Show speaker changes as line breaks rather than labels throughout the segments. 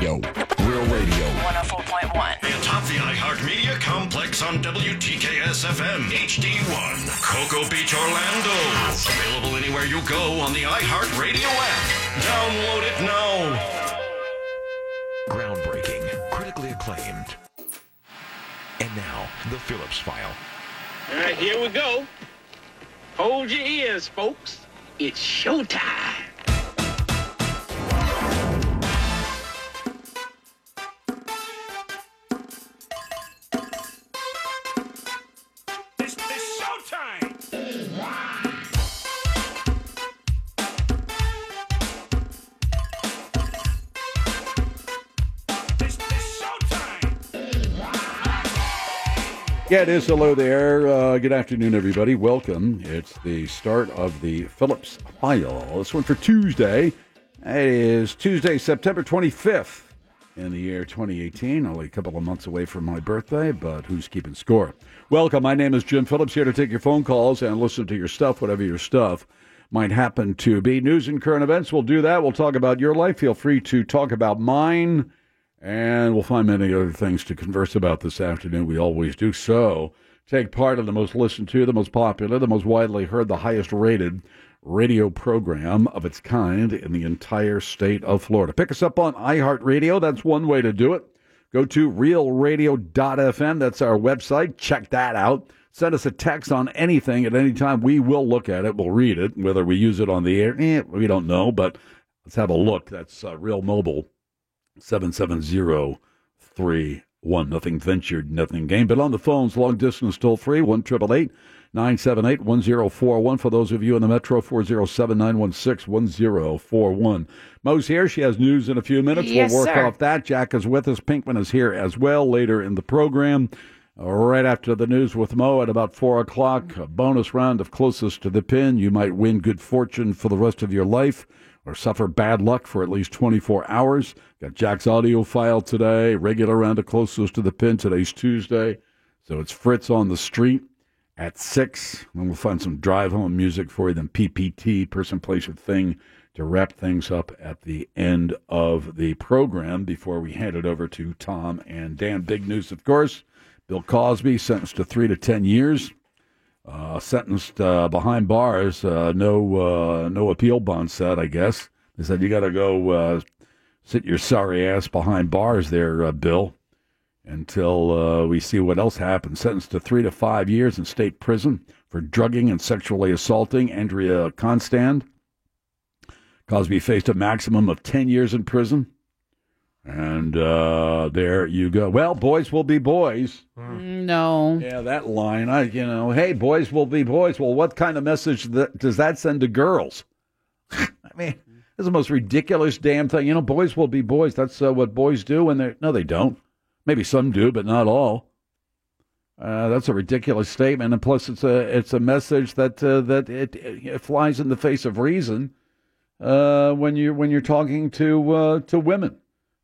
Yo, real radio.
104.1.
Atop the iHeartMedia complex on WTKS FM HD1, Cocoa Beach, Orlando. Available anywhere you go on the iHeartRadio app. Download it now.
Groundbreaking, critically acclaimed. And now, the Phillips File.
All right, here we go. Hold your ears, folks. It's showtime.
Yeah, it is. Hello there. Uh, good afternoon, everybody. Welcome. It's the start of the Phillips File. This one for Tuesday. It is Tuesday, September 25th in the year 2018. Only a couple of months away from my birthday, but who's keeping score? Welcome. My name is Jim Phillips, here to take your phone calls and listen to your stuff, whatever your stuff might happen to be. News and current events, we'll do that. We'll talk about your life. Feel free to talk about mine. And we'll find many other things to converse about this afternoon. We always do. So take part in the most listened to, the most popular, the most widely heard, the highest rated radio program of its kind in the entire state of Florida. Pick us up on iHeartRadio. That's one way to do it. Go to realradio.fm. That's our website. Check that out. Send us a text on anything at any time. We will look at it. We'll read it. Whether we use it on the air, eh, we don't know, but let's have a look. That's uh, Real Mobile. 77031. Nothing ventured, nothing gained. But on the phones, long distance toll free, 1 978 1041. For those of you in the metro, 407 916 1041. Mo's here. She has news in a few minutes.
Yes,
we'll work
sir.
off that. Jack is with us. Pinkman is here as well later in the program. Right after the news with Mo at about 4 o'clock, a bonus round of closest to the pin. You might win good fortune for the rest of your life or suffer bad luck for at least 24 hours. Got Jack's audio file today, regular round of closest to the pin. Today's Tuesday, so it's Fritz on the street at 6. Then we'll find some drive home music for you, then PPT, person, place, or thing to wrap things up at the end of the program before we hand it over to Tom and Dan. Big news, of course. Bill Cosby sentenced to three to 10 years uh, sentenced uh, behind bars. Uh, no, uh, no appeal bond set. I guess they said you got to go uh, sit your sorry ass behind bars there, uh, Bill, until uh, we see what else happens. Sentenced to three to five years in state prison for drugging and sexually assaulting Andrea Constand. Cosby faced a maximum of ten years in prison. And uh, there you go. Well, boys will be boys.
No.
Yeah, that line. I, you know, hey, boys will be boys. Well, what kind of message that, does that send to girls? I mean, it's the most ridiculous damn thing. You know, boys will be boys. That's uh, what boys do when they're. No, they don't. Maybe some do, but not all. Uh, that's a ridiculous statement, and plus, it's a it's a message that uh, that it, it flies in the face of reason uh, when you when you're talking to uh, to women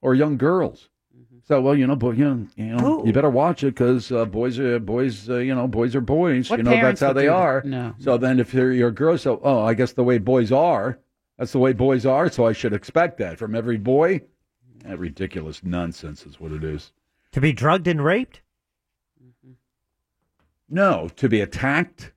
or young girls.
Mm-hmm.
So well, you know, but you know, you, know, you better watch it because uh, boys are boys. Uh, you know, boys are boys.
What
you know, that's
parents
how
would
they
do that?
are.
No.
So then, if you're, you're a girl, so oh, I guess the way boys are, that's the way boys are. So I should expect that from every boy. Eh, ridiculous nonsense is what it is.
To be drugged and raped?
No, to be attacked.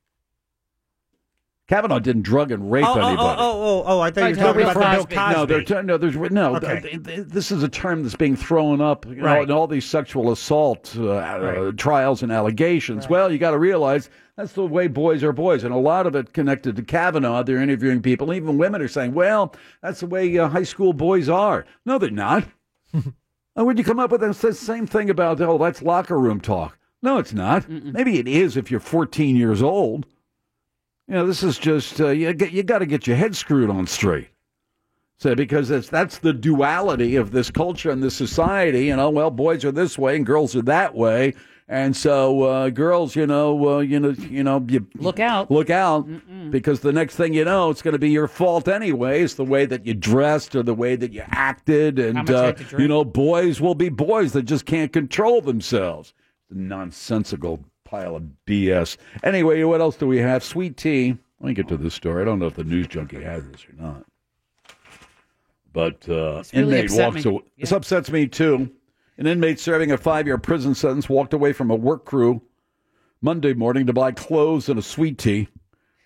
Kavanaugh didn't drug and rape
oh, oh,
anybody.
oh, oh, oh, oh, I thought you
Right,
were talking
Bill
about
Cosby.
the Bill Cosby.
No, they're t- no, there's no.
Okay.
th- th- this is a term that's being thrown up, you know,
Right.
and all these sexual assault uh, uh, trials and allegations. Well, you got to realize that's the way boys are boys, and a lot of it connected to Kavanaugh. They're interviewing people, even women are saying, "Well, that's the way uh, high school boys are." No, they're not. And when you come up with the same thing about, oh, that's locker room talk. No, it's not. Maybe it is if you're 14 years old. You know, this is just, uh, you, get- you got to get your head screwed on straight. So, because it's, that's the duality of this culture and this society. You know, well, boys are this way and girls are that way. And so, uh, girls, you know, uh, you know, you know, you
Look out.
look out, because the next thing you know, it's going to be your fault anyway. It's the way that you dressed or the way that you acted, and
much you
uh,
had to drink.
you know, boys will be boys that just can't control themselves. Nonsensical pile of BS. Anyway, what else do we have? Sweet tea. Let me get to this story. I don't know if the news junkie has this or not. But uh,
really
inmate
upset
walks
me.
away. This upsets me too. An inmate serving a five-year prison sentence walked away from a work crew Monday morning to buy clothes and a sweet tea.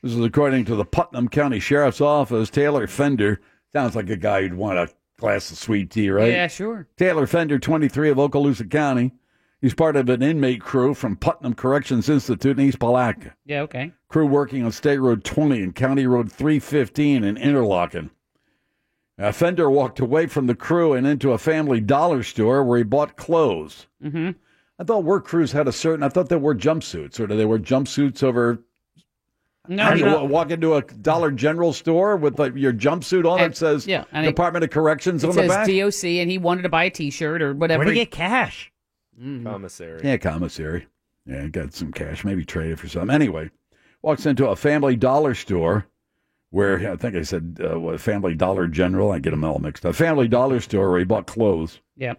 This is according to the Putnam County Sheriff's Office. Taylor Fender sounds like a guy who'd want a glass of sweet tea, right?
Yeah, sure.
Taylor Fender, 23 of Okaloosa County. He's part of an inmate crew from Putnam Corrections Institute in East Palatka.
Yeah, okay.
Crew working on State Road 20 and County Road 315 in Interlochen. Uh, Fender walked away from the crew and into a family dollar store where he bought clothes. Mm-hmm. I thought work crews had a certain, I thought they wore jumpsuits, or do they wear jumpsuits over?
No,
I
he-
mean, wa- walk into a Dollar General store with like, your jumpsuit on
And-
that says
yeah, and it-
Department of Corrections
it
on the
says
back?
DOC, and he wanted to buy a T-shirt or whatever. Mm.
Where do you get cash?
Um,
Commissary.
Yeah, commissary. Yeah, got some cash. Maybe trade it for something. Anyway, walks into a family dollar store where I think I said uh, what, Family Dollar General. I get them all mixed up. Family Dollar Store where he bought clothes.
yeah.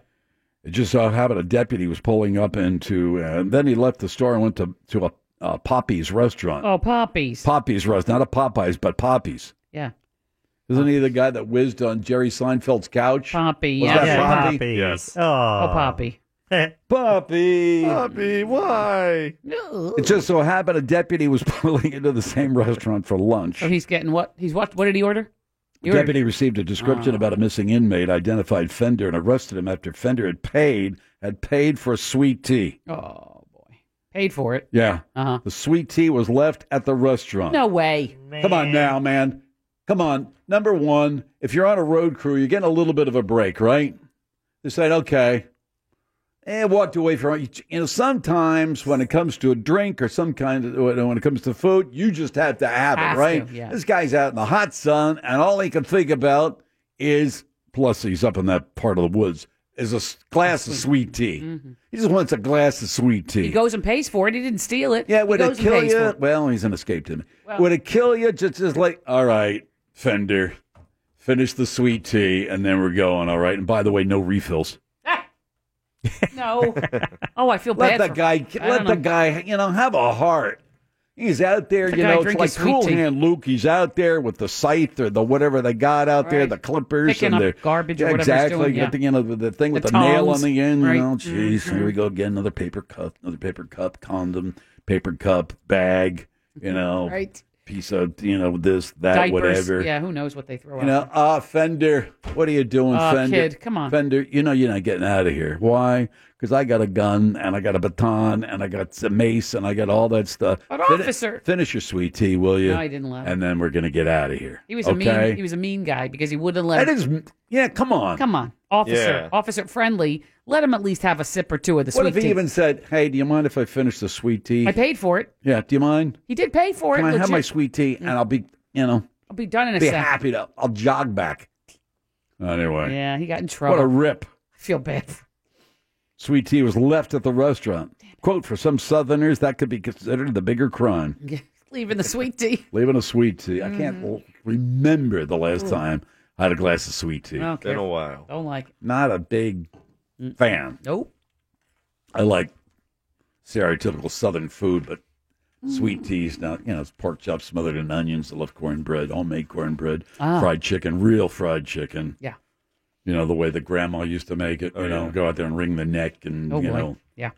It just so happened a deputy was pulling up into, uh, and then he left the store and went to to a, a Poppy's restaurant.
Oh, poppies.
Poppy's restaurant, not a Popeyes, but Poppy's.
yeah,
Isn't he the guy that whizzed on Jerry Seinfeld's couch?
poppy.
Was
Yeah,
that
sure.
Poppy?
Yes.
Oh,
Oh, poppy.
Poppy.
Bobby, why?
It just so happened a deputy was pulling into the same restaurant for lunch.
So Oh, he's getting what? He's what? What did he order? He ordered-
Deputy received a description about a missing inmate, identified Fender, and arrested him after Fender had paid had paid for sweet tea.
Oh boy, paid for it.
Yeah,
Uh huh.
the sweet tea was left at the restaurant.
No way.
Come on now, man. Come on. Number one, if you're on a road crew, you're getting a little bit of a break, right? They said, okay. And walked away from it. You know, sometimes when it comes to a drink or some kind of, when it comes to food, you just have to have
Have
it, right?
to, yeah.
This guy's out in the hot sun, and all he can think about is, plus he's up in that part of the woods, is a s- glass of sweet tea.
Mm-hmm.
He just wants a glass of sweet tea.
He goes and pays for it. He didn't steal it.
Yeah,
he
would it
goes and
kill
pays for
you?
it.
Well, he's an escape to me. would it kill you? Just, just like, all right, Fender, finish the sweet tea, and then we're going, all right? And by the way, no refills.
No. Oh, I feel
Let
bad.
the
for-
guy,
I
let
don't
the
know.
guy, you know, have a heart. He's out there,
The
you
guy
know, it's
drinking
like
sweet
Cool
tea.
Hand Luke. He's out there with the scythe or the whatever they got out there,
Right.
the clippers
Picking
and
up
the
garbage or
Yeah,
whatever he's
exactly.
doing,
You
yeah.
got the, you know, the, the thing with
The
the, nail on
tongs,
the end,
right.
you know, jeez, here we go again, another paper cup, another paper cup, condom, paper cup, bag, you know,
Right.
piece of you know this that
Diapers.
whatever.
Yeah, who knows what they throw
You
out?
know, ah, Fender, what are you doing,
Aw,
Fender?
Uh, kid, come on.
Fender. You know you're not getting out of here. Why? Because I got a gun and I got a baton and I got a mace and I got all that stuff.
But
Fin-
officer-
finish your sweet tea, will you?
No, I didn't love it.
And then we're gonna get out of here.
He was a
okay?
mean. He was a mean guy because he wouldn't let.
That
him-
is, yeah. Come on.
Come on, officer,
Yeah.
officer friendly. Let him at least have a sip or two of the
what
sweet
if he
tea.
even said, "Hey, do you mind if I finish the sweet tea?
I paid for it.
yeah. Do you mind?
He did pay for
Can
it.
I have
legit.
my sweet tea? And I'll be, you know,
I'll be done in a
be
second.
happy to. I'll jog back. Anyway,
Yeah, he got in
what
trouble.
a rip.
I feel bad. for-
Sweet tea was left at the restaurant. Quote, for some Southerners, that could be considered the bigger crime.
Leaving the sweet tea.
Leaving a sweet tea. I can't l-
Mm-hmm.
remember the last time I had a glass of sweet tea.
Don't
Been
care.
a while.
Don't like it. Mm.
Not a big fan.
Nope.
I like stereotypical Southern food, but
Mm.
sweet tea's not, you know, it's pork chops smothered in onions. I love cornbread, homemade cornbread,
Ah.
fried chicken, real fried chicken.
Yeah.
You know, the way the grandma used to make
Oh,
it, you know, go out there and wring the neck and,
Oh
you
boy.
know,
Yeah.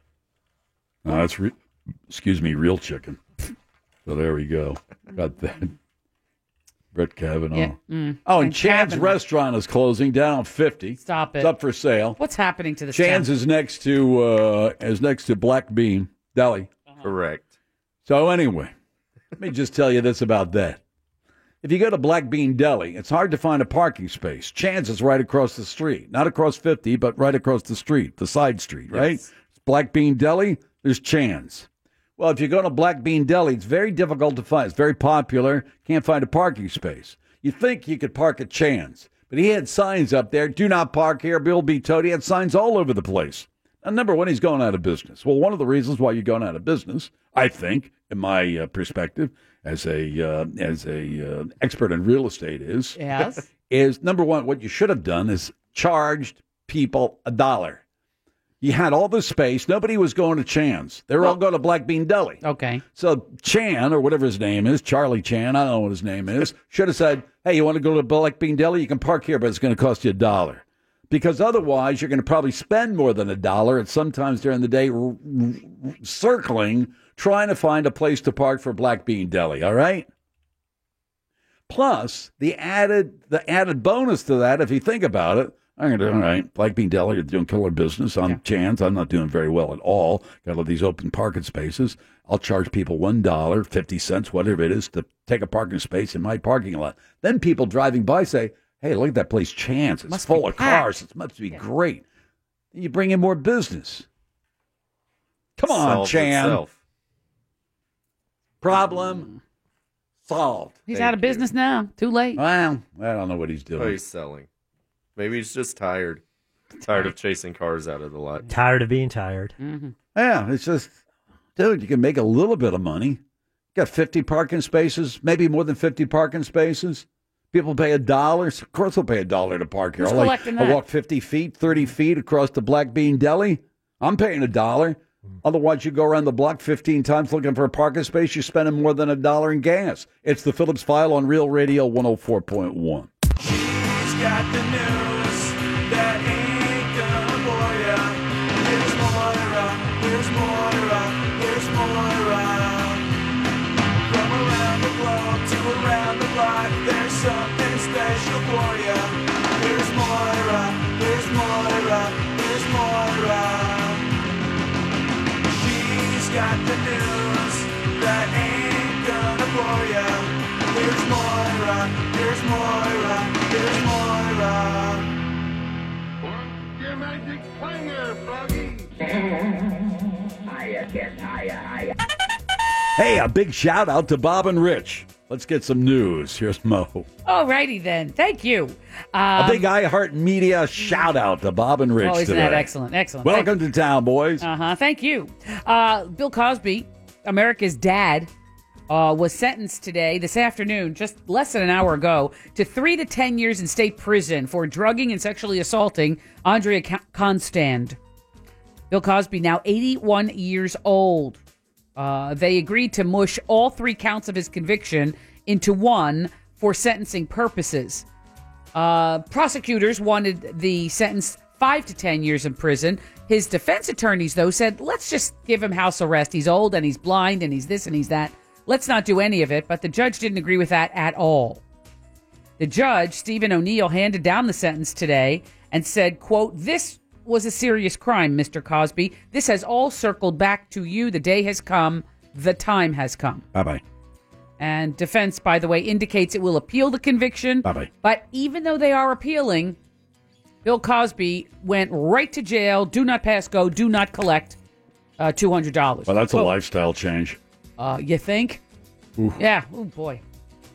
No, that's re- excuse me, real chicken. So there we go. Got that. Brett Kavanaugh.
Yeah. Mm.
Oh, and,
And
Chan's
Kavanaugh.
restaurant is closing down on fifty.
Stop it.
It's up for sale.
What's happening to this
Chan's
town?
is next to uh, is next to Black Bean Deli.
Correct.
So anyway, let me just tell you this about that. If you go to Black Bean Deli, it's hard to find a parking space. Chance is right across the street, not across 50, but right across the street, the side street, right? It's Black Bean Deli, there's Chance. Well, if you go to Black Bean Deli, it's very difficult to find. It's very popular. Can't find a parking space. You think you could park at Chan's, but he had signs up there: "Do not park here." Bill B. Toady had signs all over the place. Now, number one, he's going out of business. Well, one of the reasons why you're going out of business, I think, in my uh, perspective, as a uh, as a uh, expert in real estate, is
Yes.
is number one, what you should have done is charged people a dollar. You had all this space. Nobody was going to Chan's. They were all going to Black Bean Deli.
Okay.
So Chan, or whatever his name is, Charlie Chan, I don't know what his name is, should have said, hey, you want to go to Black Bean Deli? You can park here, but it's going to cost you a dollar. Because otherwise, you're going to probably spend more than a dollar and sometimes during the day r- r- circling, trying to find a place to park for Black Bean Deli, all right? Plus the added the added bonus to that, if you think about it, I'm gonna do all right. Black Bean Deli, you're doing killer business. I'm chance. I'm not doing very well at all. Got all these open parking spaces. I'll charge people one dollar, fifty cents, whatever it is, to take a parking space in my parking lot. Then people driving by say, "Hey, look at that place, Chance. It's
Must be
full of
packed."
cars. It must be great." You bring in more business. Come on,
Solves
Chan.
itself.
Problem solved.
He's
Thank
out of business now. Too late.
Well, I don't know what he's doing.
What are you selling? Maybe he's just tired. Tired of chasing cars out of the lot.
Tired of being tired.
Mm-hmm.
Yeah, it's just, dude, you can make a little bit of money. Got 50 parking spaces, maybe more than 50 parking spaces. People pay a dollar. Of course, they'll pay a dollar to park here.
Who's
I'll, like-
collecting
I'll
that?
walk 50 feet, 30 feet across the Black Bean Deli. I'm paying a dollar. Otherwise, you go around the block 15 times looking for a parking space. You're spending more than a dollar in gas. It's the Phillips File on Real Radio 104.1. Hey, a big shout out to Bob and Rich. Let's get some news. Here's Mo.
Alrighty then. Thank you.
A
Um,
big iHeartMedia shout out to Bob and Rich
oh, isn't
today.
that excellent? Excellent. Thank-
Welcome to town, boys.
Uh huh. Thank you. Uh, Bill Cosby, America's dad, uh, was sentenced today, this afternoon, just less than an hour ago, to three to 10 years in state prison for drugging and sexually assaulting Andrea Ca- Constand. Bill Cosby, now 81 years old. Uh, they agreed to mush all three counts of his conviction into one for sentencing purposes. Uh, prosecutors wanted the sentence five to 10 years in prison. His defense attorneys, though, said, let's just give him house arrest. He's old and he's blind and he's this and he's that. Let's not do any of it. But the judge didn't agree with that at all. The judge, Stephen O'Neill, handed down the sentence today and said, quote, this was a serious crime, Mr. Cosby. This has all circled back to you. The day has come. The time has come.
bye bye.
And defense, by the way, indicates it will appeal the conviction.
Bye-bye.
But even though they are appealing, Bill Cosby went right to jail. Do not pass go. Do not collect uh, two hundred dollars.
Well, that's a lifestyle change.
Uh, you think? Yeah. Oh boy.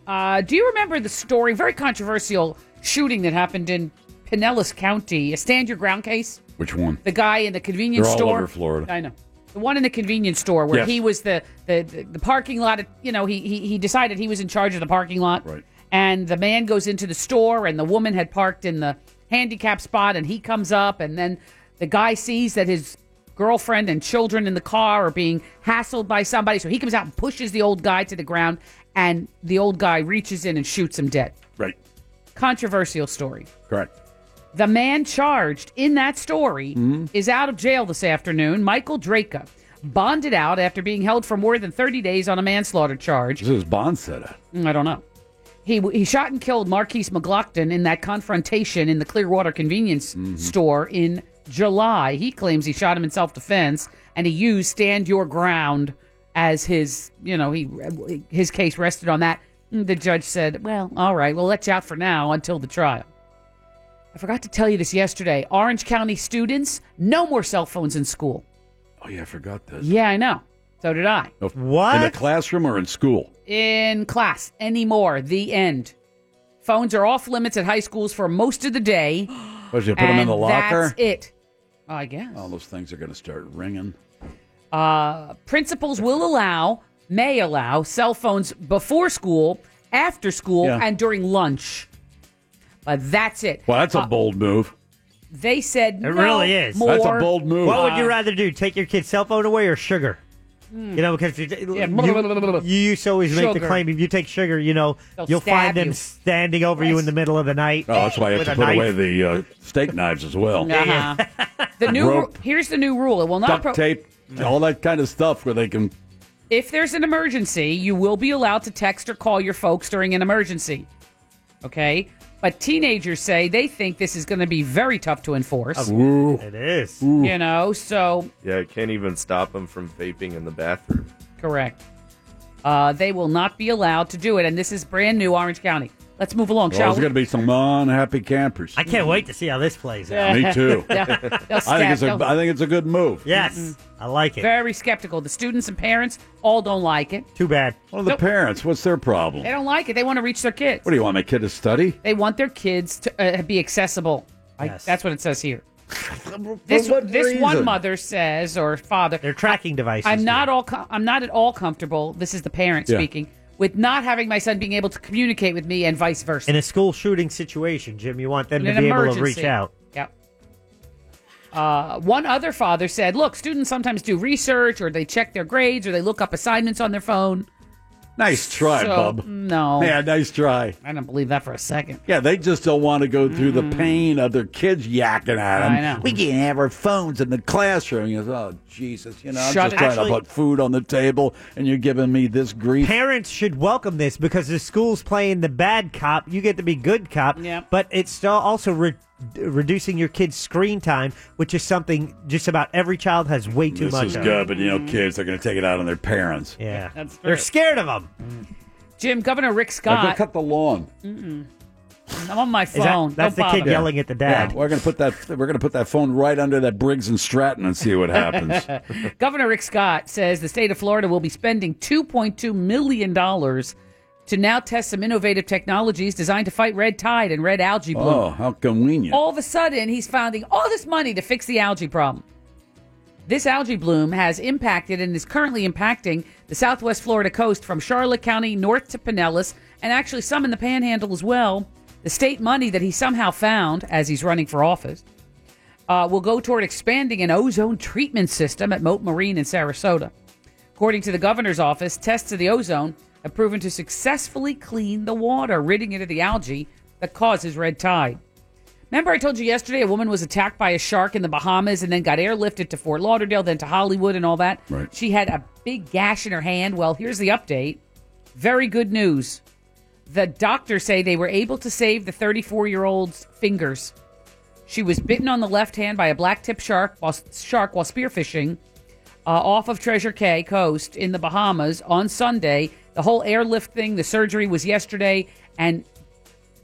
Uh, do you remember the story? Very controversial shooting that happened in Pinellas County. A stand your ground case.
Which one?
The guy in the convenience
They're all
store.
over Florida.
I know. The one in the convenience store where
Yes.
he was the, the, the, the parking lot. You know, he, he he decided he was in charge of the parking lot.
Right.
And the man goes into the store, and the woman had parked in the handicap spot, and he comes up, and then the guy sees that his girlfriend and children in the car are being hassled by somebody, so he comes out and pushes the old guy to the ground, and the old guy reaches in and shoots him dead.
Right.
Controversial story.
Correct.
The man charged in that story
Mm-hmm.
is out of jail this afternoon. Michael Draca bonded out after being held for more than 30 days on a manslaughter charge.
This is Bond said it.
Mm, I don't know. He, he shot and killed Marquise McLaughlin in that confrontation in the Clearwater convenience
Mm-hmm.
store in July. He claims he shot him in self defense and he used stand your ground as his, you know, he his case rested on that. Mm, The judge said, "Well, all right, we'll let you out for now until the trial." I forgot to tell you this yesterday. Orange County students, no more cell phones in school.
Oh, yeah, I forgot this.
Yeah, I know. So did I.
No, In the
What?
classroom or in school?
in class anymore. The end. Phones are off limits at high schools for most of the day.
What, you put them in
and
the locker?
That's it. Oh, I guess.
All those things are going to start ringing.
Uh, principals will allow, may allow, cell phones before school, after school,
Yeah.
and during lunch. But that's it.
Well, that's a
Uh,
bold move.
They said
It
no
really is.
more.
That's a bold move.
What would you rather do? Take your kid's cell phone away or sugar? You know, because you,
Yeah,
you, you used to always make the
Sugar.
claim if you take sugar, you know,
They'll
you'll
stab
find them
you.
standing over you in the middle of the night.
Oh, that's why I have
with
to
a
put
knife.
away the uh, steak knives as well.
Uh-huh. the new ru-
Rope.
here's the new rule. It will not
Duct
pro-
tape, all that kind of stuff where they can.
if there's an emergency, you will be allowed to text or call your folks during an emergency. Okay? But teenagers say they think this is going to be very tough to enforce.
Ooh,
It is.
You know, so
Yeah, it can't even stop them from vaping in the bathroom.
correct. Uh, they will not be allowed to do it, and this is brand new Orange County. Let's move along,
well,
shall
there's
we?
going to be some unhappy campers.
I can't wait to see how this plays out.
Me too.
They'll
I think
stab-
it's a,
they'll-
I think it's a good move.
Yes, I like it.
very skeptical. The students and parents all don't like it.
Too bad.
Well, the
Nope.
parents, what's their problem?
They don't like it. They want to reach their kids.
What do you want my kid to study?
They want their kids to uh, be accessible. I,
Yes.
That's what it says here. This
what
this one
reason?
mother says or father,
They're tracking devices.
I'm not
now.
all com- I'm not at all comfortable. This is the parent
Yeah.
speaking with not having my son being able to communicate with me and vice versa.
in a school shooting situation, Jim. You want
In
them to
an
be able to
emergency.
reach out.
Yep. Uh, one other father said, "Look, students sometimes do research, or they check their grades, or they look up assignments on their phone."
Nice try,
So,
bub.
No,
Yeah, nice try.
I don't believe that for a second.
Yeah, they just don't want to go through the pain of their kids yakking at them.
I know.
We can't have our phones in the classroom. You go, oh, Jesus, you know, I'm
Shut
just
it.
trying
Actually-
to put food on the table, and you're giving me this grief.
Parents should welcome this because the school's playing the bad cop. You get to be good cop.
Yep.
But it's still also re- reducing your kids' screen time, which is something just about every child has way too
this
much
is
of.
good, but you know, kids are going to take it out on their parents.
Yeah.
That's
They're
true.
scared of them.
Jim, Governor Rick
Now, go
Scott,
cut the lawn.
I'm on my
Is
phone.
That, that's
don't
the kid
bother.
yelling at the
Yeah,
dad.
we're going to put that. We're going to put that phone right under that Briggs and Stratton and see what happens.
Governor Rick Scott says the state of Florida will be spending $2.2 million to now test some innovative technologies designed to fight red tide and red algae bloom.
oh, how convenient!
All of a sudden, he's finding all this money to fix the algae problem. This algae bloom has impacted and is currently impacting the southwest Florida coast from Charlotte County north to Pinellas and actually some in the panhandle as well. The state money that he somehow found as he's running for office uh, will go toward expanding an ozone treatment system at Moat Marine in Sarasota. According to the governor's office, tests of the ozone have proven to successfully clean the water, ridding it of the algae that causes red tide. Remember, I told you yesterday a woman was attacked by a shark in the Bahamas and then got airlifted to Fort Lauderdale, then to Hollywood and all that?
Right.
She had a big gash in her hand. Well, here's the update. Very good news. The doctors say they were able to save the 34 year old's fingers. She was bitten on the left hand by a black tip shark while, shark while spearfishing uh, off of Treasure Cay coast in the Bahamas on Sunday. The whole airlift thing, the surgery was yesterday. And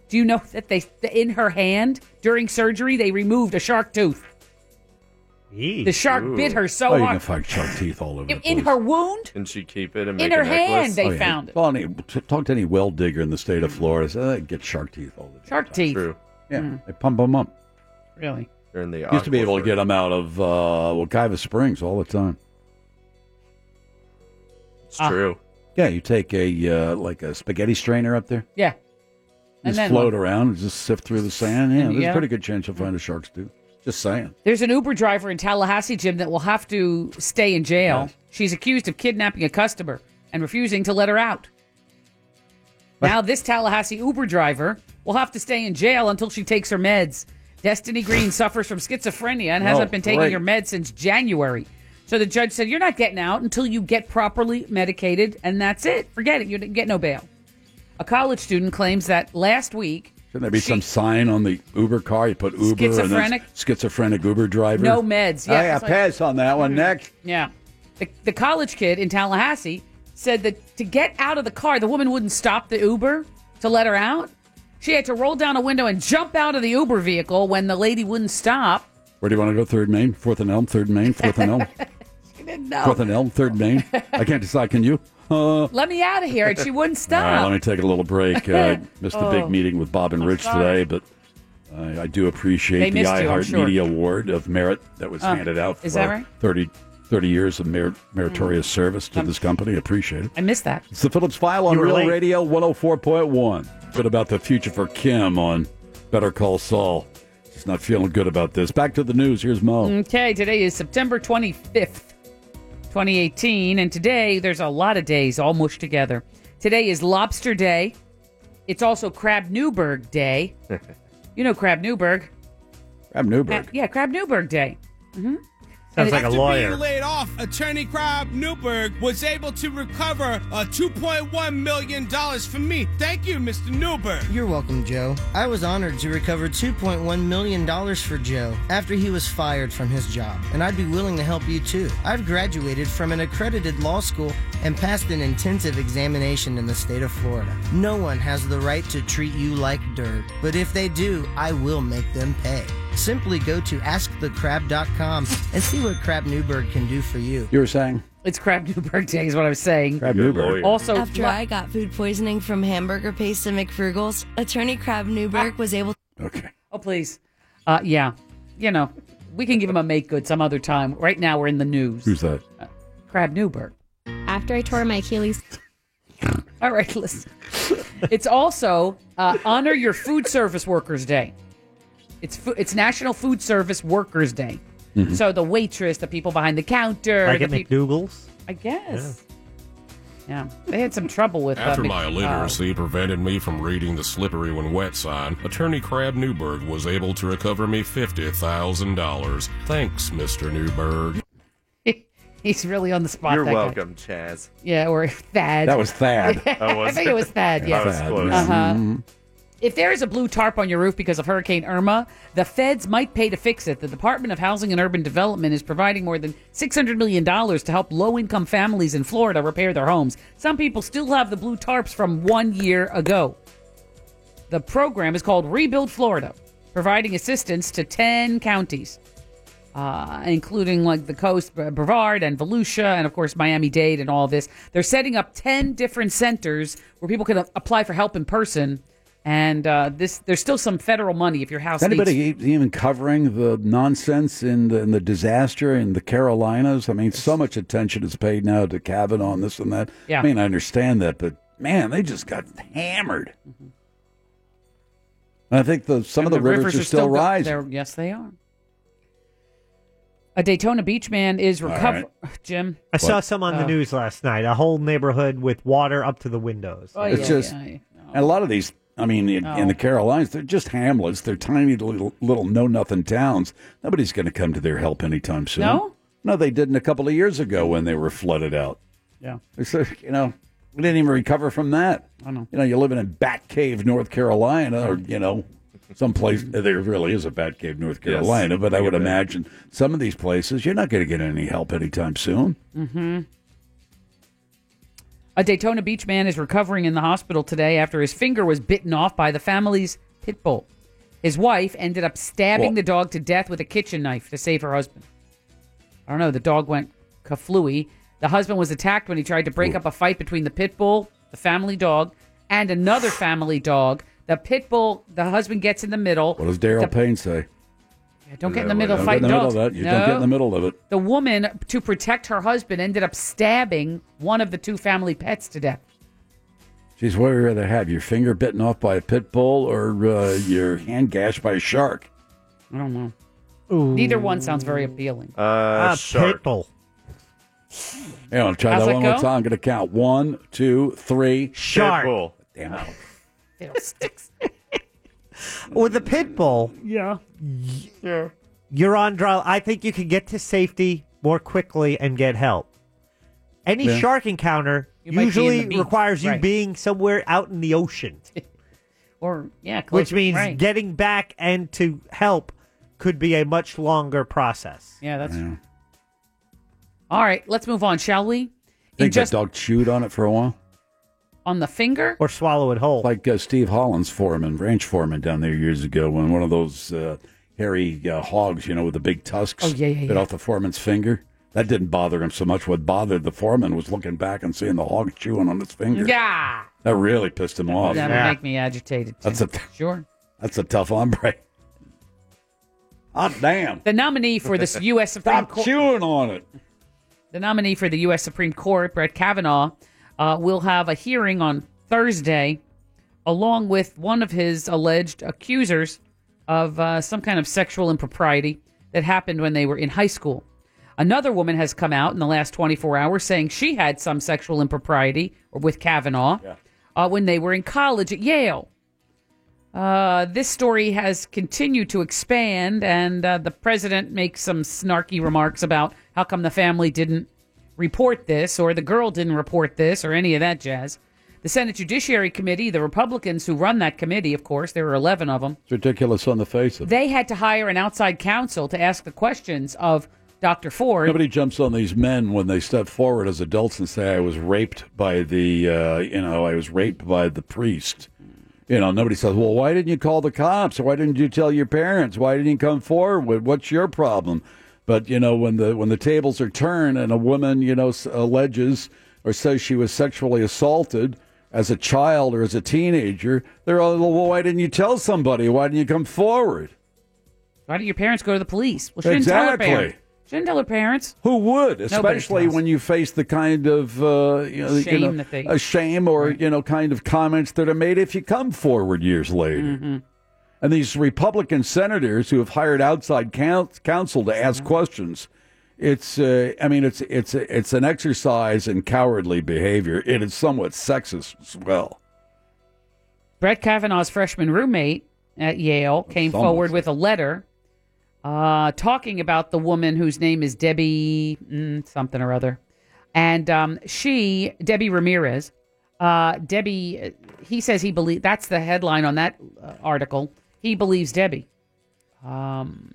do you know that they, in her hand during surgery, they removed a shark tooth?
Yee.
The shark bit her so
oh, you can
hard.
find shark teeth all over the
In,
place.
in her wound?
Can she keep it and
In
make
her
a
hand,
necklace?
they
Oh, yeah.
found it.
Well, any, t- talk to any well digger in the state of Florida. Say, "Oh, they get shark teeth all the time.
Shark teeth.
True.
Yeah, they pump them up.
Mm, Really?
They're in the
Used to be able to
aquifer.
get them out of uh, Wakiva Springs all the time.
It's
Ah.
true.
Yeah, you take a uh, like a spaghetti strainer up there,
Yeah.
just
then
float
what?
around, and just sift through the sand. Yeah,
And-
there's
yeah.
a pretty good chance you'll find a shark's tooth. Just saying.
There's an Uber driver in Tallahassee, Jim, that will have to stay in jail.
Yes.
She's accused of kidnapping a customer and refusing to let her out. Now, this Tallahassee Uber driver will have to stay in jail until she takes her meds. Destiny Green suffers from schizophrenia and hasn't
Oh,
been taking
great.
her meds since January. So the judge said, You're not getting out until you get properly medicated, and that's it. Forget it. You didn't get no bail. A college student claims that last week.
Shouldn't there be
she-
some sign on the Uber car? You put Uber and then
Schizophrenic?
schizophrenic Uber driver.
No meds. Yeah,
Oh, yeah,
it's like-
pass on that one, Nick.
Yeah. The, the college kid in Tallahassee said that to get out of the car, the woman wouldn't stop the Uber to let her out. She had to roll down a window and jump out of the Uber vehicle when the lady wouldn't stop.
Where do you want to go? Third Main, Fourth and Elm, Third Main, Fourth and Elm,
She didn't know.
Fourth and Elm, Third Main. I can't decide. Can you? Uh,
Let me out of here. And she wouldn't
All right,
stop. Oh.
let me take a little break. Uh, missed a big meeting with Bob and Rich
sorry.
today, but I, I do
They
appreciate the
missed you, I'm
iHeart
sure. Oh,
Media Award of Merit that was handed out for
is that right? Mm.
30, 30 years of merit, meritorious service to this company. Appreciate it.
I missed that.
It's the Phillips File on
You were
Real
late.
Radio 104.1. Good about the future for Kim on Better Call Saul. She's not feeling good about this. Back to the news. Here's Mo.
Okay, today is September 25th, 2018. And today, there's a lot of days all mushed together. Today is Lobster Day. It's also Crab Newberg Day. You know Crab Newberg.
Crab Newberg.
Yeah, Crab Newberg Day. hmm
Sounds like a
After
lawyer.
being laid off, attorney Crab Newberg was able to recover uh, $2.1 million for me. Thank you, Mr. Newberg.
You're welcome, Joe. I was honored to recover $2.1 million for Joe after he was fired from his job, and I'd be willing to help you too. I've graduated from an accredited law school and passed an intensive examination in the state of Florida. No one has the right to treat you like dirt, but if they do, I will make them pay. Simply go to askthecrab.com and see what Crab Newberg can do for you.
You were saying?
It's Crab Newberg Day, is what I was saying.
Crab Newberg.
Also,
after I got food poisoning from hamburger paste and McFrugals, attorney Crab Newberg was able.
Okay.
Ah. Oh, please. Uh, yeah. You know, we can give him a make good some other time. Right now, we're in the news.
Who's that?
Crab Newberg.
After I tore my Achilles.
All right, listen. it's also uh, Honor Your Food Service Workers Day. It's fu- it's National Food Service Workers Day.
Mm-hmm.
Mhm.
So the waitress, the people behind the counter,
Like
the
at
peop-
McDougal's.
I guess. Yeah. They had some trouble with uh,
After
Mc-
my
uh,
illiteracy prevented me from reading the slippery when wet sign, attorney Crab Newberg was able to recover me $50,000. Thanks, Mr. Newberg.
Oh. he's really on the spot.
You're
that guy.
welcome, Chaz.
Yeah, or Thad.
That was Thad. That
I
was-
think it was Thad.
that
Yeah,
was close.
Uh-huh.
Mhm.
If there is a blue tarp on your roof because of Hurricane Irma, the feds might pay to fix it. The Department of Housing and Urban Development is providing more than $600 million to help low income families in Florida repair their homes. Some people still have the blue tarps from one year ago. The program is called Rebuild Florida, providing assistance to 10 counties, uh, including like the coast, Bre- Brevard and Volusia, and of course Miami Dade and all this. They're setting up 10 different centers where people can a- apply for help in person. And uh, this, there's still some federal money if your house
Is anybody
needs.
e- even covering the nonsense in the, in the disaster in the Carolinas? I mean, so much attention is paid now to Kavanaugh and this and that.
Yeah.
I mean, I understand that, but man, they just got hammered. And I think the, some of the, rivers, are still,
go-
rising.
they're- Yes, they are. A Daytona Beach man is recovering. Jim,
I saw some on the
Oh.
news last night. A whole neighborhood with water up to the windows.
Oh,
it's
yeah,
just,
yeah, Oh.
and a lot of these. I mean, in, in
No.
the Carolinas, they're just hamlets. They're tiny little, little know nothing towns. Nobody's going to come to their help anytime soon.
No?
no, they didn't a couple of years ago when they were flooded out.
Yeah.
It's like, you know, we didn't even recover from that. I know. You know, you're living in Bat Cave, North Carolina, or you know, someplace there really is a Bat Cave, North
Yes.
Carolina. But I would
Yeah.
imagine some of these places you're not going to get any help anytime soon.
Mm-hmm. A Daytona Beach man is recovering in the hospital today after his finger was bitten off by the family's pit bull. His wife ended up stabbing
Whoa.
the dog to death with a kitchen knife to save her husband. I don't know. The dog went kaflooey. The husband was attacked when he tried to break up a fight between the pit bull, the family dog, and another family dog. The pit bull, the husband gets in the middle.
What does Daryl Payne say?
Yeah, don't get in the middle of
Don't get
fighting
in the middle of
dogs.
that. You don't get in the
No.
middle of it.
The woman, to protect her husband, ended up stabbing one of the two family pets to death.
Geez, what would you rather have? Your finger bitten off by a pit bull or uh, your hand gashed by a shark?
I don't know. Neither one sounds very appealing.
Uh,
shark.
bull.
You know, try
How's
that
that
one more
go?
time. I'm going to count. One, two, three.
Shark.
Damn it.
Fiddlesticks.
With a pit bull,
yeah.
Yeah. You're on draw. I think you can get to safety more quickly and get help. Any
Yeah.
shark encounter
You might be in the
usually
beach,
requires you
right.
being somewhere out in the ocean,
Or yeah, close,
which means
right.
getting back and to help could be a much longer process.
yeah, that's all right. Let's move on, shall we? In
Think
just
that dog chewed on it for a while?
on the finger.
Or swallow it whole.
Like uh, Steve Holland's foreman, ranch foreman down there years ago when one of those uh, hairy uh, hogs, you know, with the big tusks,
Oh, yeah, yeah,
bit
yeah.
off the foreman's finger. That didn't bother him so much. What bothered the foreman was looking back and seeing the hog chewing on his finger.
Yeah,
That really pissed him off.
that would make me agitated.
That's a
sure.
That's a tough hombre. Hot Ah, damn!
The nominee for this U.S. Supreme
Stop
Court.
chewing on it.
The nominee for the U.S. Supreme Court, Brett Kavanaugh, uh, will have a hearing on Thursday, along with one of his alleged accusers of uh, some kind of sexual impropriety that happened when they were in high school. Another woman has come out in the last 24 hours saying she had some sexual impropriety with Kavanaugh uh, when they were in college at Yale. Uh, this story has continued to expand, and uh, the president makes some snarky remarks about how come the family didn't report this, or the girl didn't report this, or any of that jazz. The Senate Judiciary Committee, the Republicans who run that committee, of course, there are 11 of them,
It's ridiculous on the face of it.
they had to hire an outside counsel to ask the questions of Dr. Ford.
Nobody jumps on these men when they step forward as adults and say, "I was raped by the, uh, you know, I was raped by the priest." You know, nobody says, "Well, why didn't you call the cops? Why didn't you tell your parents? Why didn't you come forward? What's your problem?" But you know, when the when the tables are turned and a woman, you know, s- alleges or says she was sexually assaulted as a child or as a teenager, they're all, "Well, why didn't you tell somebody? Why didn't you come forward?"
Why did your parents go to the police? Well, she didn't tell her
Exactly.
parents. She didn't tell her parents.
Who would,
Nobody
especially when you face the kind of uh, you know,
Shame
you know,
that they-
a shame or you know kind of comments that are made if you come forward years later.
Mm-hmm.
And these Republican senators who have hired outside coun- counsel to
Mm-hmm.
ask questions, it's uh, I mean it's it's it's an exercise in cowardly behavior. It is somewhat sexist as well.
Brett Kavanaugh's freshman roommate at Yale came
someone
forward with a letter uh, talking about the woman whose name is Debbie mm, something or other. And um, she, Debbie Ramirez, uh, Debbie, uh, he says he believes, that's the headline on that uh, article. He believes Debbie. Um,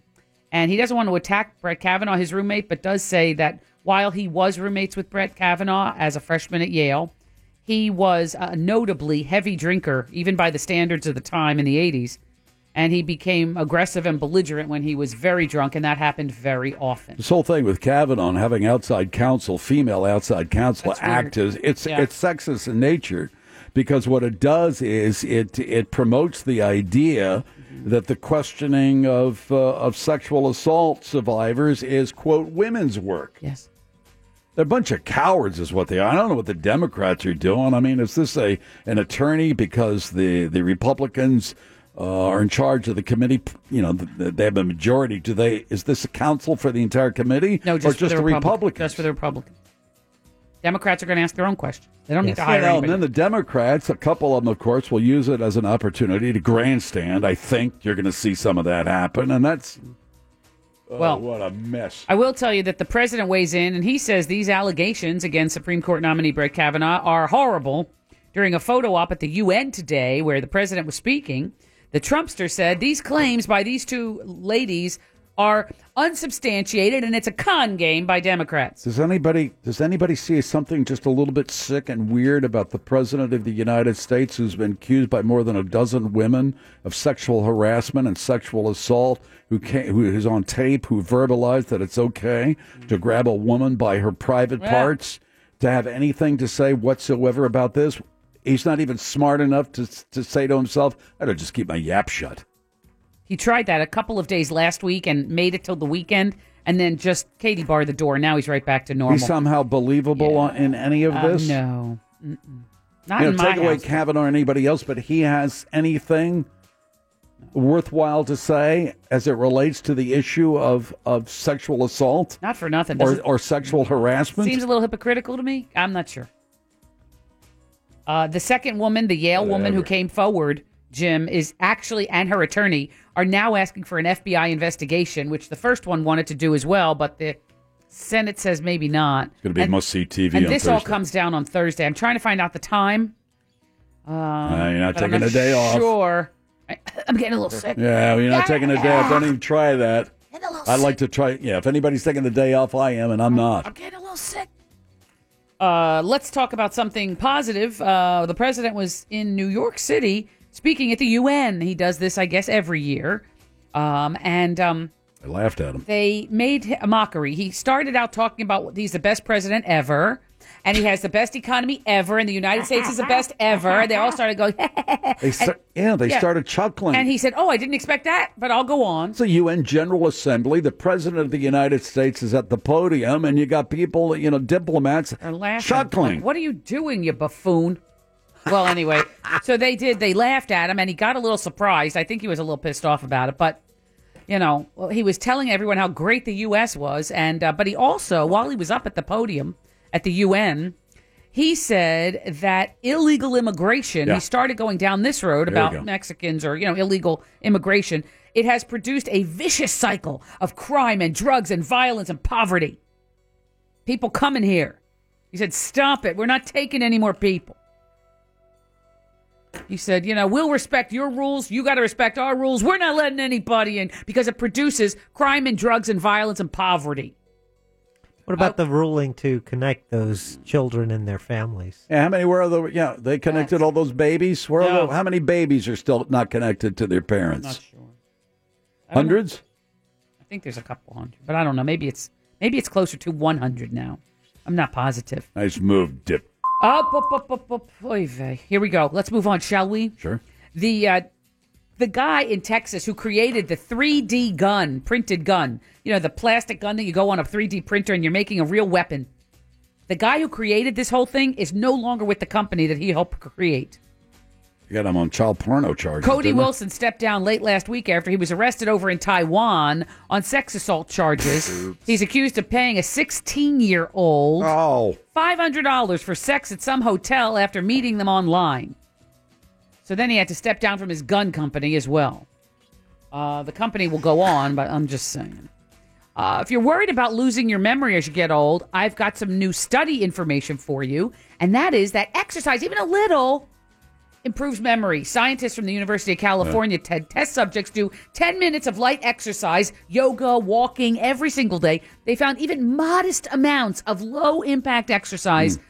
and he doesn't want to attack Brett Kavanaugh, his roommate, but does say that while he was roommates with Brett Kavanaugh as a freshman at Yale, he was a notably heavy drinker, even by the standards of the time in the 80s. And he became aggressive and belligerent when he was very drunk, and that happened very often.
This whole thing with Kavanaugh and having outside counsel, female outside counsel, act as it's
Yeah.
it's sexist in nature because what it does is it it promotes the idea that the questioning of uh, of sexual assault survivors is quote women's work.
Yes.
They're a bunch of cowards, is what they are. I don't know what the Democrats are doing. I mean, is this a an attorney because the the Republicans uh, are in charge of the committee? You know, th- th- they have a majority. Do they? Is this a council for the entire committee?
No,
or
just,
just
for the, Republic-
Republicans?
Just for the Republicans. Democrats are going to ask their own question. They don't need to hire
You know, and
anybody.
then the Democrats, a couple of them, of course, will use it as an opportunity to grandstand. I think you're going to see some of that happen, and that's oh,
Well-
what a mess.
I will tell you that the president weighs in and he says these allegations against Supreme Court nominee Brett Kavanaugh are horrible. During a photo op at the UN today where the president was speaking, the Trumpster said these claims by these two ladies are unsubstantiated and it's a con game by Democrats.
Does anybody does anybody see something just a little bit sick and weird about the president of the United States who's been accused by more than a dozen women of sexual harassment and sexual assault who can who is on tape who verbalized that it's okay to grab a woman by her private
Mm-hmm. Yeah.
parts to have anything to say whatsoever about this? He's not even smart enough to to say to himself, "I don't just keep my yap shut."
He tried that a couple of days last week and made it till the weekend and then just Katie barred the door. Now he's right back to normal.
He's somehow believable on in any of
Uh,
this?
no. Mm-mm. Not
You know,
in my
take away
house.
Kavanaugh or anybody else, but he has anything worthwhile to say as it relates to the issue of, of sexual assault
Not for nothing.
or,
Doesn't-
or sexual harassment.
Seems a little hypocritical to me. I'm not sure. Uh, the second woman, the Yale woman who
Whatever.
came forward, Jim, is actually, and her attorney are now asking for an FBI investigation, which the first one wanted to do as well, but the Senate says maybe not.
It's going to be must see TV
and
on
this
Thursday.
all comes down on Thursday. I'm trying to find out the time. Um,
you're not
but I'm
taking a day off.
Sure. I, I'm getting a little sick.
yeah, well, you're not taking a day off. Don't even try that. I'd like to try. Yeah, if anybody's taking the day off, I am, and I'm not.
getting a little sick. Uh, let's talk about something positive. Uh, the president was in New York City speaking at the UN. He does this, I guess, every year. Um, and um,
I laughed at him.
they made a mockery. He started out talking about he's the best president ever, and he has the best economy ever, and the United States is the best ever. And they all started going,
They sta- yeah, they
yeah.
started chuckling.
and he said, "Oh, I didn't expect that, but I'll go on."
It's the UN General Assembly. The President of the United States is at the podium, and you got people, you know, diplomats
They're laughing.
chuckling.
Like, what are you doing, you buffoon? Well, anyway, so they did. They laughed at him, and he got a little surprised. I think he was a little pissed off about it, but you know, well, he was telling everyone how great the U.S. was, and uh, but he also, while he was up at the podium at the UN, he said that illegal immigration.
Yeah.
He started going down this road
There you go.
about Mexicans or you know illegal immigration. It has produced a vicious cycle of crime and drugs and violence and poverty. People coming here. He said, "Stop it. We're not taking any more people." He said, you know, we'll respect your rules. You got to respect our rules. We're not letting anybody in because it produces crime and drugs and violence and poverty.
What about
Uh,
the ruling to connect those children and their families?
Yeah, how many were the? Yeah, they connected all those babies. Where are
No.
the- how many babies are still not connected to their parents?
not sure. I don't know.
Hundreds.
I think there's a couple hundred, but I don't know. Maybe it's maybe it's closer to 100 now. I'm not positive.
Nice move, Dip.
Up, up, up, up, up. Oy vey. Here we go. Let's move on, shall we?
Sure.
The uh, the guy in Texas who created the 3D gun, printed gun, you know, the plastic gun that you go on a 3D printer and you're making a real weapon. The guy who created this whole thing is no longer with the company that he helped create.
You got him on child porno charges.
Cody
didn't they?
Wilson stepped down late last week after he was arrested over in Taiwan on sex assault charges. He's accused of paying a 16 year old $500 for sex at some hotel after meeting them online. So then he had to step down from his gun company as well. Uh, the company will go on, but I'm just saying. Uh, if you're worried about losing your memory as you get old, I've got some new study information for you, and that is that exercise, even a little, improves memory. Scientists from the University of California TED test subjects do 10 minutes of light exercise, yoga, walking every single day. They found even modest amounts of low impact exercise
Hmm.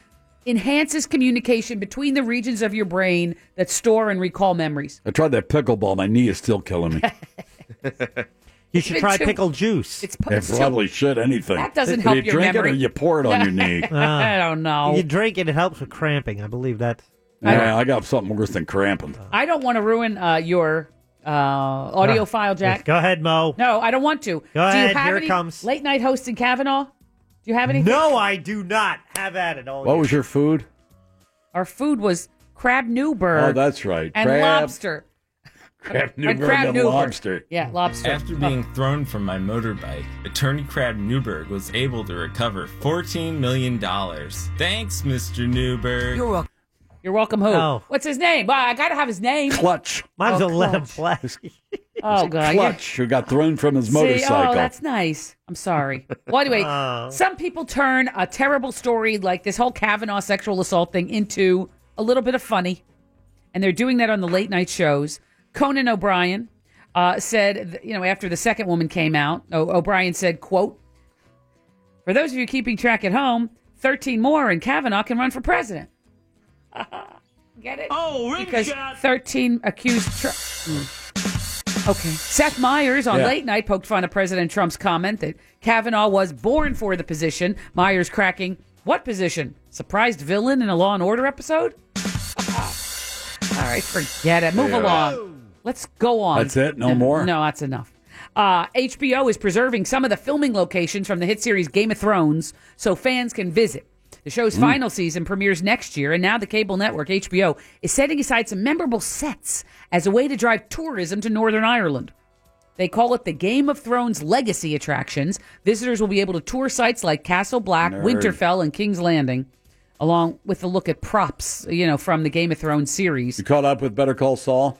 enhances communication between the regions of your brain that store and recall memories.
I tried that pickleball. My knee is still killing me.
you
should been try too- pickle
juice.
It's
I
still-
probably should anything.
That doesn't
Do
help
you
your
drink
memory.
it or you pour it on your knee.
I don't know.
Ah. You drink it; it helps with cramping. I believe that.
Yeah, I got something worse than cramping.
I don't want to ruin uh, your uh, audio
Ah,
file, Jack.
Go ahead, Mo.
No, I don't want to.
Go
do you
ahead,
have
here it
any
comes.
Late night hosting Kavanaugh. Do you have any?
No, I do not. Have at it all.
What was your food?
Our food was crab Newburg.
Oh, that's right.
And
Crab-
lobster.
Crab
And crab Newburg. Yeah, lobster.
After being thrown from my motorbike, attorney Crab Newberg was able to recover $14 million. Thanks, Mr. Newberg.
You're welcome. You're welcome. Who?
Oh.
What's his name? Well, I gotta have his name.
Clutch.
Might as Oh, well let him
play.
Oh god. you're-
Clutch, who got thrown from his
See,
motorcycle.
oh, that's nice. I'm sorry. Well, anyway,
Oh.
some people turn a terrible story like this whole Kavanaugh sexual assault thing into a little bit of funny, and they're doing that on the late night shows. Conan O'Brien uh, said, th- you know, after the second woman came out, o- O'Brien said, "quote For those of you keeping track at home, 13 more and Kavanaugh can run for president." Get it? Oh, rim because 13 accused. Tr- Mm. Okay. Seth Meyers on
Yeah.
late night poked fun at President Trump's comment that Kavanaugh was born for the position. Myers cracking, what position? Surprised villain in a Law and Order episode? Ah. All right, forget it. Move
Yeah.
along. Let's go on.
That's it? No more?
No, that's enough. Uh, HBO is preserving some of the filming locations from the hit series Game of Thrones so fans can visit. The show's
Mm.
final season premieres next year, and now the cable network HBO is setting aside some memorable sets as a way to drive tourism to Northern Ireland. They call it the Game of Thrones Legacy Attractions. Visitors will be able to tour sites like Castle Black,
Nerd.
Winterfell, and King's Landing, along with a look at props, you know, from the Game of Thrones series. You
caught up with Better Call Saul?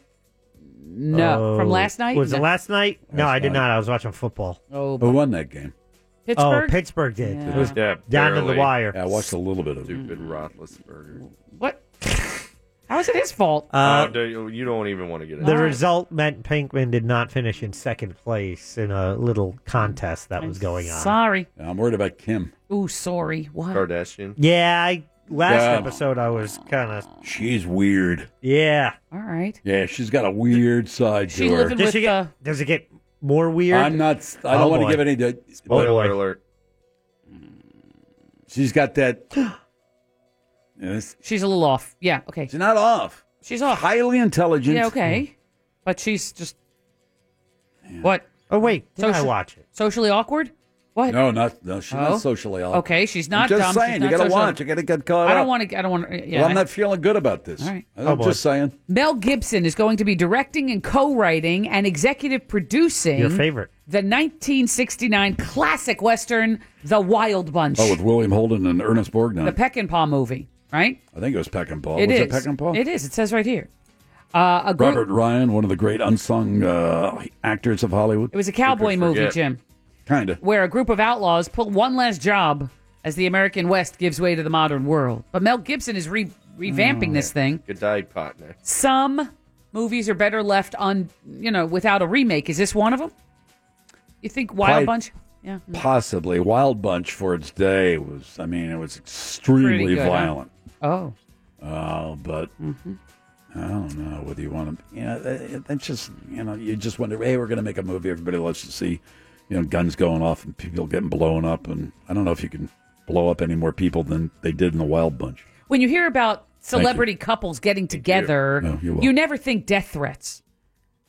No, from last night.
Oh, Was
No.
it last night? no, I did
night.
not. I was watching football.
Oh,
Who won that game?
Oh,
Pittsburgh?
Pittsburgh did.
Yeah.
It was
Yeah,
down to
barely.
the wire.
Yeah, I watched a little bit of
Stupid
Mm-hmm.
Roethlisberger.
What? How is it his fault?
Uh,
oh, do- you don't even want to get into
The
it.
result meant Pinkman did not finish in second place in a little contest that was going on.
Sorry.
I'm worried about Kim.
Ooh, sorry. What?
Kardashian.
Yeah, I, last
Yeah.
episode I was kind of
She's weird.
yeah.
All right.
Yeah, she's got a weird side to her.
does, she get, does it get more weird?
I'm not. I don't
Oh,
want
boy.
to give any. but-
Spoiler
alert.
She's got that. Yes.
She's a little off. Yeah. Okay. She's
not off.
She's off.
Highly intelligent.
Yeah. Okay. But she's just what?
Oh wait,
did I watch
it?
Socially awkward. What?
No, not no. She's
Oh.
not socially awkward.
Okay, she's not
I'm just
dumb, she's
saying,
not
you got to
socially-
watch. You got to get caught
I
up.
don't want to. I don't want to. Yeah,
well, I'm
I-
not feeling good about this.
All right.
I'm
Oh, boy.
just saying.
Mel Gibson is going to be directing and co-writing and executive producing
Your favorite.
the 1969 classic western The Wild Bunch,
Oh, with William Holden and Ernest Borgnine.
the Peckinpah movie, right?
I think it was Peckinpah.
It
was
is.
it Peckinpah?
It is. It says right here. Uh, a group,
Robert Ryan, one of the great unsung uh, actors of Hollywood.
It was a cowboy movie, Jim,
Kinda.
where a group of outlaws pull one last job as the American West gives way to the modern world. But Mel Gibson is re-
Hmm.
revamping this thing.
Good day, partner.
Some movies are better left on, you know, without a remake. Is this one of them? You think Wild
Quite
Bunch? Yeah. no.
Possibly Wild Bunch for its day was. I mean, it was
Pretty
extremely
good, huh? Mm-hmm.
violent.
Oh.
Uh, but I don't know whether you want to. You know, that, that's just you know, you just wonder. Hey, we're going to make a movie. Everybody loves to see, you know, guns going off and people getting blown up. And I don't know if you can blow up any more people than they did in the Wild Bunch.
When you hear about
you.
celebrity couples getting together,
No, you're
you
welcome.
never think death threats.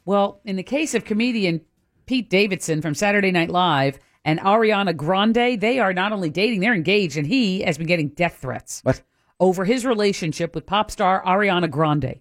Well, in the case of comedian Pete Davidson from Saturday Night Live and Ariana Grande, they are not only dating, they're engaged, and he has been getting death threats over his relationship with pop star Ariana Grande.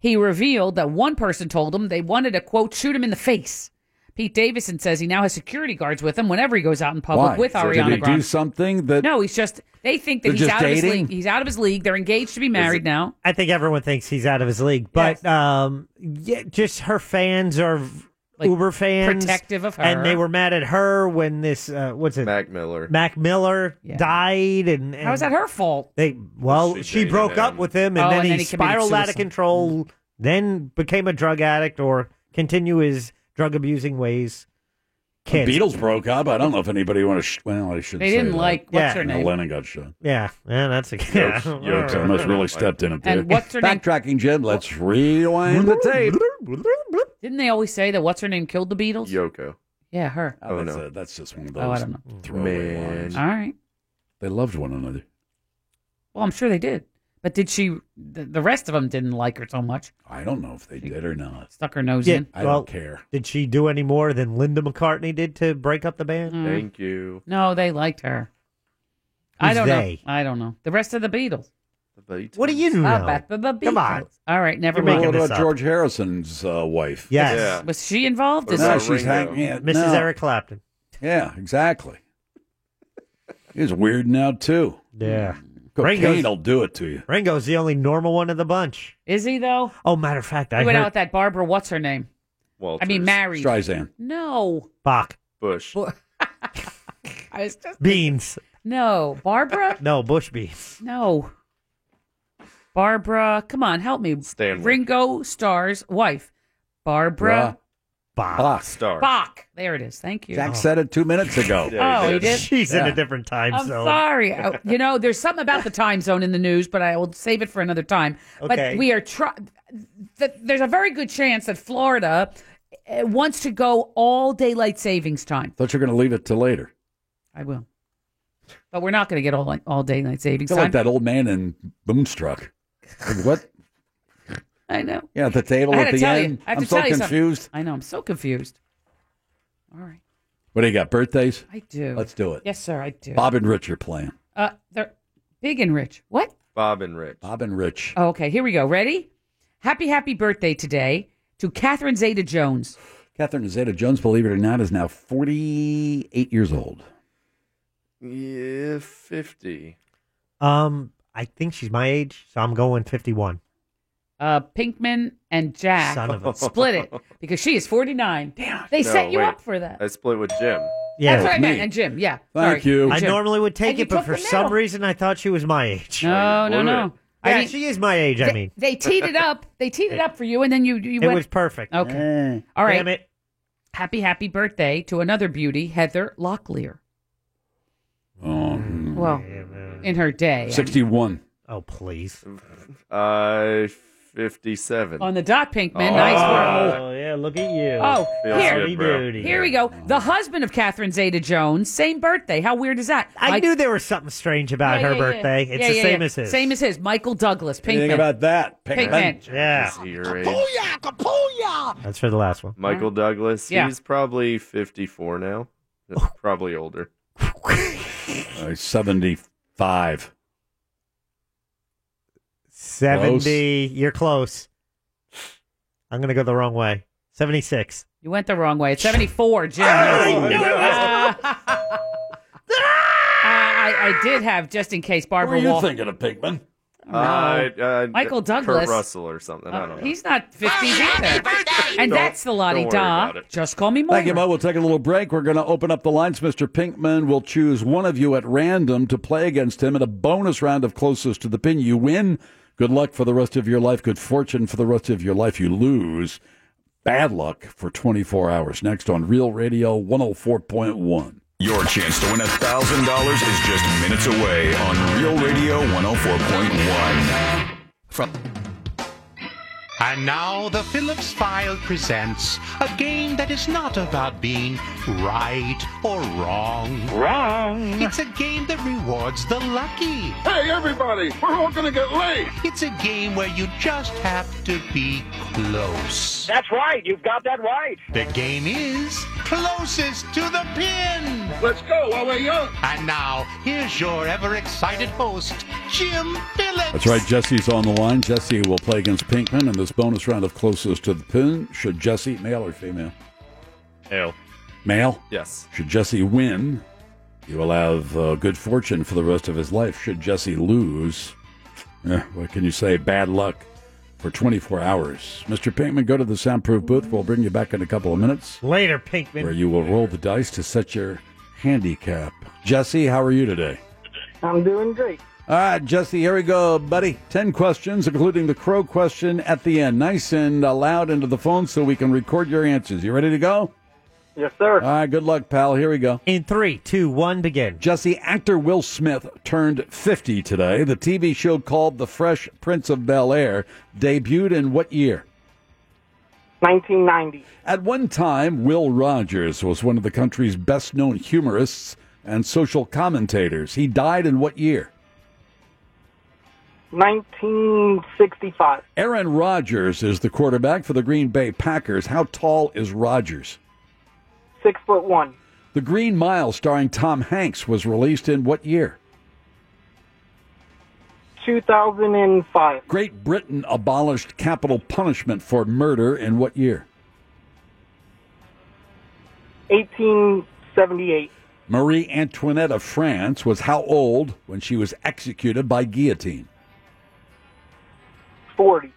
He revealed that one person told him they wanted to, quote, shoot him in the face. Pete Davidson says he now has security guards with him whenever he goes out in public
Why?
with
So
Ariana
did he
Grande.
do something that?
No, he's just. They think that
They're
he's
just
out of his
dating?
league. He's out of his league. They're engaged to be married now.
I think everyone thinks he's out of his league, but um, yeah, just her fans are v- uber fans,
protective of her.
and they were mad at her when this uh, what's it, Mac
Miller,
Mac Miller died, and, and
How is that her fault?
They well, she,
dated
broke up
him.
with him, and
Oh,
then
and
he
then he committed
spiraled out of
suicide. Mm-hmm.
control, then became a drug addict or continue his drug abusing ways.
The
Kids.
Beatles broke up. I don't know if anybody want to. Sh- well, I shouldn't.
They
say
didn't
that.
like- what's Yeah. her name?
Lennon got shot.
Yeah, yeah, that's a yeah.
Yokes, yokes. I must really stepped in it there.
And what's her name-
Backtracking, Jim. Let's rewind the tape.
Didn't they always say that what's her name killed the Beatles?
Yoko.
Yeah, her.
Oh, that's, a, that's just one of those
Oh, I don't know.
throwaway lines.
All right.
They loved one another.
Well, I'm sure they did. But did she? The, the rest of them didn't like her so much.
I don't know if they did or not.
Stuck her nose
Yeah,
in.
I don't care.
Did she do any more than Linda McCartney did to break up the band?
Thank you.
Mm. No, they liked her. I
Who's
don't
they?
know. Mm-hmm. I don't know. The rest of the Beatles.
The Beatles.
What do you know?
Uh, but the
Come on.
Beatles. All right, never
You're making
mind.
What
this
about
up.
George Harrison's uh, wife?
Yes. Yeah.
Was she involved? Is
No,
that-
she's hanging. Yeah,
Mrs.
no.
Eric Clapton.
Yeah, exactly. He's weirding out too. Hmm.
Yeah.
Cocaine
Ringo's-
will do it to you.
Ringo's the only normal one of the bunch.
Is he though?
Oh, matter of fact,
He
I
went
heard
out with that Barbara. What's her name? I mean, married.
Streisand.
No.
Bach,
Bush,
I was just
Beans.
no Barbara.
No, Bush Beans.
No. Barbara, come on, help me.
Stanley.
Ringo Starr's wife, Barbara
Bach.
Star.
Bach. There it is. Thank you.
Jack
Oh.
said it two minutes ago.
Oh, he did.
She's in a different time
I'm
zone.
sorry. I- you know, there's something about the time zone in the news, but I will save it for another time.
Okay.
But we are trying. Th- there's a very good chance that Florida uh, wants to go all daylight savings time,
Thought you were going to leave it till later.
I will. but we're not going to get all all daylight savings
Feel
time.
like that old man in Boomstruck. Like, what?
I know.
Yeah, at the table
I had
at
to
the
tell you.
end.
I have
am
to
so
tell you something.
confused.
I know. I'm so confused.
What do you got? Birthdays?
I do.
Let's do it.
Yes, sir. I do.
Bob and Rich are playing.
Uh, they're big and rich. What?
Bob and Rich.
Bob and Rich.
Oh, okay, here we go. Ready? Happy, happy birthday today to Catherine Zeta Jones.
Catherine Zeta Jones, believe it or not, is now 48 years old.
Yeah, 50.
Um, I think she's my age, so I'm going 51.
Uh, Pinkman and Jack
Son of a-
split it because she is 49. Damn. They
No,
set you
wait.
up for that.
I split with Jim.
Yeah,
That's what I
with
meant.
me.
And Jim, yeah. Sorry.
Thank you. I
Jim.
normally would take
And you
it, but
took
for
the
some
middle.
reason, I thought she was my age.
No, no, no. I
Yeah,
mean-
she is my age. I mean,
They teed it up. They teed it up for you, and then you you
It
went.
was perfect.
Okay. All right.
Damn it.
Happy, happy birthday to another beauty, Heather Locklear.
Um,
Well, in her day.
61.
Oh, please.
Uh, 57.
On the dot, Pinkman. Nice work.
Oh, yeah, look at you.
Oh,
Feels
here,
good, bro.
here we go. The husband of Catherine Zeta Jones, same birthday. How weird is that?
I
Mike-
knew there was something strange about
Yeah,
her
yeah, yeah.
birthday. It's
Yeah,
the
yeah,
same
yeah.
as his.
Same as his. Michael Douglas. Pinkman.
Anything about that?
Pinkman.
Yeah.
Kapuya!
That's for the last one.
eh? Michael Douglas.
Yeah.
He's probably 54 now. Probably older.
Uh, 75.
70. You're close. I'm going to go the wrong way. 76.
You went the wrong way. It's 74, Jim.
Oh,
I
knew it.
I, I did have, just in case, Barbara
What were you
Wal-
thinking of, Pinkman?
No. Michael
Uh, Kurt
Douglas.
Russell or something. I don't know.
He's not 50 either. And
Don't-
that's the
don't
Lottie
worry
Da.
about it.
Just call me Moira.
Thank you, Mo. We'll take a little break. We're going to open up the lines. Mr. Pinkman will choose one of you at random to play against him in a bonus round of closest to the pin. You win. Good luck for the rest of your life. Good fortune for the rest of your life. You lose. Bad luck for 24 hours. Next on Real Radio 104.1.
Your chance to win $1,000 is just minutes away on Real Radio 104.1. From
And now the Phillips File presents a game that is not about being right or wrong. Wrong. It's a game that rewards the lucky. Hey, everybody, we're all going to get late. It's a game where you just have to be close. That's right. You've got that right. The game is closest to the pin. Let's go while we're young. And now, here's your ever excited host, Jim Phillips.
That's right. Jesse's on the line. Jesse will play against Pinkman in this bonus round of closest to the pin. Should Jesse, male or female?
Hell.
Male?
Yes.
Should Jesse win, he will have uh, good fortune for the rest of his life. Should Jesse lose, eh, what can you say? Bad luck for 24 hours. Mr. Pinkman, go to the soundproof booth. We'll bring you back in a couple of minutes
Later, Pinkman.
where you will roll the dice to set your handicap. Jesse, how are you today?
I'm doing great.
All right, Jesse, here we go, buddy. Ten questions, including the crow question at the end. Nice and uh, loud into the phone so we can record your answers. You ready to go?
Yes, sir.
All right, good luck, pal. Here we go.
In three, two, one, begin.
Jesse, actor Will Smith turned 50 today. The TV show called The Fresh Prince of Bel Air debuted in what year?
1990.
At one time, Will Rogers was one of the country's best known humorists and social commentators. He died in what year?
1965.
Aaron Rodgers is the quarterback for the Green Bay Packers. How tall is Rodgers?
Six foot one.
The Green Mile, starring Tom Hanks, was released in what year?
2005.
Great Britain abolished capital punishment for murder in what year?
1878.
Marie Antoinette of France was how old when she was executed by guillotine?
40.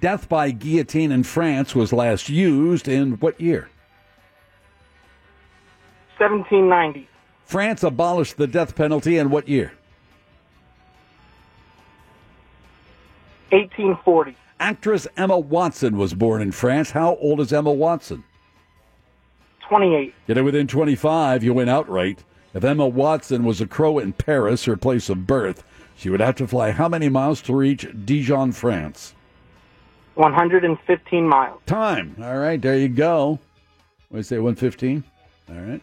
Death by guillotine in France was last used in what year?
1790.
France abolished the death penalty in what year?
1840.
Actress Emma Watson was born in France. How old is Emma Watson?
28.
Get it within 25, you win outright. If Emma Watson was a crow in Paris, her place of birth, she would have to fly how many miles to reach Dijon, France?
115 miles.
Time. All right, there you go. What did I say, 115? All right.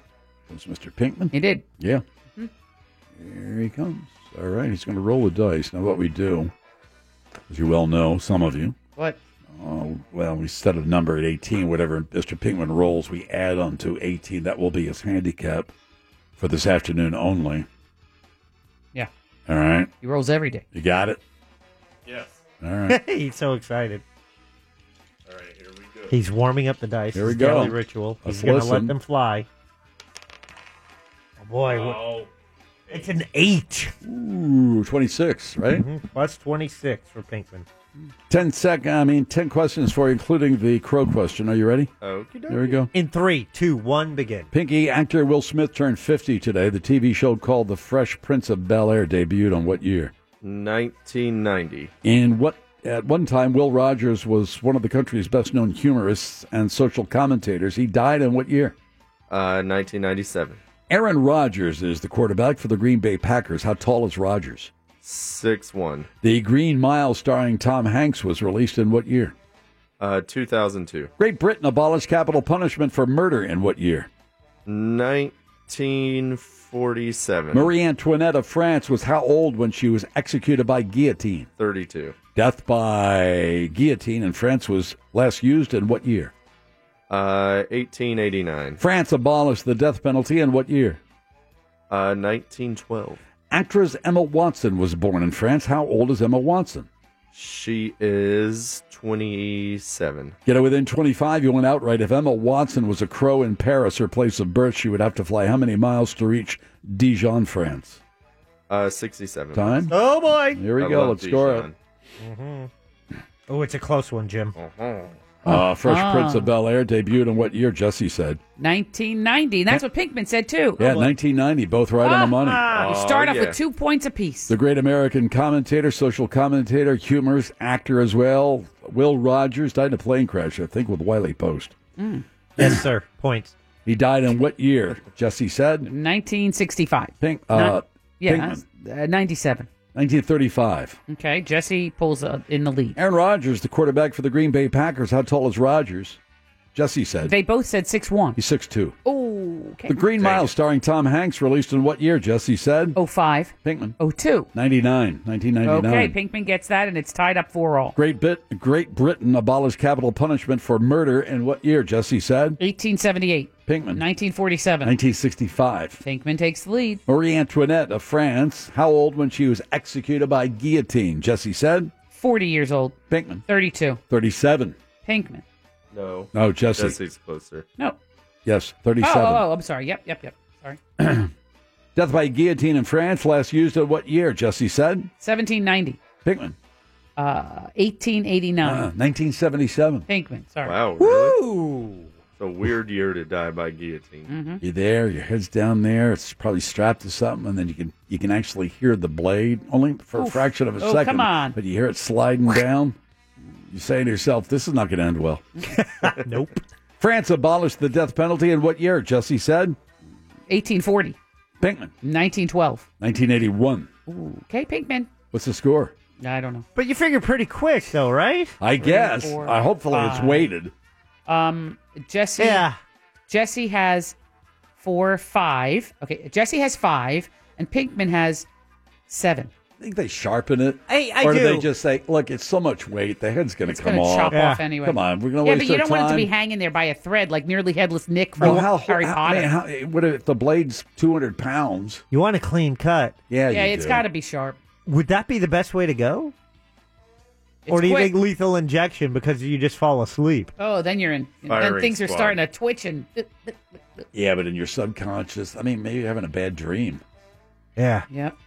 Comes Mr. Pinkman.
He did.
Yeah. Here he comes. All right, he's going to roll the dice. Now, what we do, as you well know, some of you,
What?
Oh, well, we set a number at 18. Whatever Mr. Pinkman rolls, we add on to 18. That will be his handicap for this afternoon only.
Yeah.
All right.
He rolls every day.
You got it?
Yes.
All right.
He's so excited. All right, here we go. He's warming up the dice.
Here we
His
go.
Daily ritual.
Let's
He's going to
listen.
let them fly. Oh, boy. what- It's an eight.
Ooh, 26, right?
Mm-hmm.
Mhm. Plus 26 for Pinkman.
10 sec, I mean, 10 questions for you, including the crow question. Are you ready?
Okie
There we go.
In three, two, one, begin.
Pinky actor Will Smith turned 50 today. The TV show called The Fresh Prince of Bel Air debuted on what year?
1990.
In what at one time Will Rogers was one of the country's best-known humorists and social commentators. He died in what year?
Uh, 1997.
Aaron Rodgers is the quarterback for the Green Bay Packers. How tall is Rodgers?
6 1.
The Green Mile starring Tom Hanks was released in what year?
Uh, 2002.
Great Britain abolished capital punishment for murder in what year?
1947.
Marie Antoinette of France was how old when she was executed by guillotine?
32.
Death by guillotine in France was last used in what year?
Uh, 1889.
France abolished the death penalty in what year?
Uh, 1912.
Actress Emma Watson was born in France. How old is Emma Watson?
She is 27.
You know, within 25, you went outright. If Emma Watson was a crow in Paris, her place of birth, she would have to fly how many miles to reach Dijon, France?
Uh, 67.
Time?
Oh boy!
Here we go. Let's score it.
Mhm. Oh, it's a close one, Jim.
Mm-hmm. Uh, Fresh
Ah.
Prince of Bel Air debuted in what year? Jesse said.
1990. And that's what Pinkman said, too. Ah.
Yeah, 1990. Both right on the money. Oh,
You start off with two points apiece.
The great American commentator, social commentator, humorist, actor as well. Will Rogers died in a plane crash, I think, with Wiley Post.
Mm.
Yes, sir. Points. He died in what year? Jesse said.
1965.
Pink.
Not-
Uh,
yeah,
Pinkman.
uh, 97.
1935.
Okay, Jesse pulls up in the lead.
Aaron Rodgers, the quarterback for the Green Bay Packers. How tall is Rodgers? Jesse said.
They both said 6'1.
He's 6'2.
Oh, okay.
The Green Mile, starring Tom Hanks, released in what year, Jesse said?
05.
Pinkman.
02.
99. 1999.
Okay, Pinkman gets that, and it's tied up 4 all.
Great, Bit- Great Britain abolished capital punishment for murder in what year, Jesse said?
1878.
Pinkman.
1947.
1965.
Pinkman takes the lead.
Marie Antoinette of France, how old when she was executed by guillotine, Jesse said?
40 years old.
Pinkman.
32.
37.
Pinkman.
No.
No, Jesse.
Jesse's closer.
No.
Yes,
Oh,
37.
oh, oh, I'm sorry. Yep, yep, yep. Sorry.
Death by guillotine in France, last used in what year, Jesse said?
1790.
Pinkman.
Uh, 1889.
Uh, 1977.
Pinkman. Sorry.
Wow, really?
Ooh.
It's a weird year to die by guillotine.
Mm-hmm.
You're there, your head's down there, it's probably strapped to something, and then you can you can actually hear the blade, only for a
Oof.
fraction of a
Oh,
second.
come on.
But you hear it sliding down. You say to yourself, this is not going to end well.
nope.
France abolished the death penalty in what year, Jesse said?
1840.
Pinkman.
1912.
1981.
Okay, Pinkman.
What's the score?
I don't know.
But you figure pretty quick, though, right?
I guess.
four,
I hopefully it's
five.
weighted.
Um, Jesse.
Yeah.
Jesse has four, five. Okay, Jesse has five, and Pinkman has seven.
I think they sharpen it.
Hey, I
or do.
do.
they just say, look, it's so much weight, the head's going to
It's
come
gonna
off.
chop off anyway.
Come on, we're going to
yeah, but
waste
you
our
don't want it to be
time.
hanging there by a thread like nearly headless Nick from
Well, how,
Harry
how-
Potter.
I mean, how, eh, what if the blade's 200 pounds?
You want a clean cut.
Yeah,
yeah,
you
it's
do.
got to be sharp.
Would that be the best way to go? or
It's
do you
quick.
think lethal injection because you just fall asleep?
Oh, then you're in. Then
Firing
things are
squad.
starting to twitch and.
Yeah, but in your subconscious, I mean, maybe you're having a bad dream.
Yeah.
Yep.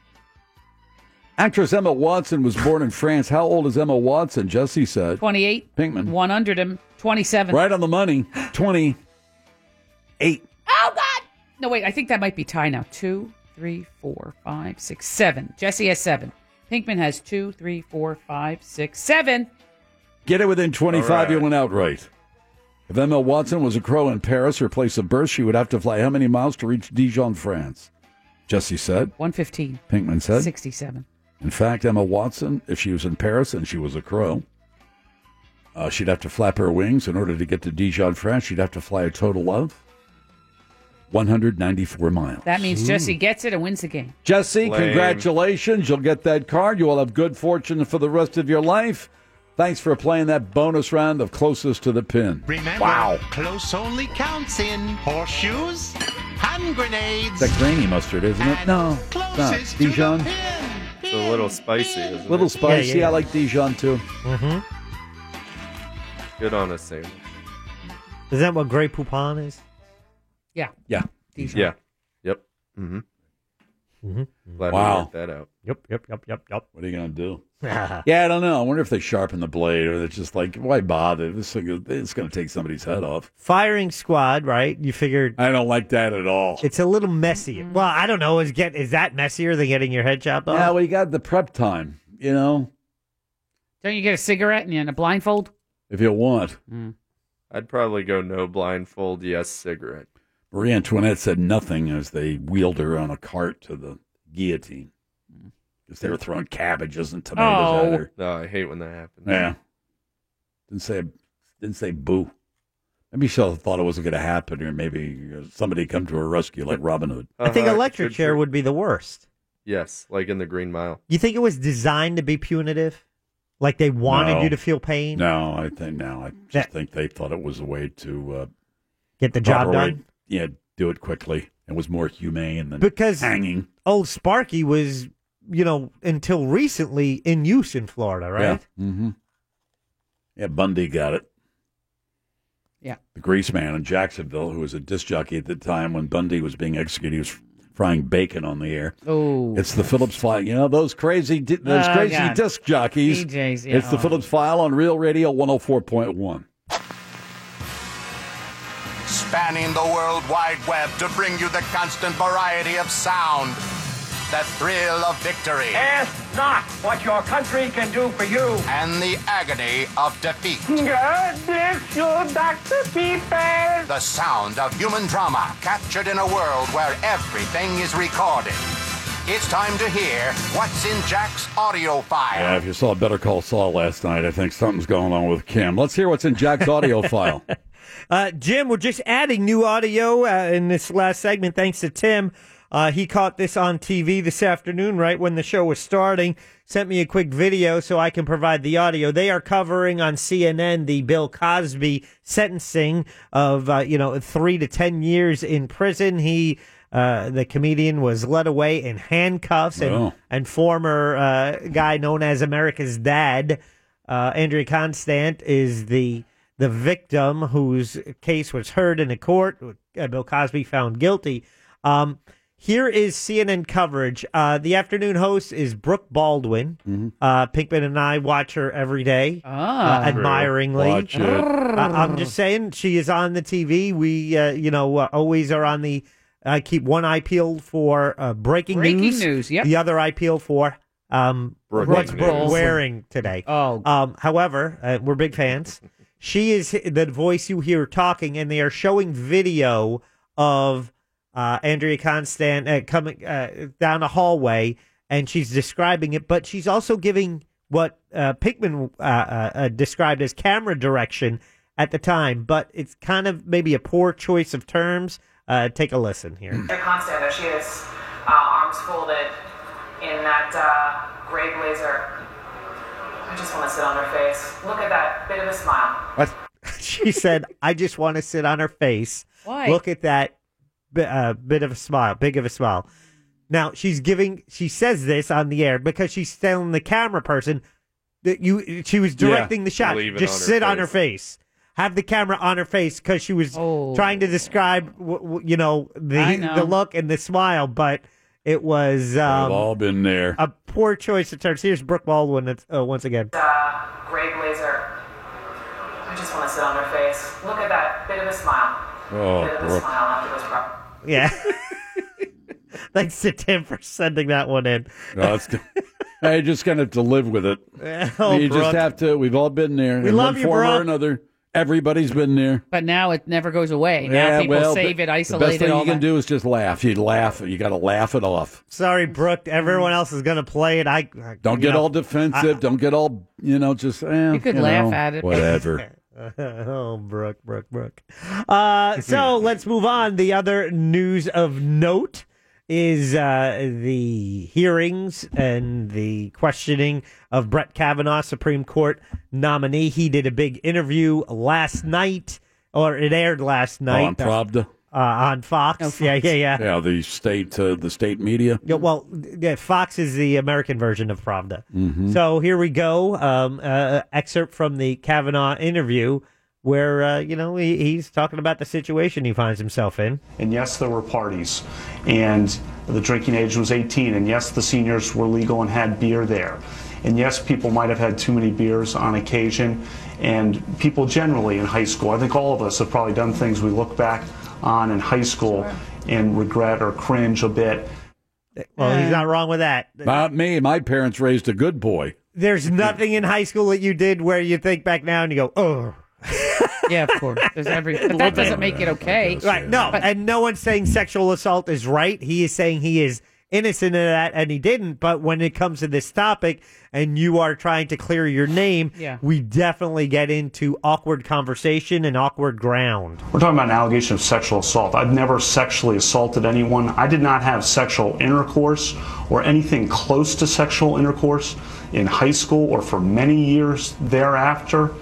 Actress Emma Watson was born in France. How old is Emma Watson? Jesse said.
28.
Pinkman.
One under him. 27.
Right on the money. 28.
Oh, God. No, wait. I think that might be tie now. Two, three, four, five, six, seven. Jesse has seven. Pinkman has two, three, four, five, six, seven.
Get it within 25,
All right.
you went outright. If Emma Watson was a crow in Paris, her place of birth, she would have to fly how many miles to reach Dijon, France? Jesse said.
115.
Pinkman said.
67.
In fact, Emma Watson, if she was in Paris and she was a crow, uh, she'd have to flap her wings in order to get to Dijon, France. She'd have to fly a total of 194 miles.
That
Hmm.
means Jesse gets it and wins the game.
Jesse,
Lame.
congratulations. You'll get that card. You will have good fortune for the rest of your life. Thanks for playing that bonus round of closest to the pin.
Remember,
Wow.
close only counts in horseshoes, hand grenades.
That grainy mustard, isn't it? No. it's Not.
Closest to
Dijon?
It's a little spicy, isn't it?
Little spicy. I like Dijon too.
Mm-hmm.
Good on us, Sam.
Is that what Grey Poupon is?
Yeah.
Yeah.
Dijon.
Yeah. Yep. Mm-hmm.
Mm-hmm.
Glad we
Wow.
worked that out.
Yep, yep, yep, yep, yep.
What are you going to do? yeah, I don't know. I wonder if they sharpen the blade or they're just like, why bother? This thing, it's going to take somebody's head off.
Firing squad, right? You figured.
I don't like that at all.
It's a little messy.
Mm.
Well, I don't know. Is get is that messier than getting your head chopped off?
Yeah, well, you got the prep time, you know,
Don't you get a cigarette and you're in a blindfold?
if you want.
I'd probably go no blindfold, yes cigarette.
Marie Antoinette said nothing as they wheeled her on a cart to the guillotine because they were throwing cabbages and tomatoes
Oh.
at her.
No, I hate when that happens.
Yeah. Didn't say didn't say boo. Maybe she thought it wasn't going to happen, or maybe somebody come to her rescue like Robin Hood.
I think
Uh-huh,
electric
good
chair
for-
would be the worst.
Yes, like in the Green Mile.
You think it was designed to be punitive? Like they wanted
No.
you to feel pain?
No, I think no. I just think they thought it was a way to uh,
Get the job
proper way-
done?
yeah, do it quickly. It was more humane than
Because
hanging.
old Oh, Sparky was, you know, until recently in use in Florida, right?
Yeah. Mm-hmm. yeah, Bundy got it.
Yeah.
The grease man in Jacksonville, who was a disc jockey at the time when Bundy was being executed, he was frying bacon on the air.
Oh.
It's the Phillips file. You know, those crazy di- those
Uh,
Oh,
crazy
God.
disc jockeys.
DJs, yeah.
It's the
Oh.
Phillips file on Real Radio 104.1.
spanning the World Wide Web to bring you the constant variety of sound, the thrill of victory. Ask not what your country can do for you, and the agony of defeat.
God bless you, Dr. People.
The sound of human drama captured in a world where everything is recorded. It's time to hear what's in Jack's audio file.
Yeah, if you saw Better Call Saul last night, I think something's going on with Kim. Let's hear what's in Jack's audio file.
Uh, Jim, we're just adding new audio uh, in this last segment. Thanks to Tim. Uh, he caught this on TV this afternoon, right when the show was starting. Sent me a quick video so I can provide the audio. They are covering on CNN the Bill Cosby sentencing of, uh, you know, three to 10 years in prison. He, uh, the comedian was led away in handcuffs and,
Wow.
and former uh, guy known as America's dad. Uh, Andrea Constant is the the victim whose case was heard in a court. Uh, Bill Cosby found guilty. Um, here is CNN coverage. Uh, the afternoon host is Brooke Baldwin.
Mm-hmm.
Uh, Pinkman and I watch her every day,
Ah.
uh, admiringly.
Watch it.
Uh, I'm just saying she is on the TV. We, uh, you know, uh, always are on the. I keep one eye peeled for uh, breaking,
Breaking
news.
news, yep.
The other eye peeled for um,
Breaking
what's
news.
Brooke wearing today.
Oh.
Um, however, uh, we're big fans. She is the voice you hear talking, and they are showing video of uh, Andrea Constant uh, coming uh, down a hallway, and she's describing it, but she's also giving what uh, Pinkman uh, uh, uh, described as camera direction at the time, but it's kind of maybe a poor choice of terms. Uh, take a listen here.
They're constant. There she is, uh, arms folded in that uh, gray blazer. I just want to sit on her face. Look at that bit of a smile.
What? Uh, she said, I just want to sit on her face.
Why?
Look at that bi- uh, bit of a smile, big of a smile. Now, she's giving, she says this on the air because she's telling the camera person that you, she was
Yeah,
directing the shot.
leave it
Just
on her
sit on her face. Have the camera on her face because she was trying to describe, w- w- you know,
Oh.
the
I know.
the look and the smile, but it was
We've all
um,
been there.
a poor choice of terms. Here's Brooke Baldwin uh, once again.
Uh, gray blazer. I just want to sit on her face. Look at that bit of a smile.
Oh,
bit of a
Brooke.
smile after this problem.
Yeah. Thanks to Tim for sending that one in.
No, it's, I just kind of have to live with it.
Oh,
you just
Brooke.
have to. We've all been there.
We
in
love
one
you,
form
Brooke.
or another. Everybody's been there.
But now it never goes away. Now people
well,
save
the-
it,
The
isolate
best thing
it, all
you can
that.
do is just laugh. You laugh. You got to laugh it off.
Sorry, Brooke. Everyone else is going to play it. I
Don't get all defensive. Don't get all you know. Just eh,
You could laugh
know,
at it.
Whatever.
oh, Brooke, Brooke, Brooke. Uh, so let's move on. The other news of note is uh, the hearings and the questioning of Brett Kavanaugh, Supreme Court nominee. He did a big interview last night, or it aired last night
Oh, on Pravda?
Uh, on Fox. Yeah, yeah, yeah.
yeah, the state, uh, the state media.
Yeah, well, yeah, Fox is the American version of Pravda.
Mhm.
So here we go. Um, uh, excerpt from the Kavanaugh interview where, uh, you know, he, he's talking about the situation he finds himself in.
And yes, there were parties. And the drinking age was 18. And yes, the seniors were legal and had beer there. And yes, people might have had too many beers on occasion. And people generally in high school, I think all of us have probably done things we look back on in high school and regret or cringe a bit.
Well, he's not wrong with that.
Not me. My parents raised a good boy.
There's nothing in high school that you did where you think back now and you go, oh.
yeah, of course. There's every. But that doesn't make it okay.
Right. No, and no one's saying sexual assault is right. He is saying he is innocent of that, and he didn't. But when it comes to this topic, and you are trying to clear your name,
Yeah.
we definitely get into awkward conversation and awkward ground.
We're talking about an allegation of sexual assault. I've never sexually assaulted anyone. I did not have sexual intercourse or anything close to sexual intercourse in high school or for many years thereafter.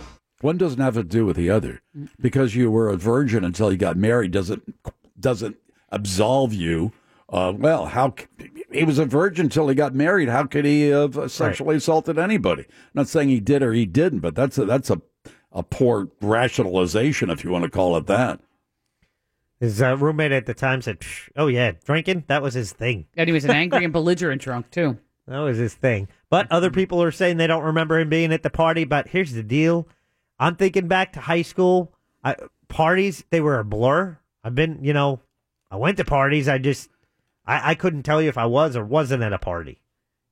One doesn't have to do with the other. Because you were a virgin until you got married doesn't doesn't absolve you. Uh, well, how c- he was a virgin until he got married. How could he have uh, sexually assaulted anybody? I'm not saying he did or he didn't, but that's a, that's a a poor rationalization, if you want to call it that.
His uh, roommate at the time said, "Psh, "Oh yeah, drinking that was his thing."
And he was an angry and belligerent drunk too. Mm-hmm.
That was his thing. But other people are saying they don't remember him being at the party. But here's the deal: I'm thinking back to high school I, parties; they were a blur. I've been, you know, I went to parties. I just, I, I couldn't tell you if I was or wasn't at a party.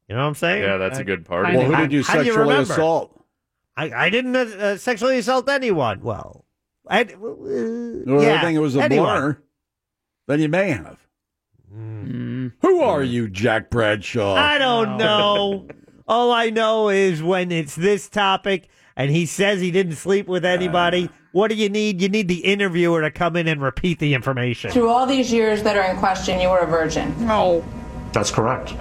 You know what I'm saying?
Yeah, that's a good party.
Well, who did you
How do
sexually
remember?
assault?
I, I didn't uh, uh, sexually assault anyone. Well, I, uh,
Well,
yeah,
I think it was a
anyone.
blur. Then you may have. Who are you, Jack Bradshaw?
I don't know. All I know is when it's this topic and he says he didn't sleep with
Uh.
anybody, what do you need? You need the interviewer to come in and repeat the information.
Through all these years that are in question, you were a virgin. No.
That's correct.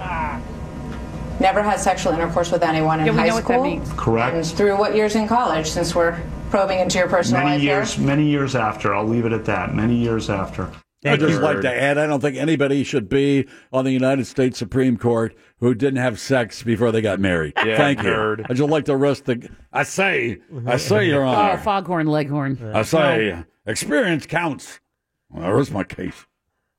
Never had sexual intercourse with anyone in
Yeah, we
high
know what that
school.
means. Correct.
And through what years in college, since we're probing into your personal
Many
life
years, many years after. I'll leave it at that. Many years after.
I'd just like to add, I don't think anybody should be on the United States Supreme Court who didn't have sex before they got married.
Yeah,
Thank you.
nerd.
I'd just like to rest the. I say, I say, Your
Oh,
Honor.
foghorn leghorn. Uh,
I say, experience counts. Well, there's my case.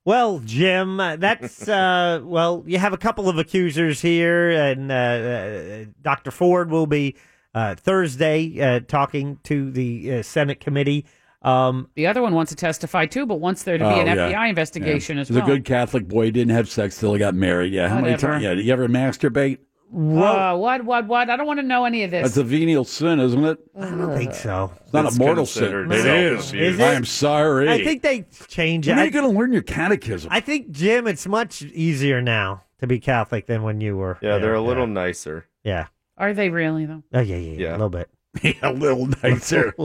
Well, Jim, uh, that's uh, well. You have a couple of accusers here, and uh, uh, Dr. Ford will be uh, Thursday uh, talking to the uh, Senate committee. Um,
the other one wants to testify too, but wants there to be
Oh,
an
yeah.
FBI investigation
yeah.
as
He's
well.
a good Catholic boy. He didn't have sex till he got married. Yeah. How many
Whatever.
times? Yeah. You ever masturbate?
Uh, what? What? What? I don't want to know any of this.
That's a venial sin, isn't it? I
don't think so.
It's not
It's
a mortal sin.
considered
It is.
self-abuse. Is it?
I am sorry.
I think they change
When
it.
are you going to learn your catechism?
I think Jim, it's much easier now to be Catholic than when you were.
Yeah, they're a little nicer.
Yeah.
Are they really though?
Oh yeah, yeah, yeah, a little bit.
a little nicer.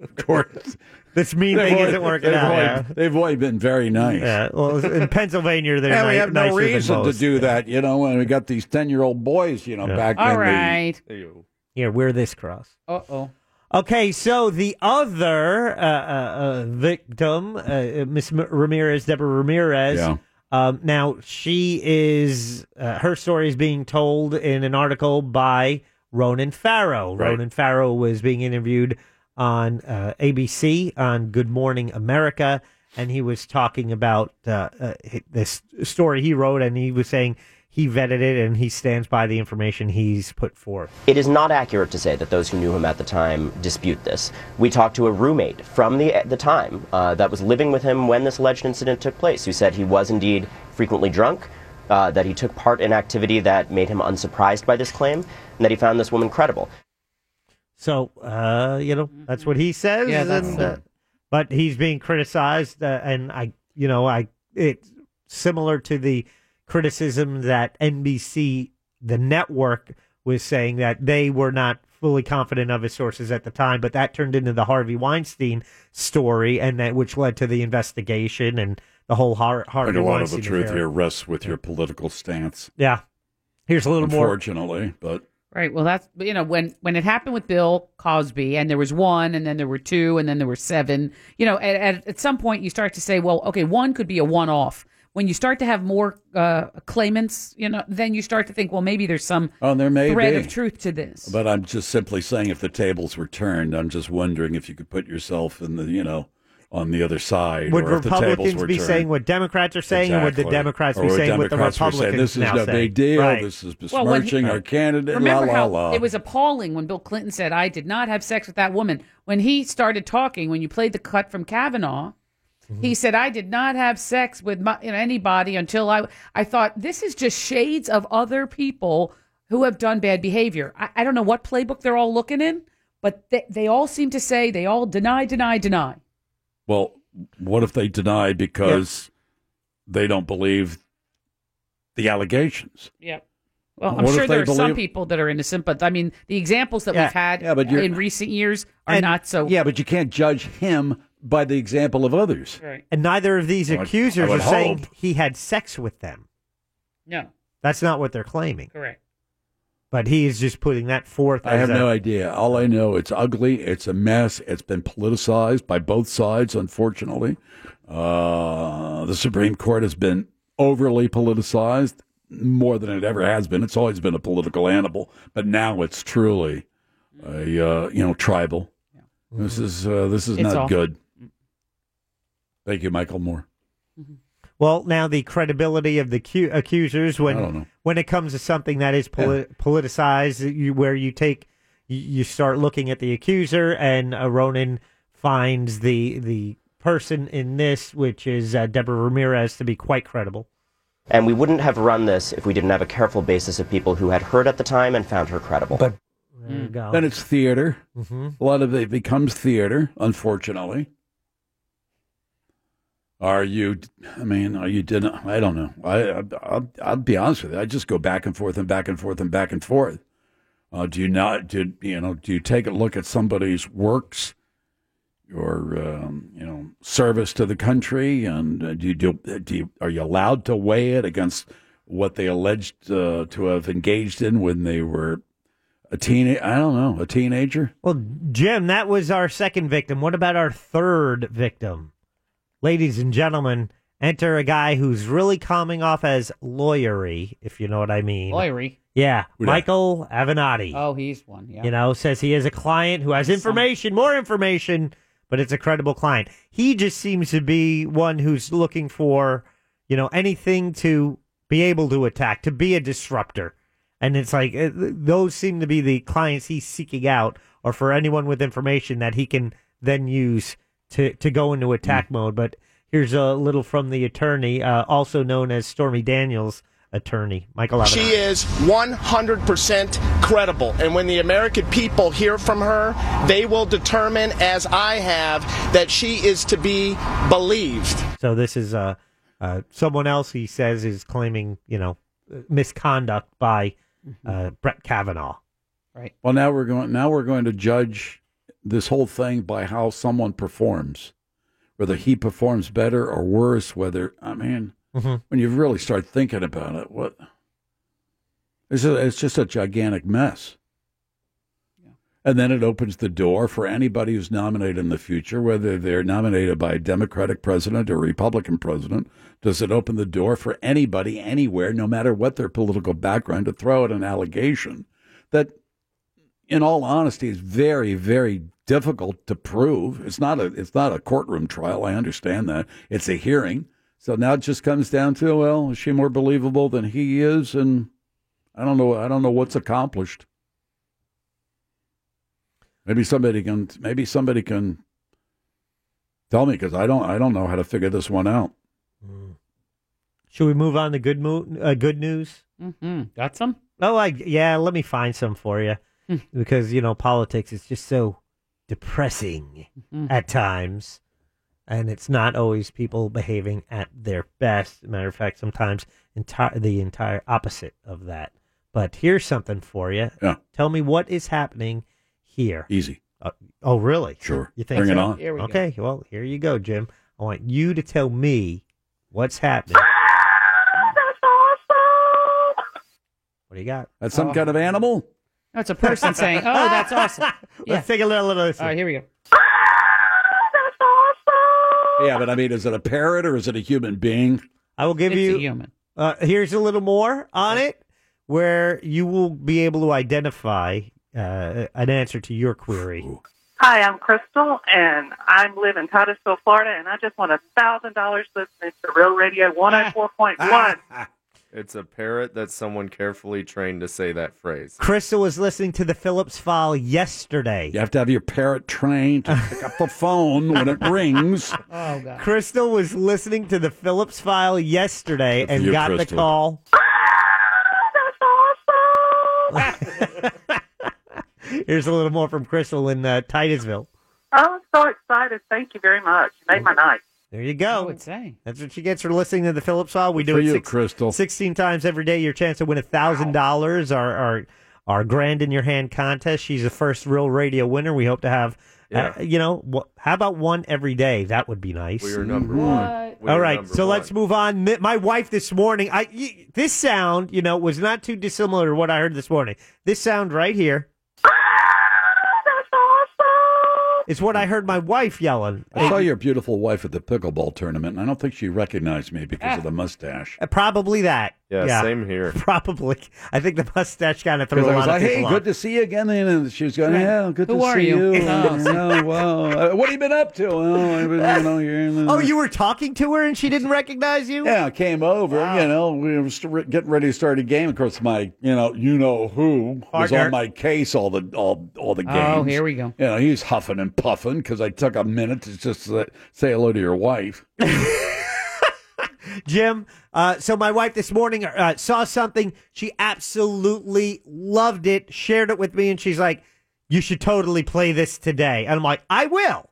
of
course.
This mean thing
They've
isn't
always-
working
they've
out.
always-
yeah.
They've always been very nice.
Yeah, well, in Pennsylvania, they're
and we
ni-
have no
nicer than
reason to
most.
do that, you know. And we got these ten-year-old boys, you know, back
All
in
right.
Here, wear this cross.
Uh oh.
Okay, so the other uh, uh, uh, victim, uh, uh, Miss M- Ramirez, Deborah Ramirez.
Yeah.
Um, now she is uh, her story is being told in an article by Ronan Farrow.
Right.
Ronan Farrow was being interviewed on uh, ABC on Good Morning America, and he was talking about uh, uh, hi- this story he wrote, and he was saying he vetted it and he stands by the information he's put forth.
It is not accurate to say that those who knew him at the time dispute this. We talked to a roommate from the, the time uh, that was living with him when this alleged incident took place, who said he was indeed frequently drunk, uh, that he took part in activity that made him unsurprised by this claim, and that he found this woman credible.
So, uh, you know, that's what he says.
Mm-hmm. Yeah, that's
and,
it.
uh, but he's being criticized, uh, and I, you know, I it's similar to the criticism that NBC, the network, was saying that they were not fully confident of his sources at the time, but that turned into the Harvey Weinstein story, and that which led to the investigation and the whole Har-
the.
Harvey
a lot of
Weinstein
the truth
affair.
here rests with your political stance.
Yeah, here's a little more.
Unfortunately, but
Right. Well, that's you know when when it happened with Bill Cosby, and there was one, and then there were two, and then there were seven. You know, at at, at some point you start to say, well, okay, one could be a one off. When you start to have more uh, claimants, you know, then you start to think, well, maybe there's some
oh, there may
thread
be.
of truth to this.
But I'm just simply saying, if the tables were turned, I'm just wondering if you could put yourself in the, you know, on the other side.
Would
or if the tables
Republicans
were
be
turned.
saying what Democrats are saying, and would the
Exactly.
Democrats
Or
be saying what the
Democrats were
Republicans
saying, This is
now
no
say?
big deal.
Right.
This is
Well, when
besmirching
he-
our candidate.
Remember
la la
how
la.
it was appalling when Bill Clinton said, "I did not have sex with that woman." When he started talking, when you played the cut from Kavanaugh,
Mm-hmm.
he said, "I did not have sex with my, you know, anybody until I." I thought this is just shades of other people who have done bad behavior. I, I don't know what playbook they're all looking in, but they, they all seem to say they all deny, deny, deny.
Well, what if they deny because they don't believe the allegations.
Yep. Well, I'm
What if
sure there
they
are some
believe-
people that are innocent, but I mean, the examples that we've had
Yeah, but you're-
in recent years are not so.
Yeah, but you can't judge him by the example of others.
Right.
And neither of these
Well, I- I
accusers
would
are saying
hope.
he had sex with them.
No,
That's not what they're claiming.
correct.
But he is just putting that forth.
I
as
have
a-
no idea. All I know, it's ugly. It's a mess. It's been politicized by both sides, unfortunately. Uh, the Supreme Court has been overly politicized more than it ever has been. It's always been a political animal, but now it's truly a uh, you know tribal. This is uh, this is
It's
not
awful.
good. Thank you, Michael Moore.
Well, now the credibility of the cu- accusers
I don't know.
when when it comes to something that is poli- politicized, you, where you take you, you start looking at the accuser, and uh, Ronan finds the the person in this, which is uh, Deborah Ramirez, to be quite credible.
And we wouldn't have run this if we didn't have a careful basis of people who had heard at the time and found her credible. But
Then it's theater.
Mhm.
A lot of it becomes theater, unfortunately. Are you? I mean, are you? Didn't I don't know. I, I I'll, I'll be honest with you. I just go back and forth and back and forth and back and forth. Uh, do you not? Do you know? Do you take a look at somebody's works, or um, you know, service to the country, and uh, do you do? Do you, are you allowed to weigh it against what they alleged uh, to have engaged in when they were a teen? I don't know, a teenager.
Well, Jim, that was our second victim. What about our third victim? Ladies and gentlemen, enter a guy who's really coming off as lawyery, if you know what I mean.
Lawyery.
Yeah,
Who dat?
Michael Avenatti.
Oh, he's one. Yeah.
You know, says he has a client who has information, more information, but it's a credible client. He just seems to be one who's looking for, you know, anything to be able to attack, to be a disruptor. And it's like uh, th- those seem to be the clients he's seeking out, or for anyone with information that he can then use to to go into
Mm.
attack mode. But here's a little from the attorney, uh, also known as Stormy Daniels' attorney, Michael. Avenatti.
She is 100% credible. And when the American people hear from her, they will determine, as I have, that she is to be believed.
So this is uh, uh, someone else he says is claiming, you know, misconduct by uh, Brett Kavanaugh.
Well, now we're going. Now we're going to judge this whole thing by how someone performs, whether he performs better or worse. Whether I mean,
Mhm.
when you really start thinking about it, what it's a, it's just a gigantic mess. And then it opens the door for anybody who's nominated in the future, whether they're nominated by a Democratic president or Republican president. Does it open the door for anybody anywhere, no matter what their political background, to throw out an allegation that in all honesty, is very, very difficult to prove. It's not a it's not a courtroom trial. I understand that. It's a hearing. So now it just comes down to well, is she more believable than he is? And I don't know. I don't know what's accomplished. Maybe somebody can. Maybe somebody can tell me because I don't. I don't know how to figure this one out.
Should we move on to good mo- uh, good news?
Mm-hmm. Got some?
Oh, I yeah. Let me find some for you because you know politics is just so depressing
Mhm.
at times, and it's not always people behaving at their best. Matter of fact, sometimes entire the entire opposite of that. But here's something for you.
Yeah.
Tell me what is happening here.
Easy.
Uh, oh, really?
Sure.
You think
Bring it
so?
on. Here we go.
okay. Well, here you go, Jim. I want you to tell me what's happening. What do you got? Oh.
That's some kind of animal.
That's a person saying, "Oh, that's awesome." Yeah.
Let's take a little, little listen.
All right, here we go.
Yeah, but I mean, is it a parrot or is it a human being?
I will give you
human.
Uh, here's a little more on it, where you will be able to identify uh, an answer to your query.
Hi, I'm Crystal, and I live in Titusville, Florida, and I just won a thousand dollars listening to Real Radio 104.1.
It's a parrot that someone carefully trained to say that phrase.
Crystal was listening to the Phillips file yesterday.
You have to have your parrot trained to pick up the phone when it rings.
Oh God.
Crystal was listening to the Phillips file yesterday
for
and
you,
got the
Crystal.
call. Here's a
Oh,
little more from Crystal in uh, Titusville.
I'm so excited. Thank you very much. You made my night.
There you go. I would say. That's what she gets for listening to the Phillips file. We
Good
do
for
it
you,
six-
Crystal.
16 times every day. Your chance to win $1,000, our, our, our grand in your hand contest. She's the first real radio winner. We hope to have,
Yeah.
uh, you know, wh- how about one every day? That would be nice.
We are number Mhm. one. We
All
are
right.
number
So
one.
let's move on. Mi- My wife this morning, I y- this sound, you know, was not too dissimilar to what I heard this morning. This sound right here. It's what I heard my wife yelling.
I saw your beautiful wife at the pickleball tournament, and I don't think she recognized me because of the mustache.
Uh, Probably that.
Ah. Yeah, same
here.
Probably. I think the mustache kind of threw a
Because I
lot
was like,
of
"Hey,
people
good
off.
to see you again." And she was going,
Right.
"Yeah, good
Who
to
are
see
you?"
you."
Oh.
Yeah, wow. Uh, What have you been up to? Oh, I've been, you know, here. and-
Oh, you were talking to her and she didn't recognize you?
Yeah, I came over. You know, we were st- getting ready to start a game. Of course, my you know you know who was
Partner.
on my case all the all all the games.
Oh, here we go.
You know, he's huffing and puffing because I took a minute to just uh, say hello to your wife.
Jim. Uh, so my wife this morning uh, saw something. She absolutely loved it, shared it with me, and she's like, "You should totally play this today." And I'm like, "I will."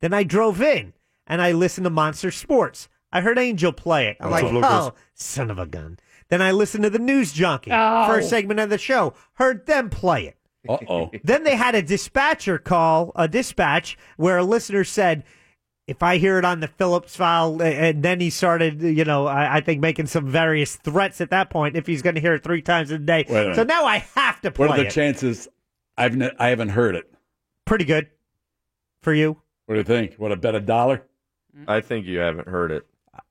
Then I drove in and I listened to Monster Sports. I heard Angel play it. I'm like,
Los Locos.
"Oh, son of a gun." Then I listened to the news junkie
Oh.
first segment of the show. Heard them play it.
Uh oh.
Then they had a dispatcher call, a dispatch, where a listener said, if I hear it on the Phillips file, a- and then he started, you know, I, I think making some various threats at that point if he's going to hear it three times a day.
Wait a minute.
so now I have to play
What are the
it.
chances? I've n I haven't heard it.
Pretty good for you.
What do you think? What a bet a dollar?
Mm.
I think you haven't heard it.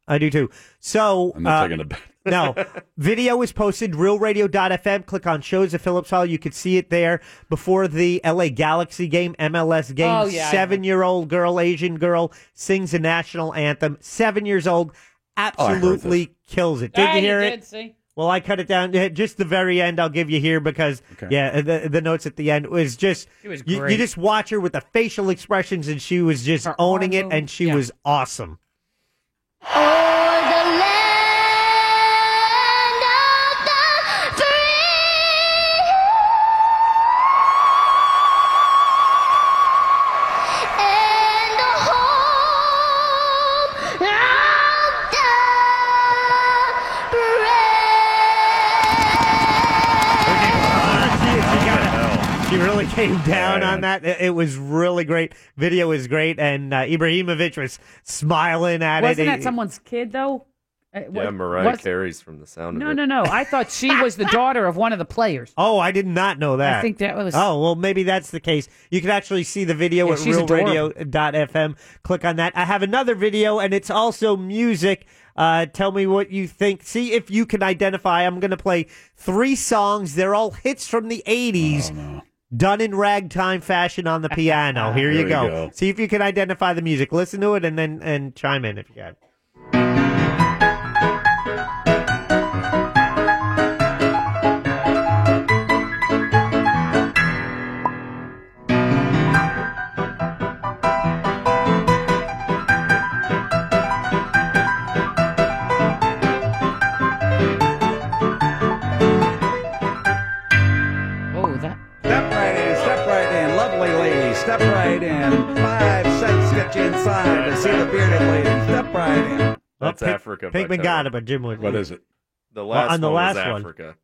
I do too. So
I'm not
uh,
taking a bet.
no, video is posted. RealRadio.fm. Click on shows the Phillips file. You could see it there before the LA Galaxy game, MLS game.
Oh, yeah, I-
Seven-year-old girl, Asian girl, sings the national anthem. Seven years old,
Oh,
absolutely kills it. Did
Ah,
you hear
you
it?
did, see?
Well, I cut it down eh, just the very end. I'll give you here because yeah, the the notes at the end was just
It was
you, you
great.
just watch her with the facial expressions and she was just owning it and she was awesome. She really came down on that. It it was really great. Video is great, and uh, Ibrahimovic was smiling at
Wasn't
it.
that someone's kid though? Uh, what-
Yeah, Mariah
was-
Carey's from the sound
No,
of it.
no, no. I thought she was the daughter of one of the players.
Oh, I did not know that.
think that was-
Oh, well, maybe that's the case. You can actually see the video
Yeah,
at
she's adorable.
realradio.fm. Click on that. I have another video, and it's also music. Uh, tell me what you think. See if you can identify. I'm going to play three songs. They're all hits from the 80s,
Oh,
done in ragtime fashion on the piano. Here
Here
you
we
go.
go.
See if you can identify the music. Listen to it, and then and chime in if you can.
Oh, that.
Step right in, step right in, lovely lady, step right in. Five cents get you inside to see the bearded lady. Step right in.
That's
Pink-
Africa. by
Pinkman
Tyler.
got it, but Jim would.
What is it?
The
Well,
last
on the
one was
last one.
Africa.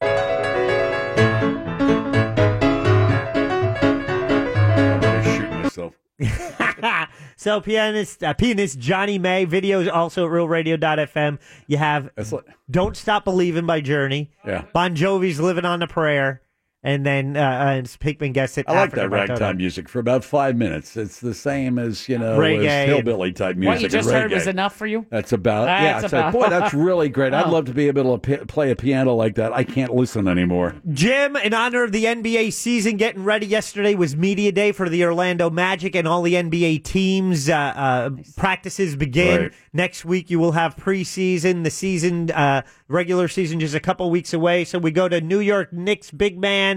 I'm going to shoot myself.
so pianist uh, pianist Johnny May videos also at realradio.fm. You have Don't Stop Believing by Journey.
Yeah.
Bon Jovi's Living on a Prayer. And then uh, uh, and Pinkman gets it.
I like
Africa
that
by Toto.
ragtime music for about five minutes. It's the same as you know
Reggae
as
and-
hillbilly type music.
What you just
and
heard
reggae.
was enough for you.
That's about yeah.
That's
it's
about-
like, boy, that's really great. I'd
Oh.
love to be able to pi- play a piano like that. I can't listen anymore.
Jim, in honor of the NBA season getting ready yesterday was media day for the Orlando Magic and all the NBA teams. Uh, uh, practices begin
Right.
next week. You will have preseason, the season, uh, regular season, just a couple weeks away. So we go to New York Knicks big man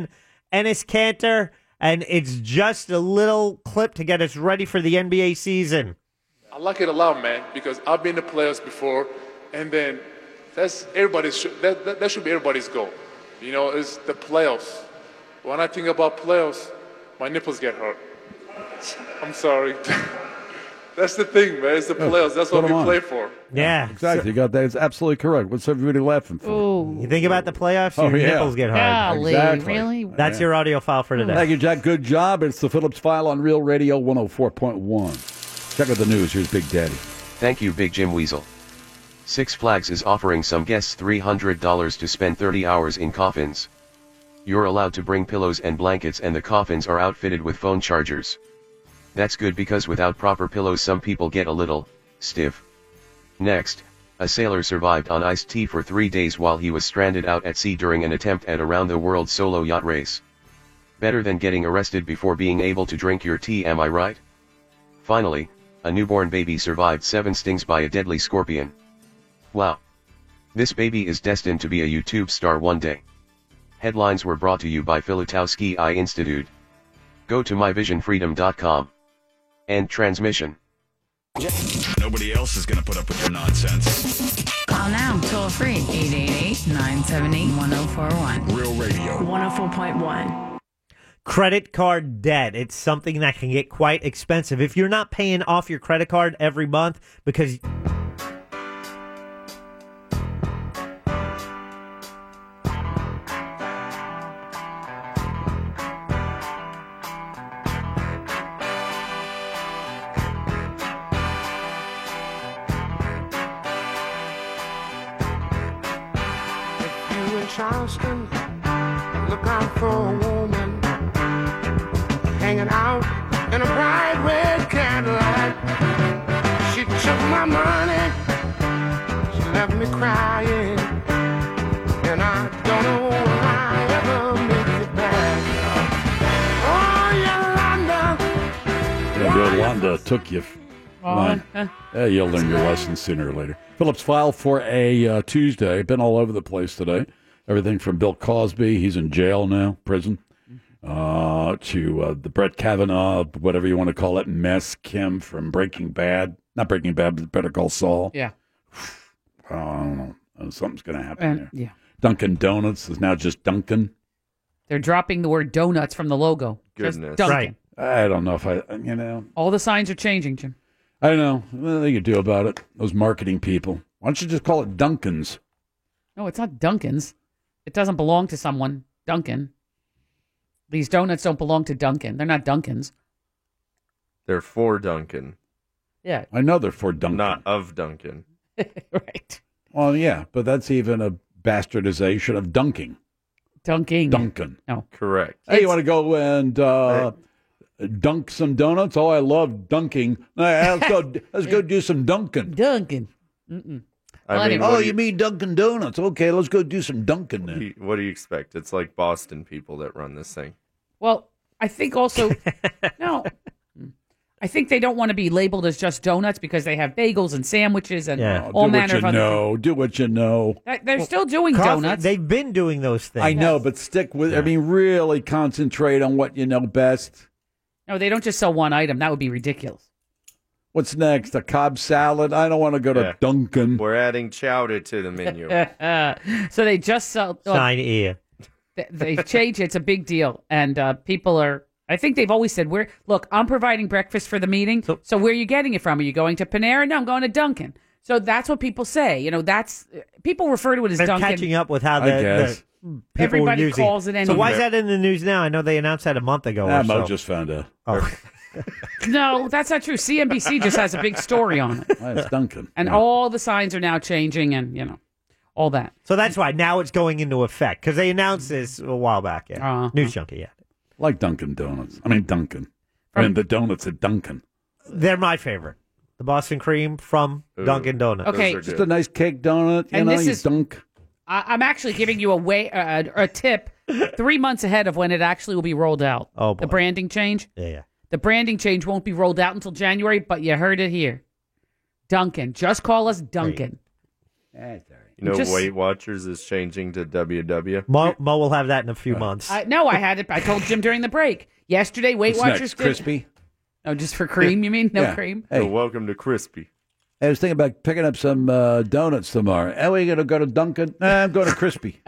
Ennis Cantor, and it's just a little clip to get us ready for the NBA season.
I like it a lot, man, because I've been to playoffs before, and then that's everybody's. sh- That, that, that should be everybody's goal. You know, it's the playoffs. When I think about playoffs, my nipples get hurt. I'm sorry. That's the thing, man. It's the playoffs. That's
Oh.
what we
put 'em on.
play for.
Yeah,
exactly. you got that. It's absolutely correct. What's everybody laughing for?
You think about the playoffs,
Oh,
your
yeah.
nipples get hard.
Golly, Exactly. really?
That's
Yeah.
your audio file for today.
Thank you, Jack. Good job. It's the Phillips File on Real Radio 104.1. Check out the news. Here's Big Daddy.
Thank you, Big Jim Weasel. Six Flags is offering some guests $300 to spend 30 hours in coffins. You're allowed to bring pillows and blankets, and the coffins are outfitted with phone chargers. That's good because without proper pillows, some people get a little stiff. Next, a sailor survived on iced tea for three days while he was stranded out at sea during an attempt at a round the world solo yacht race. Better than getting arrested before being able to drink your tea, am I right? Finally, a newborn baby survived seven stings by a deadly scorpion. Wow. This baby is destined to be a YouTube star one day. Headlines were brought to you by Filutowski Eye Institute. Go to myvisionfreedom.com. End transmission.
Nobody else is going to put up with your nonsense.
Call now, toll free, 888 978 1041.
Real radio.
104.1.
Credit card debt. It's something that can get quite expensive. If you're not paying off your credit card every month because
You in Charleston, look out for a woman hanging out in a bright red Cadillac. She took my money, she left me crying, and I don't know will I ever make it back. Oh, Yolanda,
Yolanda took you.
On.
Mine. Yeah, you'll learn your lesson sooner or later. Phillips file for a uh, Tuesday. Been all over the place today. Everything from Bill Cosby, he's in jail now, prison, uh, to uh, the Brett Kavanaugh, whatever you want to call it, mess, Kim from Breaking Bad. Not Breaking Bad, but Better Call Saul.
Yeah.
I don't know. Uh, Something's going to happen
And-
there.
yeah.
Dunkin' Donuts is now just Dunkin'.
They're dropping the word donuts from the logo. Just Dunkin'.
I don't know if I, you know,
All the signs are changing, Jim.
I don't know. Nothing you can do about it. Those marketing people. Why don't you just call it Dunkin's?
No, it's not Duncan's. It doesn't belong to someone. Duncan. These donuts don't belong to Duncan. They're not Duncan's.
They're for Duncan.
Yeah.
I know they're for Duncan.
Not of Duncan.
Well, yeah, but that's even a bastardization of dunking.
Dunking. Oh.
Dunkin'.
No.
Correct.
Hey, you want to go and uh, dunk some donuts? Oh, I love dunking. Hey, let's go. let's go do some dunking.
Dunking. Mm-mm.
I mean,
oh,
what do
you,
you-
mean Dunkin' Donuts? Okay, let's go do some dunking then.
You- What do you expect? It's like Boston people that run this thing.
Well, I think also no. I think they don't want to be labeled as just donuts because they have bagels and sandwiches and
Oh,
all
do what
manner
you
of other
know. Do what you know.
things. They're still doing
coffee-
donuts.
They've been doing those things.
I know, but stick with. I mean, really concentrate on what you know best.
No, they don't just sell one item. That would be ridiculous.
What's next? A Cobb salad? I don't want to go to Dunkin'.
We're adding chowder to the menu.
so they just sell. well,
ear.
th- they've changed it. It's a big deal, and uh, people are. I think they've always said, "We're look, I'm providing breakfast for the meeting. So, where are you getting it from? Are you going to Panera? No, I'm going to Dunkin'." So that's what people say. You know, that's people refer to it as
They're
Dunkin'.
catching up with how the, the people
Everybody
are using.
calls it
So why is
anything.
that in the news now? I know they announced that a month ago.
Ah,
or
Mo
so.
just found out.
Oh.
No, that's not true. CNBC just has a big story on it.
Well, it's Dunkin'.
And all the signs are now changing and, you know, all that.
So that's why now it's going into effect because they announced this a while back. Yeah,
Uh-huh.
news junkie. Yeah,
Like Dunkin' Donuts. I mean, Dunkin'. and the donuts at Dunkin'.
they're my favorite. The Boston cream from Dunkin' Donuts.
Okay. Those are
Just
good.
a nice cake donut. You
And
know,
this
you
is-
dunk.
I, I'm actually giving you a way uh, a tip three months ahead of when it actually will be rolled out.
Oh,
the branding change.
Yeah, yeah.
The branding change won't be rolled out until January, but you heard it here. Duncan, just call us Duncan.
You know,
Just-
Weight Watchers is changing to WW.
Mo, Mo will have that in a few months.
I, no, I had it. I told Jim during the break yesterday. Weight Watchers did- Oh, just for cream? You mean no
Yeah.
cream?
Hey.
So welcome to Crispy.
I was thinking about picking up some uh, donuts tomorrow. Are we going to go to Dunkin'? Nah, I'm going to Crispy.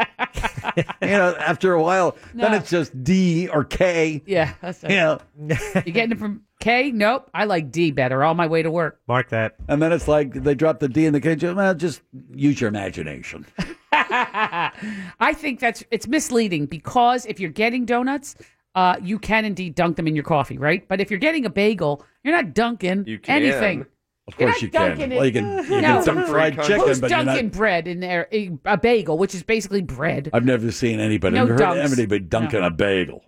you know, after a while, then
No.
it's just D or K.
Yeah. That's
Yeah.
You're getting it from K, nope. I like D better. All my way to work.
Mark that.
And then it's like they drop the D in the cage. Well, just use your imagination.
I think that's it's misleading because if you're getting donuts, uh, you can indeed dunk them in your coffee, right? But if you're getting a bagel, you're not dunking
You can.
anything.
Of course you
You're
can.
not dunking it.
Well, you can- you
No.
can dunk fried
Who's
chicken, but you're not-
dunking bread in there? A a bagel, which is basically bread,
I've never seen anybody,
No
I've never heard
dunks.
anybody dunking
No.
a bagel.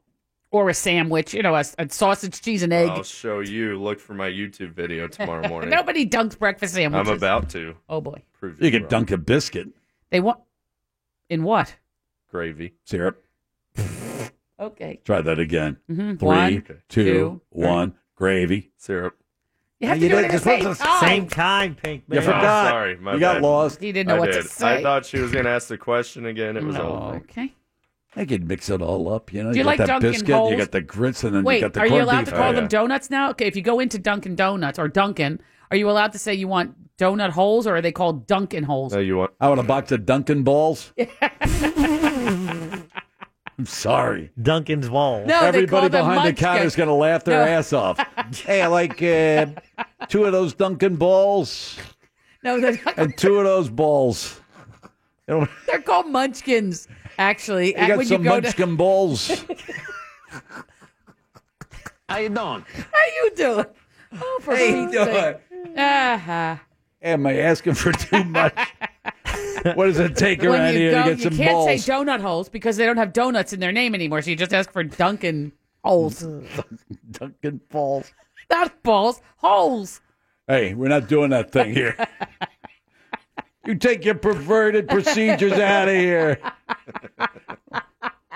or a sandwich. You know, a, a sausage, cheese, and egg.
I'll show you. Look for my YouTube video Oh, tomorrow morning.
Nobody dunks breakfast
I'm
sandwiches.
about to.
Oh boy,
Prove
You could dunk a biscuit.
they want in what?
Gravy.
Syrup.
Okay.
Try that again.
Mhm.
Three,
One,
two, one.
two,
Gravy.
Syrup.
You have
You
to do it
did-
at the
just
same
put the-
time.
Same time, Pink.
You forgot.
Oh, sorry, my
you got
bad.
lost.
He didn't know
I
what to
did.
say.
I thought she was going to ask the question again. It was all.
Okay.
I could mix it all up. You know,
Do
you,
you like
got that
Dunkin'
biscuit, you
holes?
got the grits, and then
Wait,
you got the
are you
corned
allowed
beef. Oh,
to
Oh,
call them donuts now? Okay, if you go into Dunkin' Donuts or Dunkin', are you allowed to say you want donut holes or are they called Dunkin' holes?
you want?
I want a box of Dunkin' balls. I'm sorry.
Dunkin's balls.
No, they
Everybody
call them
behind the
munchkin-
counter's going to laugh their
No.
ass off. hey, I like uh, two of those Dunkin' balls
No, they're, not-
and two of those balls. You know,
they're called munchkins. Actually,
you
And
got
when
some
you go
munchkin balls.
How you doing?
to how you doing? Oh, for
How you
Pete's sake. Uh-huh.
Am I asking for too much? what does it take
When
around
you
here
go,
to get
you
some
can't
balls?
say donut holes because they don't have donuts in their name anymore. So you just ask for Dunkin' holes,
Dunkin' balls.
not balls, holes.
Hey, we're not doing that thing here. you take your perverted procedures out of here.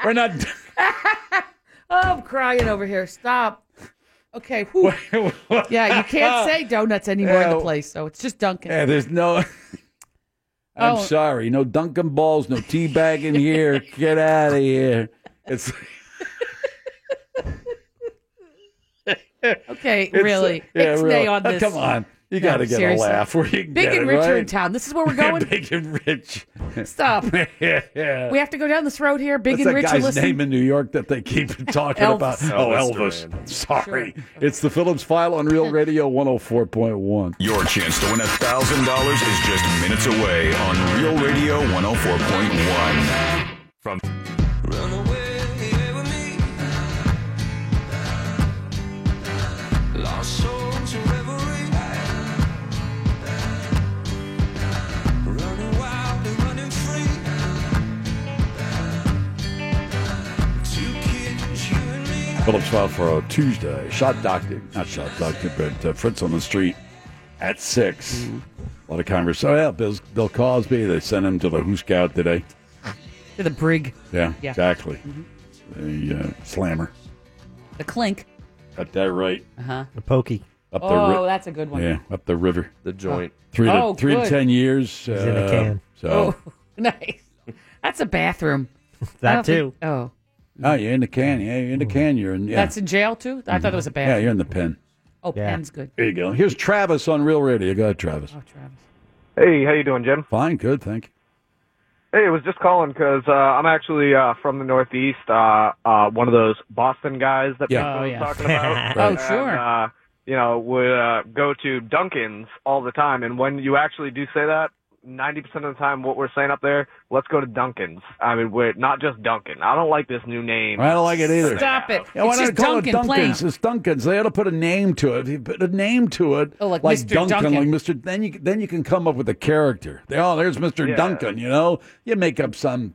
We're not.
Oh, I'm crying over here. Stop. Okay. whew. yeah, you can't say donuts anymore in
Yeah.
the place, so it's just Dunkin'.
Yeah, there's no. I'm
Oh.
sorry. No Dunkin' balls. No tea bag in here. Get out of here. It's
Okay,
It's, uh,
really.
yeah,
Ixnay
really.
on
Oh,
this.
come on. You
No,
gotta get a
seriously.
laugh where you can
Big
get
and
it,
richer in
right?
town. This is where we're going.
big and rich.
Stop.
yeah.
We have to go down this road here. Big
What's
and
that
rich
guy's
listen.
name in New York that they keep talking
Elvis.
about? Oh,
Elvis
Elvis. Sorry. It's the Phillips File on Real Radio 104.1.
Your chance to win $1,000 is just minutes away on Real Radio 104.1. From
Lost soul to reverie. Running wild and running free. Two kids, you and me.
Phillips File for a Tuesday. Shot Doctor. Not Shot Doctor, but uh, Fritz on the Street at 6. A lot of conversation. Oh, yeah, Bill's, Bill Cosby. They sent him to the Who Scout today.
To the brig.
Yeah,
Yeah. Mm-hmm.
exactly. The uh, slammer.
The clink.
Got that right.
Uh-huh.
The pokey.
Up the
Oh,
ri-
that's a good one.
Yeah, up the river.
The
joint.
Three to,
Oh,
three to
good.
ten years. uh,
He's in a can.
So.
Oh, nice. That's a bathroom.
That
I don't think-
too.
oh,
Oh, you're in the can. Yeah, you're in
Mm-hmm.
the can. You're in. Yeah. Mm-hmm.
that's in jail too. I thought it was a
yeah,
bathroom.
you're in the pen.
oh, pen's good.
There you go. Here's Travis on Real Radio. Go ahead, Travis.
Oh, Travis.
Hey, how you doing, Jim?
Fine, good, thank you.
Hey, I was just calling because uh, I'm actually uh, from the Northeast. Uh, uh, one of those Boston guys that
Yeah.
people
Oh,
was
yeah.
talking about.
Right.
And,
Oh, sure.
uh, you know, would uh, go to Dunkin's all the time, and when you actually do say that, ninety percent of the time, what we're saying up there, let's go to Dunkin's. I mean, we're not just Dunkin'. I don't like this new name.
I don't like it either.
Stop it.
Yeah, why
It's
not
just
call it
Dunkin' plain.
Dunkin's? It's Dunkin's. They ought to put a name to it. If you put a name to it,
Oh, like Mr.
Duncan,
Dunkin'.
like Mister. Then you then you can come up with a character. They, oh, there's Mister
Yeah.
Duncan. You know, you make up some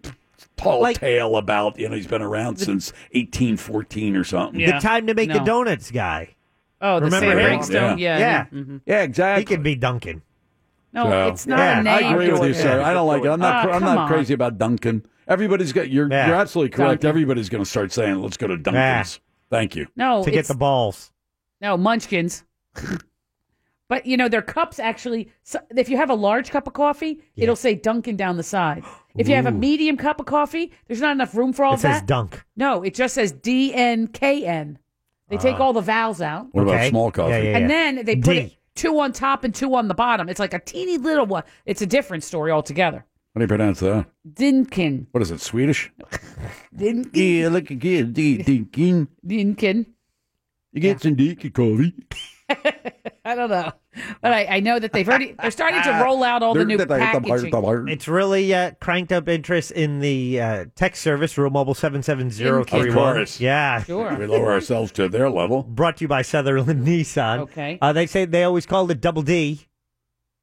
tall tale about you know he's been around since 1814 or something.
The time to make the donuts guy.
Oh,
the
Remember
Sam
him?
Brinkstone? Yeah.
Yeah.
Yeah.
Mm-hmm.
Yeah, exactly.
He could be Duncan.
No,
So-
it's not
Yeah,
a name.
I agree with you,
Yeah.
sir. I don't like it. I'm not.
Oh,
I'm
come
not
on.
crazy about Duncan. Everybody's got. You're
Yeah.
you're absolutely correct.
Dunkin'.
Everybody's going to start saying, "Let's go to Duncan's." Thank you.
No, To get it's- the
balls.
No, munchkins. but you know their cups actually. so- If you have a large cup of coffee, it'll say Dunkin' down the side. If you have a
Ooh.
medium cup of coffee, there's not enough room for all
It says
that.
dunk.
no, it just says D N K N. They take
Uh-huh.
all the vowels out.
What about small coffee?
And then they put it two on top and two on the bottom. It's like a teeny little one. It's a different story altogether.
How do you pronounce that?
Dinkin.
What is it? Swedish?
Dinkin.
Yeah, look again. D- Dinkin.
Dinkin.
You get some Dick Covey.
I don't know, but I, I know that they've already they're starting to roll out all the new packaging.
It's really uh, cranked up interest in the uh, text service, Real Mobile seven seven zero three
Of
one.
course.
Yeah,
We lower ourselves to their level.
Brought to you by Sutherland Nissan.
Okay.
uh, they say they always call it Double D.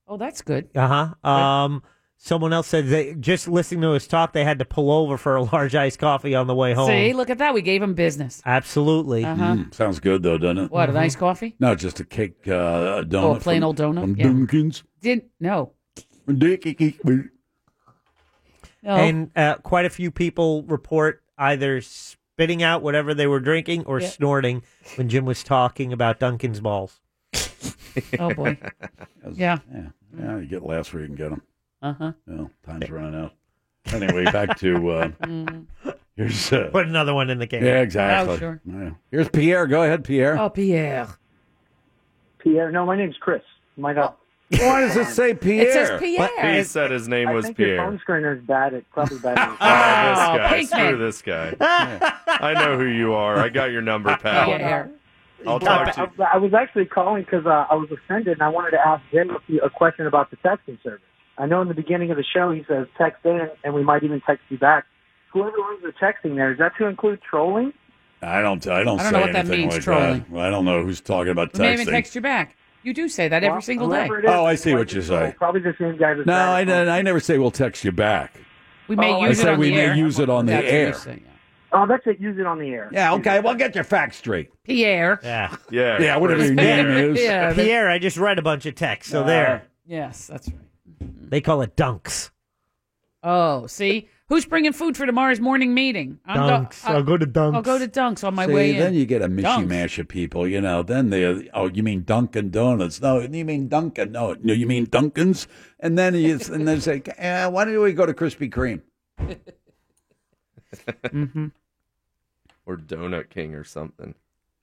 Oh, that's good.
Uh huh. Um, someone else said they just listening to his talk, they had to pull over for a large iced coffee on the way home.
See, look at that. We gave them business.
Absolutely.
Uh-huh. Mm,
sounds good though, doesn't it? Mm-hmm.
What a nice coffee.
No, just a cake, uh, a donut.
Oh, a plain
from-
old donut,
From
yeah.
Dunkin's.
Didn't no.
Dick-
No.
And uh, quite a few people report either spitting out whatever they were drinking or
Yeah.
snorting when Jim was talking about Duncan's balls.
Oh, boy. Yeah.
Yeah, yeah, you get last where you can get them.
Uh-huh.
Well, time's running out. Anyway, back to uh,
Mm.
here's uh,
Put another one in the game.
yeah, exactly. Yeah. Here's Pierre. Go ahead, Pierre.
Oh, Pierre.
Pierre. No, my name's Chris. My God.
Why does it say Pierre?
says Pierre.
He said his name
I
was
think
Pierre. Ah,
Your phone screener's bad. It's probably bad.
Oh,
this guy.
Pinkman.
Screw this guy. I know who you are. I got your number, pal.
Yeah. Well,
I'll talk to you.
I, I was actually calling because uh, I was offended and I wanted to ask Jim a, few, a question about the texting service. I know in the beginning of the show he says text in and we might even text you back. Whoever runs the texting there, is that to include trolling?
I don't. I don't,
I
say
don't know what that
anything
means,
like
trolling.
that. I don't know who's talking about
We may even
texting.
text you back. You do say that every
Well,
single day.
whoever it is,
oh, I see what you say.
Probably the same guy that's
No, I, I never say we'll text you back.
We
Oh,
may
I
use it
say
on
we
the
may
air.
use it on the
That's what
air.
you say.
Oh, that's it. Use it on the air.
Yeah. Okay. Well, get your facts straight.
Pierre.
Yeah.
Yeah.
Yeah. Whatever your name is.
Yeah, that-
Pierre, I just read a bunch of texts, so
Ah.
there.
Yes, that's right.
They call it dunks.
Oh, see, who's bringing food for tomorrow's morning meeting? I'm
Dunks. I'll go to Dunks.
I'll go to Dunks on my
See,
way in.
then you get a mishy
Dunks.
mash of people, you know. Then they, oh, you mean Dunkin' Donuts? No, you mean Dunkin'? No, no, you mean Dunkin's? And then you, and they say, eh, why don't we go to Krispy Kreme?
Mm-hmm.
Or Donut King or something.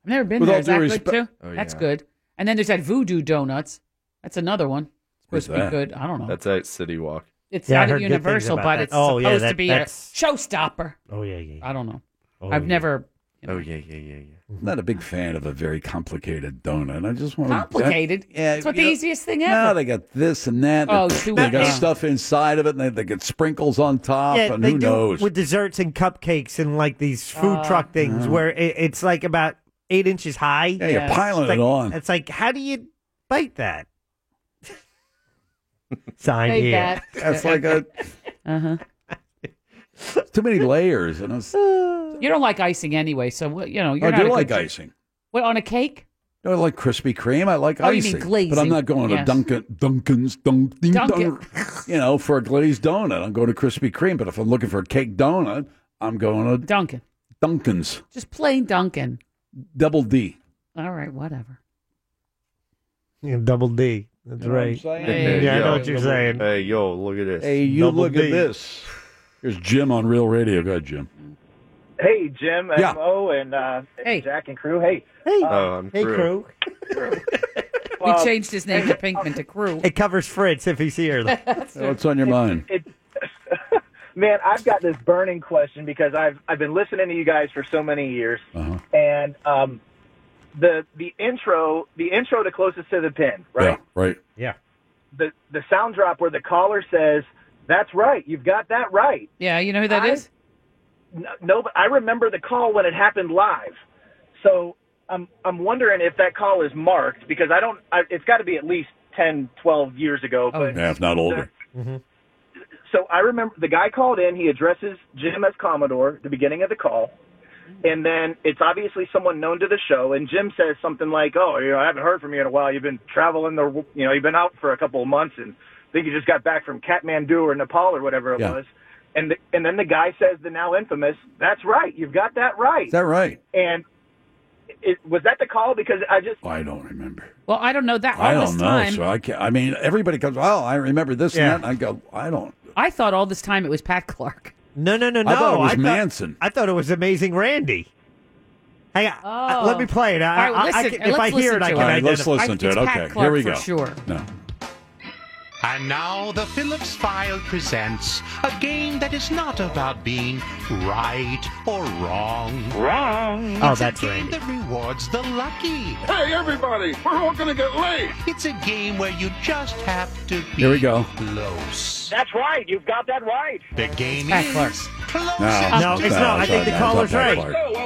I've never been
With
there.
all
Is
due
that
respe-
good too?
Oh,
That's
yeah.
good. And then there's that Voodoo Donuts. That's another one. It's supposed to be good. I don't know.
That's at City Walk.
It's
Yeah, I
not
heard
at
good things
Universal,
about
but
that.
it's
Oh,
supposed
yeah, that-
to be
that's-
a showstopper.
Oh yeah, yeah.
I don't know.
Oh,
I've
yeah.
never.
Oh yeah, yeah, yeah, yeah.
I'm not a big fan of a very complicated donut. I just want to
Complicated.
Oh, yeah,
it's what
you
the
know-
easiest thing ever.
No, they got this and that.
Oh,
they,
too
they got
bad.
stuff inside of it, and they, they get sprinkles on top,
Yeah,
and
they
who
do
knows?
with desserts and cupcakes and like these food
Uh,
truck things
Mm.
where it, it's like about eight inches high. Yeah,
you're piling it on.
It's like, how do you bite that? Sign
Say
here.
that. That's like a-
Uh-huh.
It's too many layers, and it's,
You don't like icing anyway, so well, you know you're
I
not
Oh, do
a
like
good-
icing.
What on a cake?
I like Krispy Kreme. I like
Oh, you mean
icing, but I'm
glazing.
not going
Yes.
to Dunkin' Dunkin's Dunk, ding,
Dunkin'.
dong, you know, for a glazed donut. I'm going to Krispy Kreme. But if I'm looking for a cake donut, I'm going to
Dunkin'.
Dunkin's
Just plain Dunkin'.
Double D.
All right, whatever.
Yeah, double D. That's
You know what I'm
right.
saying?
Hey,
yeah, I
yo.
know what you're saying.
Hey, yo, look at this.
Hey, you look at this. Here's Jim on Real Radio. Go ahead, Jim.
Hey, Jim, and
Yeah.
Mo, and uh, Jack and crew. Hey.
Hey.
Oh, I'm
Hey,
crew.
crew.
Well,
we changed his name to Pinkman to Crew.
It covers Fritz if he's here.
That's true.
What's on your mind?
Man, I've got this burning question because I've I've been listening to you guys for so many years,
Uh-huh.
and um, the the intro the intro to closest to the pin, right?
Right.
Yeah.
The the sound drop where the caller says, "That's right, you've got that right."
Yeah, you know who that
I-
is?
No, no, but I remember the call when it happened live. So I'm I'm wondering if that call is marked because I don't. I, it's got to be at least 10, 12 years ago.
Oh,
But
Oh, Yeah, if not older.
so I remember the guy called in. He addresses Jim as Commodore at the beginning of the call, and then it's obviously someone known to the show. And Jim says something like, "Oh, you know, I haven't heard from you in a while. You've been traveling the, you know, you've been out for a couple of months, and I think you just got back from Kathmandu or Nepal or whatever it
Yeah.
was." And the, and then the guy says the now infamous, "That's right. You've got that right."
Is that right?
And it, was that the call? Because I just
I don't remember.
Well, I don't know that. All
I don't
this
know.
time,
So I can't. I mean, everybody comes. Well, I remember this
Yeah.
and that. And I go. I don't.
I thought all this time it was Pat Clark.
No, no, no, no.
I thought it was Manson.
I thought it was Amazing Randy. Hang on. Uh, let me play it. I,
All right,
I- I
listen,
can- if
let's
I hear
listen
it, I
to
can
All right,
identify.
let's listen to it. Okay, here we go. No.
And now the Phillips File presents a game that is not about being right or wrong. Wrong.
Oh,
it's
that's
a game
Randy.
that rewards the lucky. Hey, everybody, we're all gonna get late. It's a game where you just have to be
Here we go.
close.
That's right. You've got that right.
The game
Pat
is
Clark.
close.
No, it's not. I think the caller's right.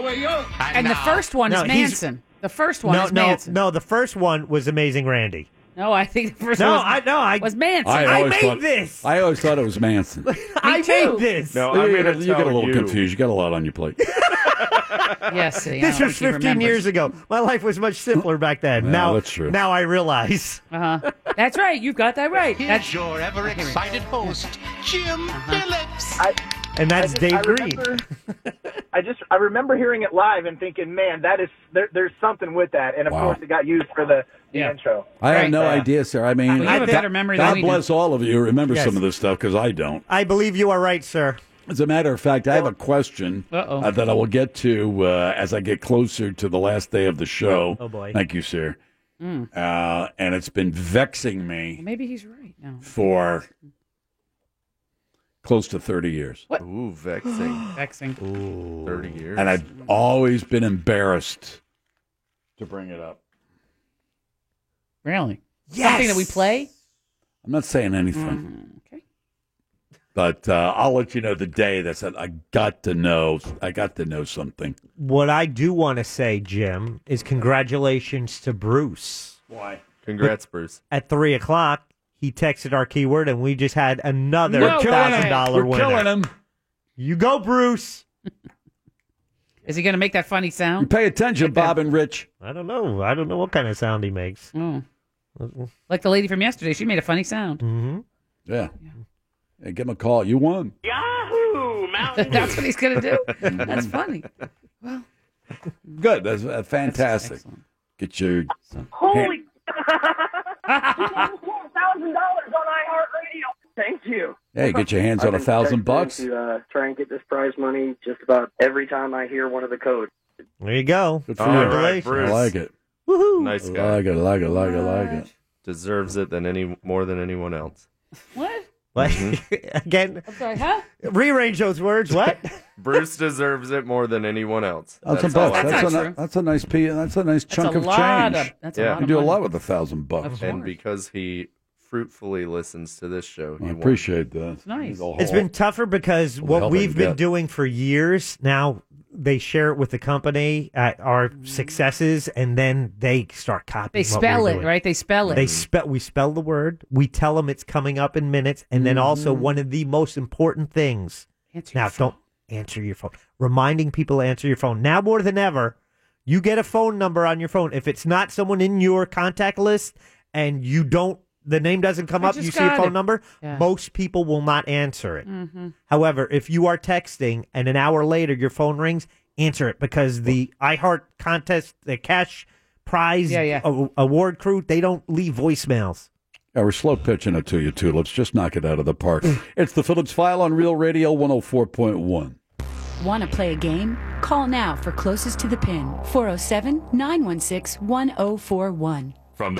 And the first one is
No, he's-
Manson. The first one
no,
is
no,
Manson.
no. The first one was Amazing Randy.
No, I think the first
No,
one was,
I- no, I-
was Manson.
I
always
made
thought,
this.
I always thought it was Manson.
I made this.
you, you get a little confused. You got a lot on your plate.
Yes, see, I
this
don't
was
think he
15 years ago. My life was much simpler back then.
Yeah,
now,
that's true.
now I realize.
Uh-huh. That's right. You've got that right. That's
your ever excited host, Jim
Uh-huh.
Phillips.
And that's Dave Green.
I just I remember hearing it live and thinking, man, that is there, there's something with that. And of course, it got used for the, the intro. Uh,
I have no idea, sir. I mean,
Well, you have a
God-
better memory than
God
we do.
bless all of you. who Remember
Yes.
some of this stuff because I don't.
I believe you are right, sir.
As a matter of fact, I have a question
Uh-oh.
uh, that I will get to uh, as I get closer to the last day of the show.
Oh, boy.
Thank you, sir.
Mm.
Uh, and it's been vexing me
Maybe he's right now.
for close to 30 years.
What?
Ooh, vexing.
vexing.
Ooh. 30 years.
And I've always been embarrassed to bring it up.
Really?
Yes.
Something that we play?
I'm not saying
Mm.
anything. But uh, I'll let you know the day that said I got to know. I got to know something.
What I do want to say, Jim, is congratulations to Bruce.
Why?
Congrats, Bruce.
At three o'clock, he texted our keyword, and we just had another
We're killing it.
thousand dollar
We're
winner.
killing
him.
You go, Bruce.
Is he going to make that funny sound?
Pay attention, Bob and Rich.
I don't know. I don't know what kind of sound he makes.
Oh. Like the lady from yesterday, she made a funny sound.
Mm-hmm.
Yeah. yeah. Give him a call. You won.
Yahoo! Mountain That's what he's going to do. That's funny. Well,
Good. That's uh, fantastic. Get your
Holy
thousand
dollars on iHeartRadio. Thank you.
hey, get your hands
I've
on a
been
thousand
texting
bucks.
To, uh, try and get this prize money just about every time I hear one of the codes.
There you go.
Good
All right, Bruce.
I like it.
Woohoo.
Nice guy.
Like it. Like it. Like it. Like it.
Deserves it than any more than anyone else. Mm-hmm.
What?
Like again,
I'm sorry, huh?
rearrange those words. What?
Bruce deserves it more than anyone else.
That's, a
all
buck.
I
That's,
can
a
say.
ni- that's a nice p. That's a nice chunk
a
of
lot
change.
of- that's a Yeah. lot
you
of
do
money.
a lot with a thousand bucks.
and because he fruitfully listens to this show, he
I
won.
appreciate that.
nice.
It's been tougher because
the hell
what
they
we've been
get.
doing for years now, they share it with the company at our successes, and then they start copying.
Mm. They
what we're
spell it,
doing.
right? They spell it. Uh,
They spell. We spell the word. We tell them it's coming up in minutes, and then also
Mm.
one of the most important things. now, don't answer your phone. Reminding people to answer your phone now more than ever. You get a phone number on your phone. If it's not someone in your contact list, and you don't, the name doesn't come
I
up. You
just
see a
got
phone
it.
number.
Yeah.
Most people will not answer it.
Mhm.
However, if you are texting and an hour later your phone rings, answer it because the iHeart contest, the cash prize a- award crew, they don't leave voicemails.
Yeah, we're slow pitching it to you, too. Let's just knock it out of the park. it's the Phillips File on Real Radio 104.1.
Want to play a game? Call now for closest to the pin 407 916 1041.
From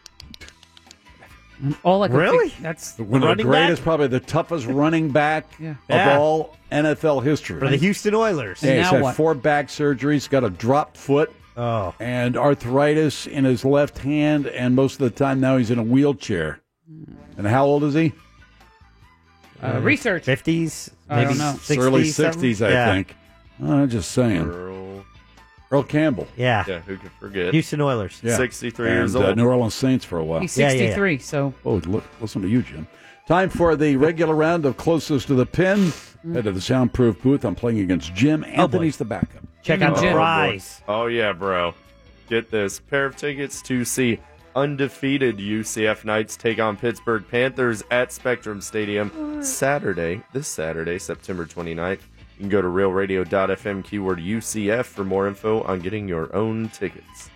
All I could
Really?
think- that's
One of the greatest, probably the toughest running back
Yeah.
of
Yeah.
all NFL history.
For the Houston Oilers.
Yeah,
And
he's
now
had
what?
four back surgeries, got a dropped foot,
oh.
and arthritis in his left hand, and most of the time now he's in a wheelchair. And how old is he?
Uh, research.
50s,
I don't know.
early
60s, something?
60s, I
Yeah.
think. I'm just saying.
Earl,
Earl Campbell.
Yeah.
Yeah, who could forget?
Houston Oilers.
Yeah.
63
and,
years
Uh,
old.
New Orleans Saints for a while.
He's 63, so.
Oh, look, listen to you, Jim. Time for the regular round of closest to the pin.
Mm.
Head to the soundproof booth. I'm playing against Jim.
Oh,
Anthony's the backup.
Oh, boy. Oh, yeah, bro. Get this pair of tickets to see undefeated UCF Knights take on Pittsburgh Panthers at Spectrum Stadium Saturday, this Saturday, September 29th. You can go to realradio.fm keyword UCF for more info on getting your own tickets.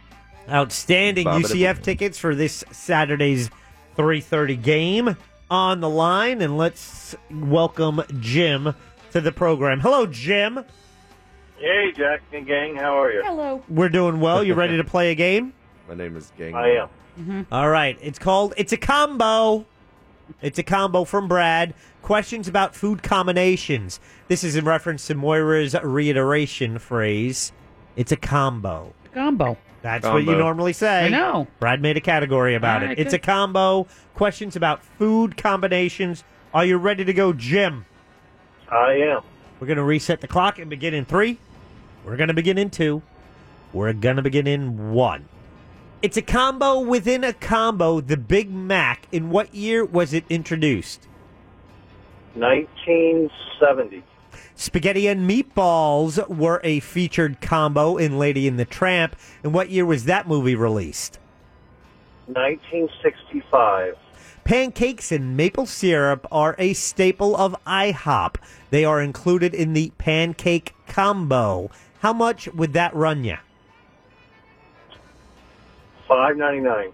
Outstanding
Bobbity
UCF tickets for this Saturday's 3:30 game on the line, and let's welcome Jim to the program. Hello, Jim.
Hey, Jack and gang, how are you?
Hello.
We're doing well. You ready to play a game?
My name is Gang.
I am.
Mm-hmm. All right. It's called It's a Combo. It's a combo from Brad. Questions about food combinations. This is in reference to Moira's reiteration phrase. It's a combo.
Combo.
That's what you
Combo.
normally say.
I know.
Brad made a category about
All right,
it. It's
good.
a combo. Questions about food combinations. Are you ready to go, Jim?
I am.
We're going to reset the clock and begin in three. We're going to begin in two. We're going to begin in one. It's a combo within a combo. The Big Mac. In what year was it introduced?
1970.
Spaghetti and meatballs were a featured combo in Lady and the Tramp. In what year was that movie released?
1965.
Pancakes and maple syrup are a staple of IHOP. They are included in the pancake combo. How much would that run you?
599.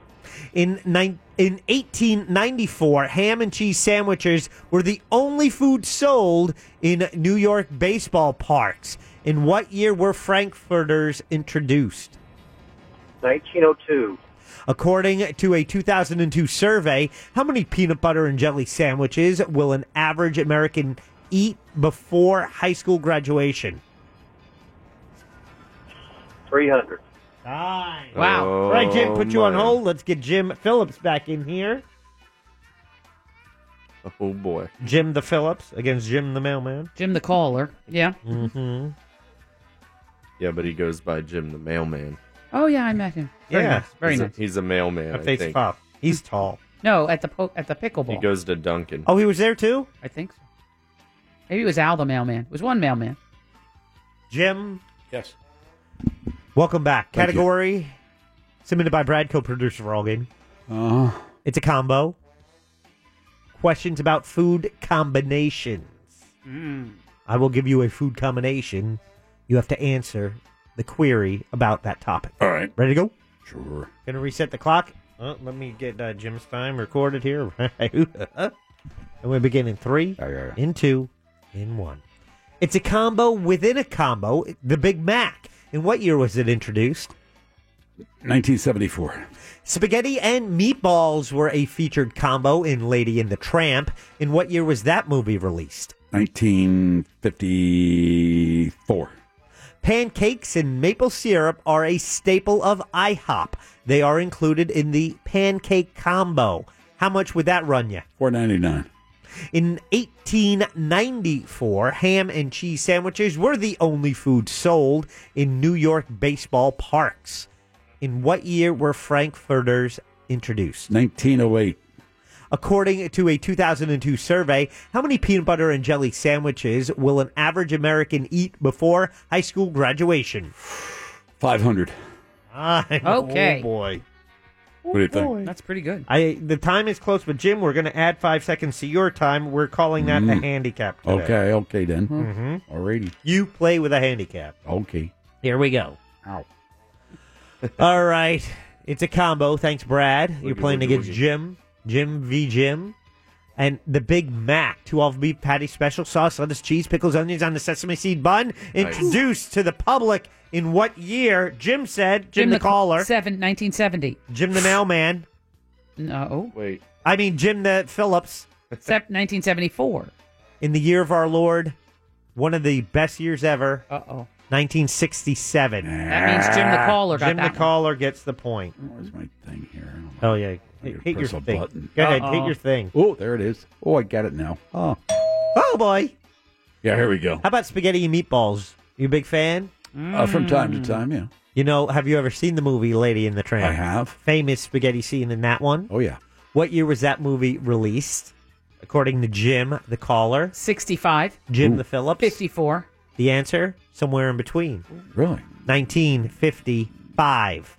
In, nine in 1894, ham and cheese sandwiches were the only food sold in New York baseball parks. In what year were Frankfurters introduced?
1902.
According to a 2002 survey, how many peanut butter and jelly sandwiches will an average American eat before high school graduation?
300.
Nice. Wow.
Oh,
right, Jim, put you on hold. Let's get Jim Phillips back in here.
Oh boy.
Jim the Phillips against Jim the mailman.
Jim the caller. Yeah.
Mm-hmm.
Yeah, but he goes by Jim the Mailman.
Oh yeah, I met him. Very nice. Very
he's
nice.
A, he's a mailman.
That face
I think.
pop. He's tall.
No, at the po- at the pickleball.
He goes to Duncan.
Oh, he was there too?
I think so. Maybe it was Al the mailman. It was one mailman.
Jim.
Yes.
Welcome back.
Thank you.
Category submitted by Bradco, producer for All Game.
Uh-huh.
Uh,
It's a combo. Questions about food combinations.
Mm.
I will give you a food combination. You have to answer the query about that topic. All right. Ready to go?
Sure.
Gonna reset the clock. Uh, let me get uh, Jim's time recorded here. and we begin in three, in two, in one. It's a combo within a combo. The Big Mac. In what year was it introduced?
1974.
Spaghetti and meatballs were a featured combo in Lady and the Tramp. In what year was that movie released?
1954.
Pancakes and maple syrup are a staple of IHOP. They are included in the pancake combo. How much would that run you?
499.
In 1894, ham and cheese sandwiches were the only food sold in New York baseball parks. In what year were Frankfurters introduced?
1908.
According to a 2002 survey, how many peanut butter and jelly sandwiches will an average American eat before high school graduation?
500.
Okay.
Oh boy.
What do you think?
That's pretty good.
I the time is close, but Jim, we're going to add five seconds to your time. We're calling that a
Mm.
handicap. Today.
Okay, okay then.
Mhm.
Mm-hmm.
Alrighty.
You play with a handicap.
Okay.
Here we go. All right. It's a combo. Thanks, Brad. You're
Woogie,
playing
woogie,
against
woogie.
Jim. Jim v. Jim. And the Big Mac, two all beef patty special sauce, lettuce, cheese, pickles, onions on the sesame seed bun. Introduced to the public in what year? Jim said, Jim, the, caller.
Seven, 1970.
Jim the mailman.
No.
Wait.
I mean, Jim the Phillips.
Except 1974.
In the year of our Lord, one of the best years ever.
Uh oh.
1967.
That means Jim the
Ah.
caller got
Jim
that
the
one.
caller gets the point.
Where's my thing here?
Oh yeah, hit, hit your
Press a
thing.
button.
Go ahead, hit your thing.
Oh, there it is. Oh, I got it now. Oh,
Oh boy,
yeah. Here we go.
how about spaghetti and meatballs? You a big fan?
Mm.
Uh, from time to time, yeah.
You know, have you ever seen the movie Lady in the Tramp?
I have.
Famous spaghetti scene in that one.
Oh yeah.
What year was that movie released? According to Jim, the caller,
65.
Jim the Phillips,
54.
The answer somewhere in between.
Really?
1955.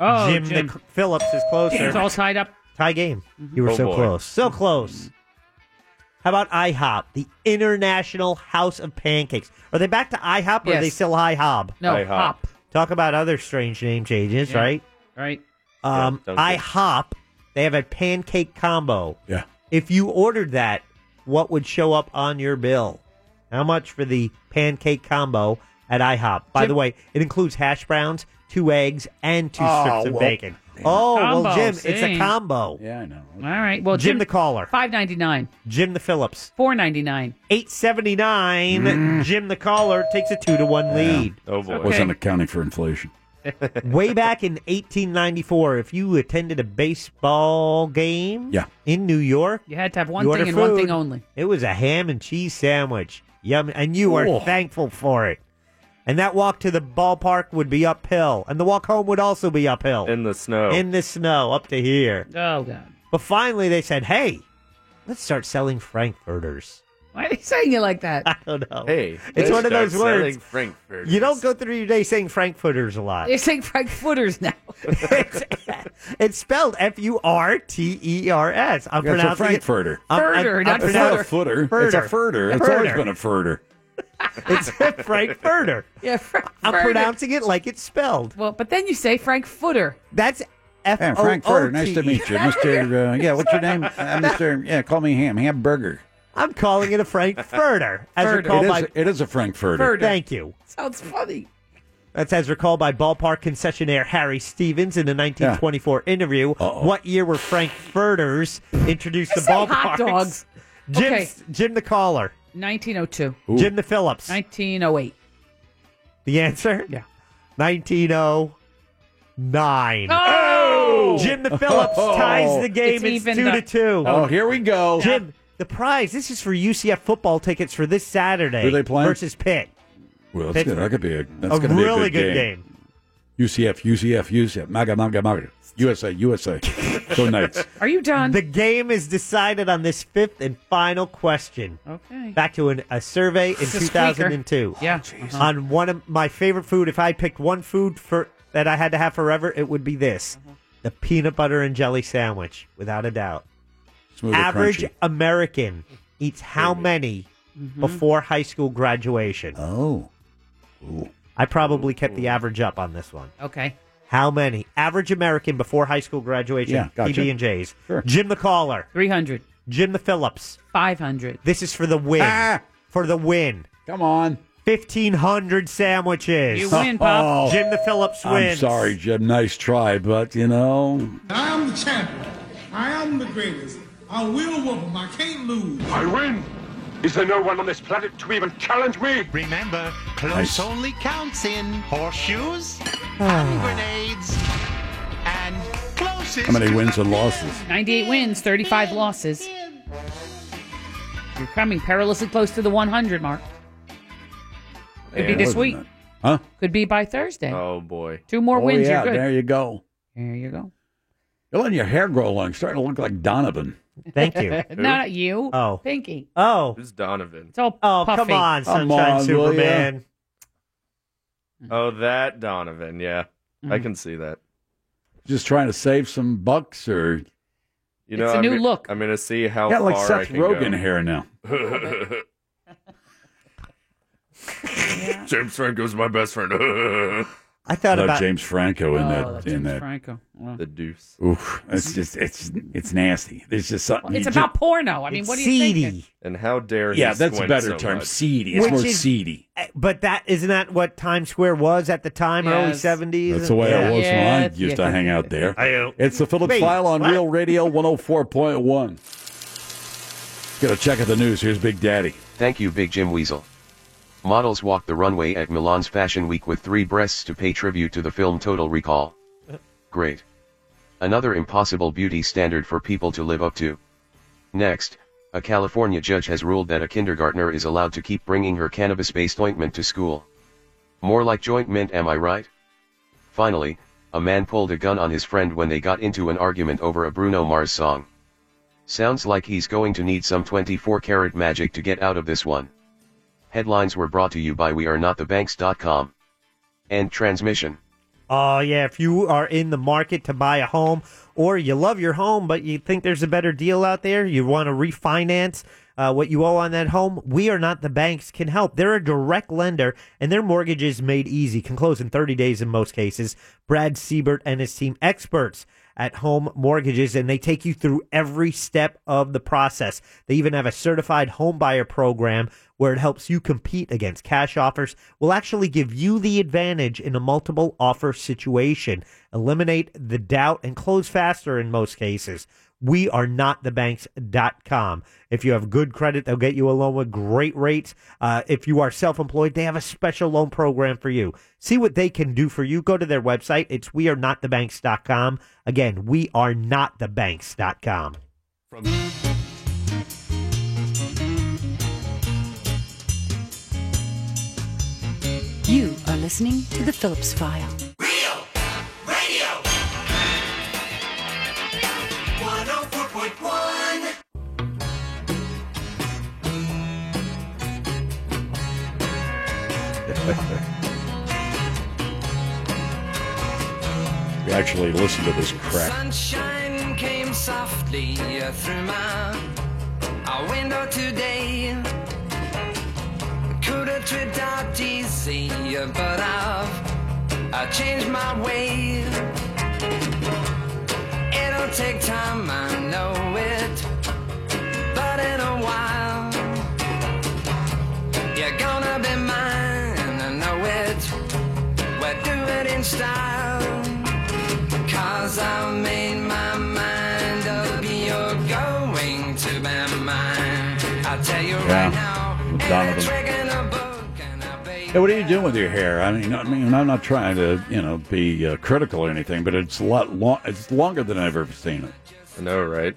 Oh,
Jim,
Jim.
Nic- Phillips is closer.
It's all tied up.
Tie game. You were
Oh,
so
boy.
close. So close. How about IHOP, the International House of Pancakes? Are they back to IHOP or are
Yes.
they still IHOB?
No, IHOP. hop.
Talk about other strange name changes,
Yeah.
right?
Right.
Um,
Yeah, Dunkin'.
IHOP, they have a pancake combo.
Yeah.
If you ordered that, what would show up on your bill? How much for the pancake combo at IHOP? By
Jim-
the way, it includes hash browns, two eggs, and two
Oh,
strips of
well,
bacon.
damn.
Oh,
Combo,
well, Jim, it's
see.
a combo.
Yeah, I know.
All right. Well,
Jim
Jim
the caller.
Five ninety nine.
Jim the Phillips.
Four Mm. ninety nine.
Eight seventy nine. Jim the caller takes a two to one lead.
Oh
boy.
Wasn't accounting for inflation.
Way back in 1894, if you attended a baseball game
Yeah.
in New York,
You had to have one
you
thing
order
and one thing
food.
only.
It was a ham and cheese sandwich. Yum, and you are
Cool.
thankful for it. And that walk to the ballpark would be uphill, and the walk home would also be uphill.
In the snow.
In the snow, up to here.
Oh god.
But finally, they said, "Hey, let's start selling frankfurters."
Why are you saying it like that?
I don't know.
Hey,
it's
let's
one of
start
those words.
selling frankfurters.
You don't go through your day saying frankfurters a lot.
They're saying Frankfurters now.
It's spelled F U R T E R S. I'm
Yeah, it's a
pronouncing it-
frankfurter.
I'm- I'm-
Furter, not
I'm
It's not a
pronouncing-
footer. It's a furter. It's always
Furter.
been a furter.
It's frankfurter.
yeah, Frank
I'm
Furter.
pronouncing it like it's spelled.
Well, but then you say Frankfurter.
That's F
Yeah,
O
Frank
O
Furter.
T.
Nice to meet you, Mister. Uh, yeah, what's your name? Uh, Mister. Yeah, call me Ham. Ham Burger.
I'm calling it a frankfurter, as
Furter.
recalled
It
by.
is, it is a Frankfurter.
Furter.
Thank you.
Sounds funny.
That's as recalled by ballpark concessionaire Harry Stevens in a 1924 interview. What year were frankfurters introduced to
Say hot
ballparks?
dogs.
Jim,
Okay.
Jim the caller.
1902.
Jim the Phillips.
1908.
The answer? Yeah. 1909.
Oh!
Jim the Phillips ties the game.
It's
It's,
even
two
the-
to two.
Oh, here we go.
Jim, the prize. This is for UCF football tickets for this Saturday.
Who they playing?
Versus Pitt.
Well, that's good. that could be a that's
a
gonna be
really
a good, game. UCF, UCF, UCF, MAGA, MAGA, MAGA, USA, USA. go Knights.
Are you done?
The game is decided on this fifth and final question.
Okay.
Back to an, a survey in
It's a
2002.
Yeah. Uh-huh.
on one of my favorite food. If I picked one food for that I had to have forever, it would be this:
Uh-huh.
the peanut butter and jelly sandwich, without a doubt.
Smooth or
Average
crunchy?
American eats how many
Mm-hmm.
before high school graduation?
Oh.
I probably kept the average up on this one.
Okay.
How many average American before high school graduation?
Yeah, gotcha.
PB and J's.
Sure.
Jim the caller.
300.
Jim the Phillips.
500.
This is for the win.
Ah!
For the win.
Come on.
Fifteen hundred sandwiches.
You win, Pop.
Oh,
Jim the Phillips
I'm
wins.
sorry, Jim. Nice try, but you know,
I am the champion. I am the greatest. I will whoop him. I can't lose.
I win. Is there no one on this planet to even challenge me? Remember, close
Nice. Ah.
only counts in horseshoes, hand grenades, and closest.
how many wins and losses?
98 wins, 35 losses. You're coming perilously close to the 100 mark. Could be
Yeah,
this
wasn't
week.
it? Huh?
Could be by Thursday.
Oh boy.
Two more
oh,
wins,
yeah,
you're good.
there you go.
There you go.
You're letting your hair grow long. You're starting to look like Donovan.
Thank you.
Not you.
Oh.
Pinky.
Oh.
Who's Donovan?
It's all
Oh,
puffy.
come on,
Come
Sunshine
on, will
Superman.
Oh, that Donovan. Yeah,
Mm-hmm.
I can see that.
Just trying to save some bucks, or
You
It's
know,
a
I'm
new
gonna-
look.
I'm gonna see how
got like
far I
Seth
can
Rogen
go.
hair now.
James Franco's my best friend.
I thought
Love
about
James Franco in
Oh,
that
James
in that
Franco. Wow.
the deuce.
Oof, it's just it's it's nasty. There's just something.
It's
you
about
just-
porno. I mean,
it's
what do you
seedy,
think?
And how dare he?
yeah, that's a
squint
better
so
term.
much.
Seedy. It's
Which
more
is-
seedy.
Eh, but that isn't that what Times Square was at the time, early
Yes.
seventies.
That's the way
yeah.
it was when I
Yeah,
used
yeah.
to hang out there.
Ayo.
It's the Phillips
Wait,
File on
what?
Real Radio 104.1. Get a check of the news. Here's Big Daddy.
Thank you, Big Jim Weasel. Models walked the runway at Milan's Fashion Week with three breasts to pay tribute to the film Total Recall. Great. Another impossible beauty standard for people to live up to. Next, a California judge has ruled that a kindergartner is allowed to keep bringing her cannabis based ointment to school. More like joint mint, am I right? Finally, a man pulled a gun on his friend when they got into an argument over a Bruno Mars song. Sounds like he's going to need some 24 karat magic to get out of this one. Headlines were brought to you by WeAreNotTheBanks.com. End transmission.
Oh, yeah. If you are in the market to buy a home or you love your home, but you think there's a better deal out there, you want to refinance uh, what you owe on that home, we are not the banks can help. They're a direct lender and their mortgage is made easy, can close in 30 days in most cases. Brad Siebert and his team, experts at home mortgages and they take you through every step of the process. They even have a certified home buyer program where it helps you compete against cash offers. Will actually give you the advantage in a multiple offer situation. Eliminate the doubt and close faster in most cases. We are not the banks.com. If you have good credit, they'll get you a loan with great rates. Uh, if you are self employed, they have a special loan program for you. See what they can do for you. Go to their website. It's we are not the banks.com. Again, we are not the banks.com.
You are listening to the Phillips File.
We actually listen to this crap.
Sunshine came softly through my our window today. Could have tripped out easy, but I've I changed my way. It'll take time, I know it, but in a while you're gonna be mine. I know it. We'll do it in style. Cause I made my mind up, you're going to be mine. I'll tell you right now,
Yeah, with Donovan.
trigger no book.
Hey, what are you doing with your hair? I mean, I mean, I'm not trying to, you know, be uh, critical or anything, but it's a lot long. It's longer than I've ever seen it.
I know, right?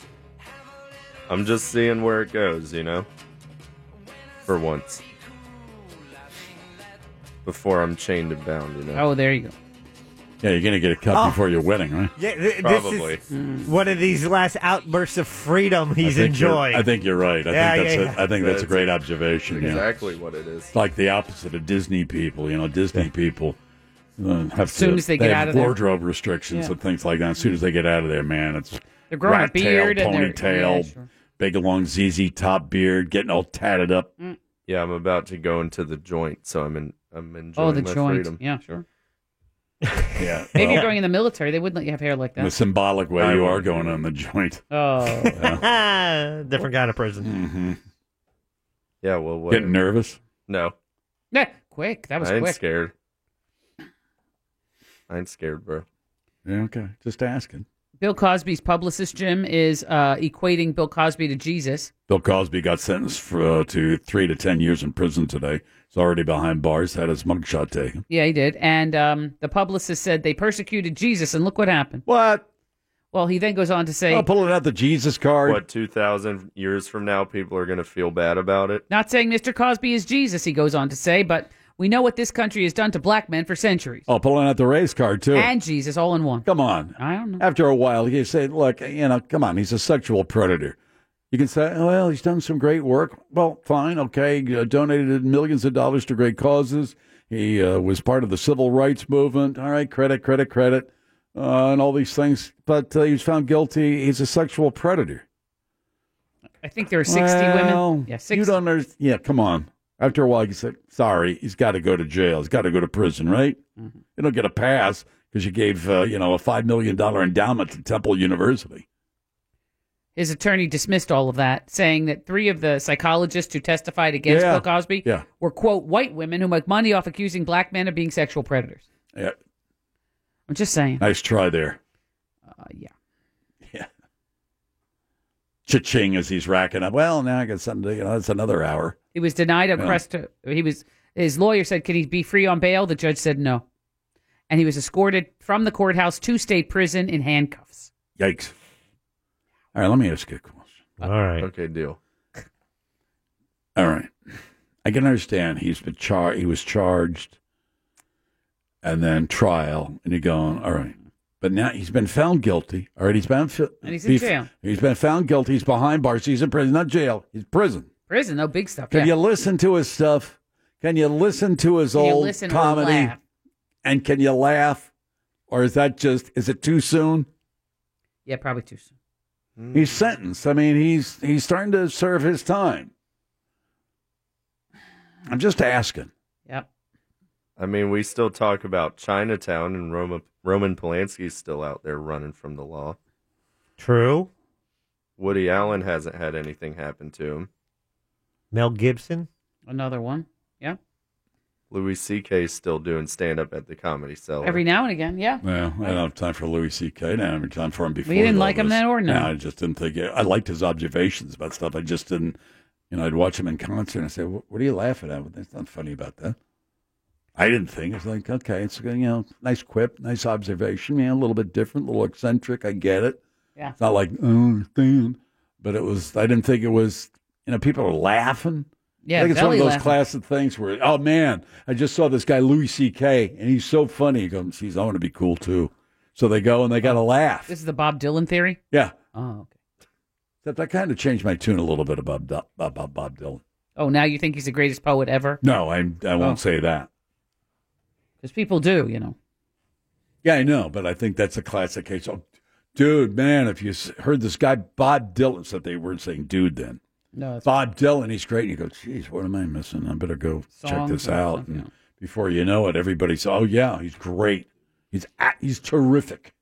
I'm just seeing where it goes, you know? For once. Before I'm chained and bound, you know?
Oh, there you go.
Yeah, you're gonna get a cut
Oh.
before your wedding, right?
Yeah, th- this
Probably.
is one of these last outbursts of freedom
Hmm. I
he's
think you're-
enjoying.
I think you're right. I
Yeah,
think that's
yeah,
a,
yeah.
I think that's a
That's
great observation. yeah.
Exactly what it is.
It's like the opposite of Disney people. You know, Disney people uh, have
As soon
to-
as they get
have
out of there.
wardrobe restrictions
Yeah.
and things like that. As soon as they get out of there, man, it's
They're growing a
rat tail,
beard and they're-
ponytail,
yeah, sure.
big long ZZ top beard, getting all tatted up.
Mm.
Yeah, I'm about to go into the joint, so I'm in. I'm enjoying
Oh, the
my
joint,
freedom.
yeah.
sure.
Yeah,
Maybe
well,
you're going in the military. They wouldn't let you have hair like
in the
that.
symbolic way
I
you are
would.
going on the joint.
Oh.
Ah, Different kind of prison.
hmm
Yeah, well, what?
Getting nervous?
No,
Nah, quick. That was
I ain't
quick.
scared. I ain't scared, bro.
Yeah, okay. Just asking.
Bill Cosby's publicist, Jim, is uh, equating Bill Cosby to Jesus.
Bill Cosby got sentenced for, uh, to three to ten years in prison today. He's already behind bars. Had his mugshot taken.
Yeah, he did. And um, the publicist said they persecuted Jesus, and look what happened.
What?
Well, he then goes on to say,
Oh, pulling out the Jesus card.
What? Two thousand years from now, people are gonna feel bad about it.
not saying Mr. Cosby is Jesus, he goes on to say, but we know what this country has done to black men for centuries.
Oh, pulling out the race card too.
And Jesus, all in one.
Come on.
I don't know.
After a while, you say, look, you know, come on, he's a sexual predator. You can say, oh, well, he's done some great work. Well, fine, okay. uh, Donated millions of dollars to great causes. He uh, was part of the civil rights movement. All right, credit, credit, credit, uh, and all these things. But uh, he was found guilty. He's a sexual predator.
I think there are 60
Well,
women. Yeah, 60.
You don't understand. Yeah, come on. After a while, you say, sorry, he's got to go to jail. He's got to go to prison, right?
Mm-hmm.
You don't get a pass because you gave, uh, you know, a $5 million endowment to Temple University.
His attorney dismissed all of that, saying that three of the psychologists who testified against
Yeah.
Bill Cosby
Yeah.
were, quote, white women who make money off accusing black men of being sexual predators.
Yeah.
I'm just saying.
Nice try there.
Uh, yeah.
Yeah. Cha-ching as he's racking up. Well, now I got something to, you know, that's another hour.
He was denied a
Yeah.
crest. He was his lawyer said, "Can he be free on bail?" The judge said no, and he was escorted from the courthouse to state prison in handcuffs.
Yikes. All right, let me ask you a question.
All right.
Okay, deal.
All right. I can understand he's been char- he was charged and then trial and you're going, all right. But now he's been found guilty. All right, he's been fi-
And he's in jail.
He's been found guilty. He's behind bars. He's in prison, not jail. He's prison.
Prison, no big stuff.
Can
yeah.
you listen to his stuff? Can you listen to his
Can you
old
listen or
comedy?
laugh?
And can you laugh? Or is that just, is it too soon?
Yeah, probably too soon.
Mm-hmm. He's sentenced. I mean, he's he's starting to serve his time. I'm just asking.
I mean, we still talk about Chinatown, and Roma, Roman Polanski's still out there running from the law.
True.
Woody Allen hasn't had anything happen to him.
Mel Gibson.
Another one. Yeah.
Louis C.K.'s still doing stand up at the Comedy Cellar.
Every now and again. Yeah.
Well, I don't have time for Louis C.K. Now I have time for him before.
Well, you didn't
all
like him
this.
then or no?
I just didn't think. It, I liked his observations about stuff. I just didn't. You know, I'd watch him in concert and I say, "What what are you laughing at? There's nothing funny about that." I didn't think it's like okay, it's you know, nice quip, nice observation, yeah, a little bit different, a little eccentric. I get it.
Yeah.
It's not like I don't understand, but it was. I didn't think it was. You know, people are laughing.
Yeah,
I think it's one of
belly
those
laughing.
classic things where, oh man, I just saw this guy Louis C.K. and he's so funny. He goes, "Geez, I want to be cool too." So they go and they got to laugh.
This is the Bob Dylan theory.
Yeah.
Oh, okay.
That I kind of changed my tune a little bit about Bob, Bob, Bob Dylan.
Oh, now you think he's the greatest poet ever?
No, I I won't
Oh.
say that.
Because people do, you know.
Yeah, I know, but I think that's a classic case. Oh, dude, man, if you s- heard this guy Bob Dylan, so they weren't saying dude then.
No, it's
Bob Dylan, he's great. And you go, geez, what am I missing? I better go check
Songs
this
and
out.
stuff,
And before you know it, everybody's, oh, yeah, he's great. He's, a- he's terrific.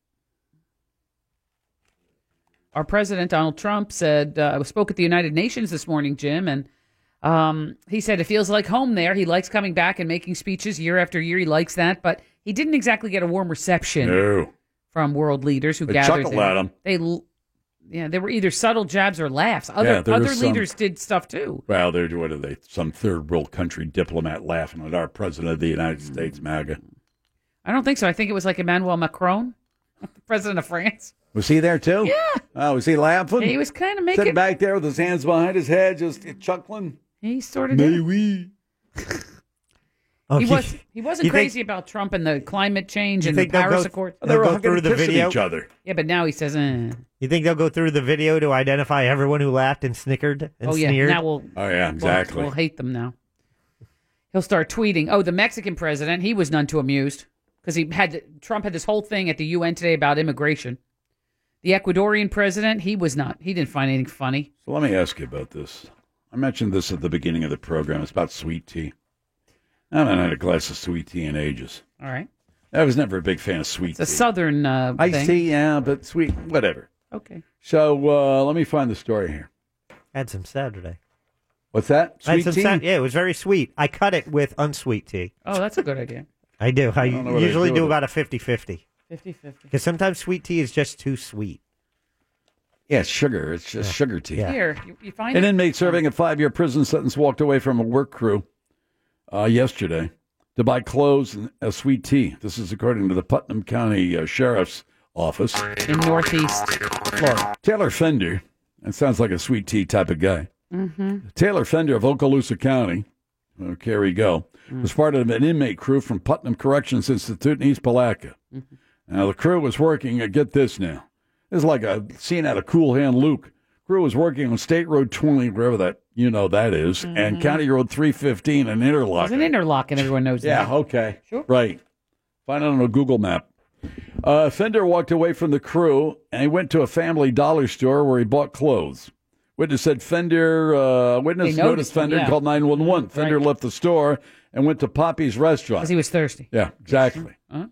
Our president, Donald Trump, said, uh, I spoke at the United Nations this morning, Jim, and um, he said it feels like home there. He likes coming back and making speeches year after year. He likes that, but he didn't exactly get a warm reception
No.
from world leaders who
They
gathered.
chuckled
there.
at him.
They, l- yeah, there were either subtle jabs or laughs. Other,
Yeah, there
other
was some-
leaders did stuff too.
Well, they're, what are they? Some third world country diplomat laughing at our president of the United States, MAGA.
I don't think so. I think it was like Emmanuel Macron, president of France.
Was he there too? Yeah. Oh, was he laughing?
Yeah, he was kind of
Sitting
making.
back there with his hands behind his head, just chuckling.
He sort of. did.
May we?
Oh,
Oh,
He was he wasn't
You think-
crazy about Trump and the climate change
You
and the
think they'll
Paris
go-
Accord.
they'll They were go hugging through and the kissing video? each
other.
Yeah, but now he says, eh.
You think they'll go through the video to identify everyone who laughed and snickered and
"Oh yeah,
sneered?
now we'll we'll- We'll, hate them now." He'll start tweeting. Oh, the Mexican president, he was none too amused because he had Trump had this whole thing at the UN today about immigration. The Ecuadorian president, he was not. He didn't find anything funny.
So let me ask you about this. I mentioned this at the beginning of the program. It's about sweet tea. I haven't had a glass of sweet tea in ages.
All right,
I was never a big fan of
it's
sweet
a
tea.
southern uh,
Iced
thing.
tea, yeah, but sweet, whatever.
Okay,
So uh, let me find the story here.
Had some Saturday.
What's that?
I had
Sweet
some
tea?
Sat- yeah, it was very sweet. I cut it with unsweet tea.
oh, that's a good idea.
I do. I,
I don't know what I
usually
do
do,
with it.
about a 50-50.
50-50.
Because sometimes sweet tea is just too sweet.
Yeah, it's sugar. It's just sugar tea.
Here, you, you find
An
it.
inmate serving a five year prison sentence walked away from a work crew uh, yesterday to buy clothes and a sweet tea. This is according to the Putnam County uh, Sheriff's Office
in Northeast Florida.
Taylor Fender, that sounds like a sweet tea type of guy.
Mm-hmm.
Taylor Fender of Okaloosa County, okay, here we go, was part of an inmate crew from Putnam Corrections Institute in East Palatka. Now, the crew was working, uh, get this now. This is like a scene out of Cool Hand Luke. Crew was working on State Road 20, wherever that, you know, that is, and County Road 315 in
It's
Interlochen.
an interlock, and everyone knows
Yeah,
that.
okay. Right. Find it on a Google map. Uh, Fender walked away from the crew and he went to a family dollar store where he bought clothes. Witness said Fender, uh, witness
They
noticed,
noticed him,
Fender and
yeah.
called 911. Fender left the store and went to Poppy's restaurant.
Because he was thirsty.
Yeah, exactly.
Huh?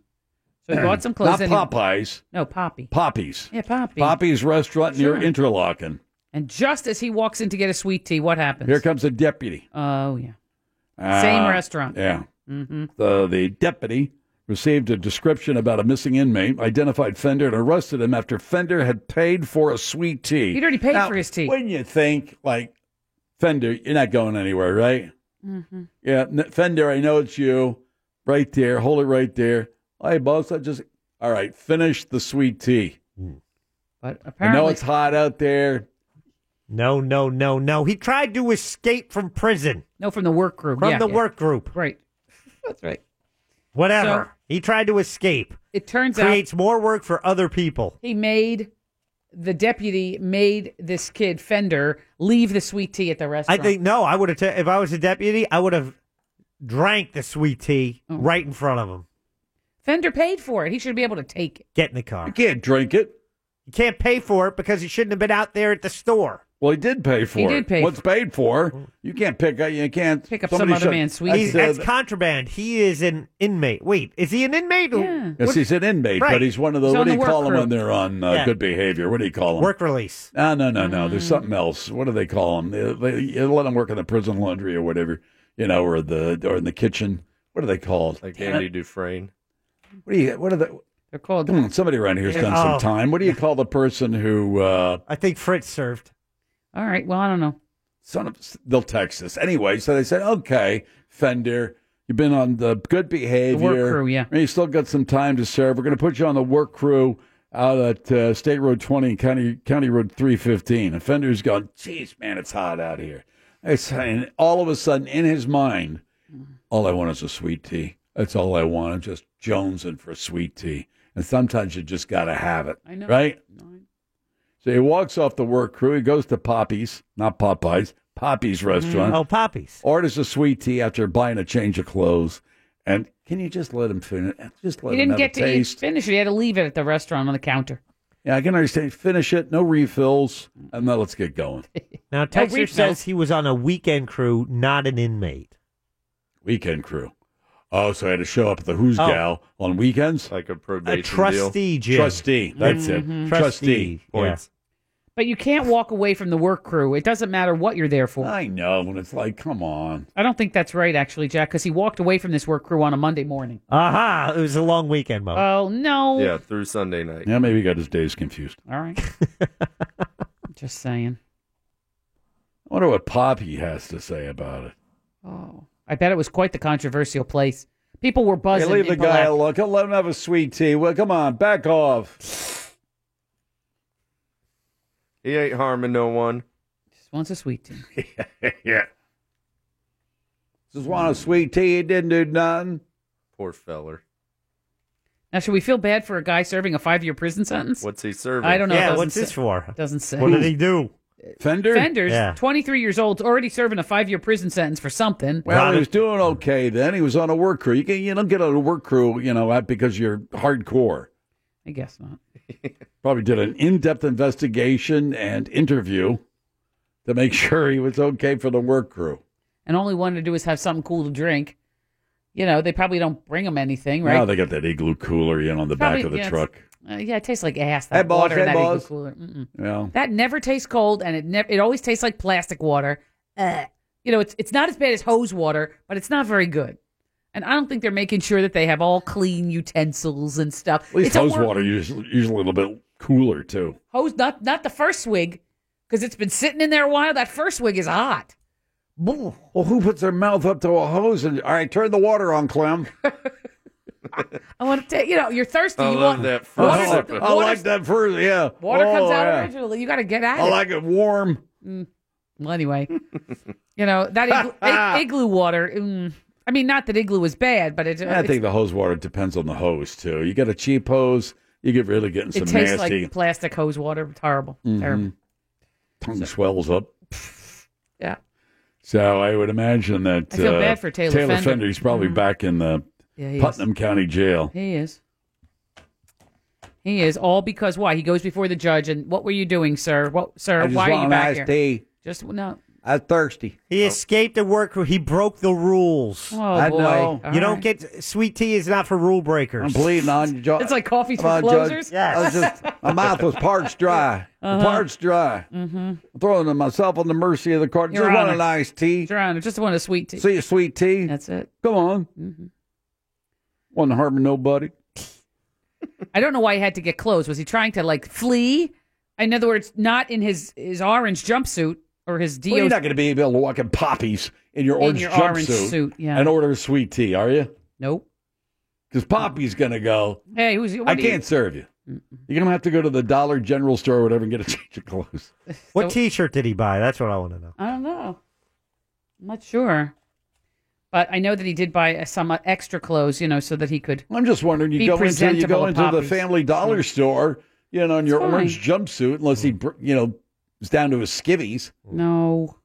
So he bought some
Not
clothes. and he-
Popeye's,
No, Poppy.
Poppy's.
Yeah, Poppy.
Poppy's restaurant
Sure.
near Interlaken.
And just as he walks in to get a sweet tea, what happens?
Here comes a deputy.
Oh, yeah. Same
Uh,
restaurant.
Yeah.
Mm-hmm.
The, the deputy received a description about a missing inmate, identified Fender, and arrested him after Fender had paid for a sweet tea.
He'd already paid
Now,
for his tea.
Wouldn't you think, like, Fender, you're not going anywhere, right?
Mm-hmm.
Yeah, N- Fender, I know it's you. Right there. Hold it right there. Hey, boss, I just, all right, finish the sweet tea.
But
I know
apparently-
it's hot out there.
No, no, no, no. He tried to escape from prison.
No, from the work group.
From
Yeah,
the
yeah.
work group.
Right. That's right.
Whatever.
So-
he tried to escape.
It turns out
Creates more work for other people.
he made the deputy made this kid Fender leave the sweet tea at the
I
restaurant.
think no. I would have ta-
Oh.
if I was a deputy. I would have drank the sweet tea right in front of him.
Fender paid for it. He should be able to take it.
Get in the car. You
can't drink it.
You can't pay for it because you shouldn't have been out there at the store.
Well, he did pay for
He
it.
did pay
What's
for
paid for? You can't pick up. You can't
Pick up
somebody
some other
should-
man's
He's,
sweets.
that's contraband. He is an inmate. Wait, is he an inmate? Yeah.
Yes, he's an inmate,
Right.
but he's one of the
He's
what
on
do
the
you call
work
them when
crew.
they're on uh,
Yeah.
good behavior? What do you call them?
Work release. Mm.
Ah, no, no, no. There's something else. What do they call them? They, they, you let them work in the prison laundry or whatever, you know, or the or in the kitchen. What are they called?
Like
Damn
Andy
it.
Dufresne.
What do you? What are the?
They're called.
Come on, somebody around here's done
Oh.
some time. What do you call the person who? Uh,
I think Fritz served.
All right. Well, I don't know.
Son of they'll text us anyway. So they said, okay, Fender, you've been on the good behavior.
crew, yeah.
You still got some time to serve. We're going to put you on the work crew out at uh, State Road 20 and County County Road 315. And Fender's going, Jeez, man, it's hot out here. It's, and all of a sudden, in his mind, all I want is a sweet tea. That's all I want. I'm just jonesing for sweet tea. And sometimes you just got to have it,
I know.
right? So he walks off the work crew. He goes to Poppy's, not Popeye's, Poppy's restaurant.
Oh, Poppy's.
Orders a sweet tea after buying a change of clothes. And can you just let him finish? Just let
He
him
didn't
have
get
a
to eat,
taste.
finish it. He had to leave it at the restaurant on the counter.
Yeah, I can understand. Finish it, no refills, and then let's get going.
Now,
we- no.
Texter says he was on a weekend crew, not an inmate.
Weekend crew. Oh, so I had to show up at the Who's
Oh.
Gal on weekends?
Like a
A trustee, Jim. Mm-hmm.
Trustee. That's
Mhm.
it.
Trustee,
Trustee.
yeah. Points.
But you can't walk away from the work crew. It doesn't matter what you're there for.
I know. When it's like, come on.
I don't think that's right, actually, Jack, because he walked away from this work crew on a Monday morning.
Aha! It was a long weekend, Mo.
Oh no!
Yeah, through Sunday night.
Yeah, maybe he got his days confused.
All right. Just saying.
I wonder what Poppy has to say about it.
Oh, I bet it was quite the controversial place. People were
Hey,
buzzing.
leave
in
the guy
Palac-
alone. Come let him have a sweet tea. Well, come on, back off.
He ain't harming no one.
Just wants a sweet tea.
yeah. Just want a sweet tea. He didn't do nothing.
Poor feller.
Now, should we feel bad for a guy serving a five-year prison sentence?
What's he serving?
I don't know. It
Yeah,
doesn't
what's this
say-
for?
Doesn't say.
What did he do?
Fender?
Fender's 23 years old, already serving a five-year prison sentence for something.
Well, he was doing okay then. He was on a work crew. You, can, you don't get on a work crew, you know, uh, because you're hardcore.
I guess not.
Probably did an in-depth investigation and interview to make sure he was okay for the work crew.
and only wanted to do is have something cool to drink. You know, they probably don't bring them anything, right?
Now they got that igloo cooler, you know, on the
Probably-
back of the
yeah,
truck.
it's- uh, yeah, it tastes like ass. That
Hey, boss,
water in
hey,
that igloo
boss.
cooler. Mm-mm.
Yeah.
That never tastes cold, and it never it always tastes like plastic water. Ugh. You know, it's it's not as bad as hose water, but it's not very good. And I don't think they're making sure that they have all clean utensils and stuff.
At least
It's a
hose
work-
water usually, usually a little bit cooler, too.
Hose, not not the first swig, because it's been sitting in there a while. That first swig is hot.
Well, who puts their mouth up to a hose and, all right, turn the water on, Clem.
I want to, you know, you're thirsty.
I
you
love
want
that first
water,
sip. I
water-
like that first, yeah.
Water comes
Oh,
out
yeah.
originally. You got to get at
I
it.
like it warm.
Mm. Well, anyway, you know that igloo, ig- igloo water. Mm, I mean, not that igloo was bad, but it,
I
it's-
think the hose water depends on the hose too. You get a cheap hose, you get really getting
it
some
tastes
nasty.
like plastic hose water. It's horrible,
Mhm.
terrible.
Tongue swells up.
Yeah.
So I would imagine that
I feel
uh,
bad for Taylor Fender. Mm-hmm.
He's probably back in the
Yeah, he is.
Putnam County Jail.
He is. He is all because why? He goes before the judge and what were you doing, sir? What, sir?
I just
why
want
are you
an
back
iced
here?
tea.
Just no.
I'm thirsty.
He escaped the work crew. He broke the rules.
Oh, I boy. know.
You
All
don't
right.
get sweet tea is not for rule breakers.
I'm bleeding on you, Judge.
It's like coffee
Come
through
on,
closers.
Judge. I was just- my mouth was parched dry.
Uh-huh.
Parched dry.
Mm-hmm.
I'm throwing myself on the mercy of the court.
Your
just want
Honor.
an iced tea.
Your Honor, just want a sweet tea.
See a sweet tea.
That's it.
Come on.
Mm-hmm.
Wasn't harming nobody.
I don't know why he had to get clothes. Was he trying to like flee? In other words, not in his his orange jumpsuit or his
Well,
do.
you're not going to be able to walk in poppies in your
In
orange
your
jumpsuit
orange suit, yeah.
and order a sweet tea, are you?
Nope.
Because Poppy's going to go,
hey, who's what
I
do you-
can't serve you. You're going to have to go to the Dollar General store or whatever and get a change of clothes.
What T-shirt did he buy? That's what I want to know.
I don't know. I'm not sure, but I know that he did buy uh, some uh, extra clothes, you know, so that he could.
I'm just wondering. You
be
go into, you
presentable
go
to
into the
Poppy's.
Family Dollar store, you know, in your
fine.
orange jumpsuit, unless he, br- you know, is down to his skivvies.
No,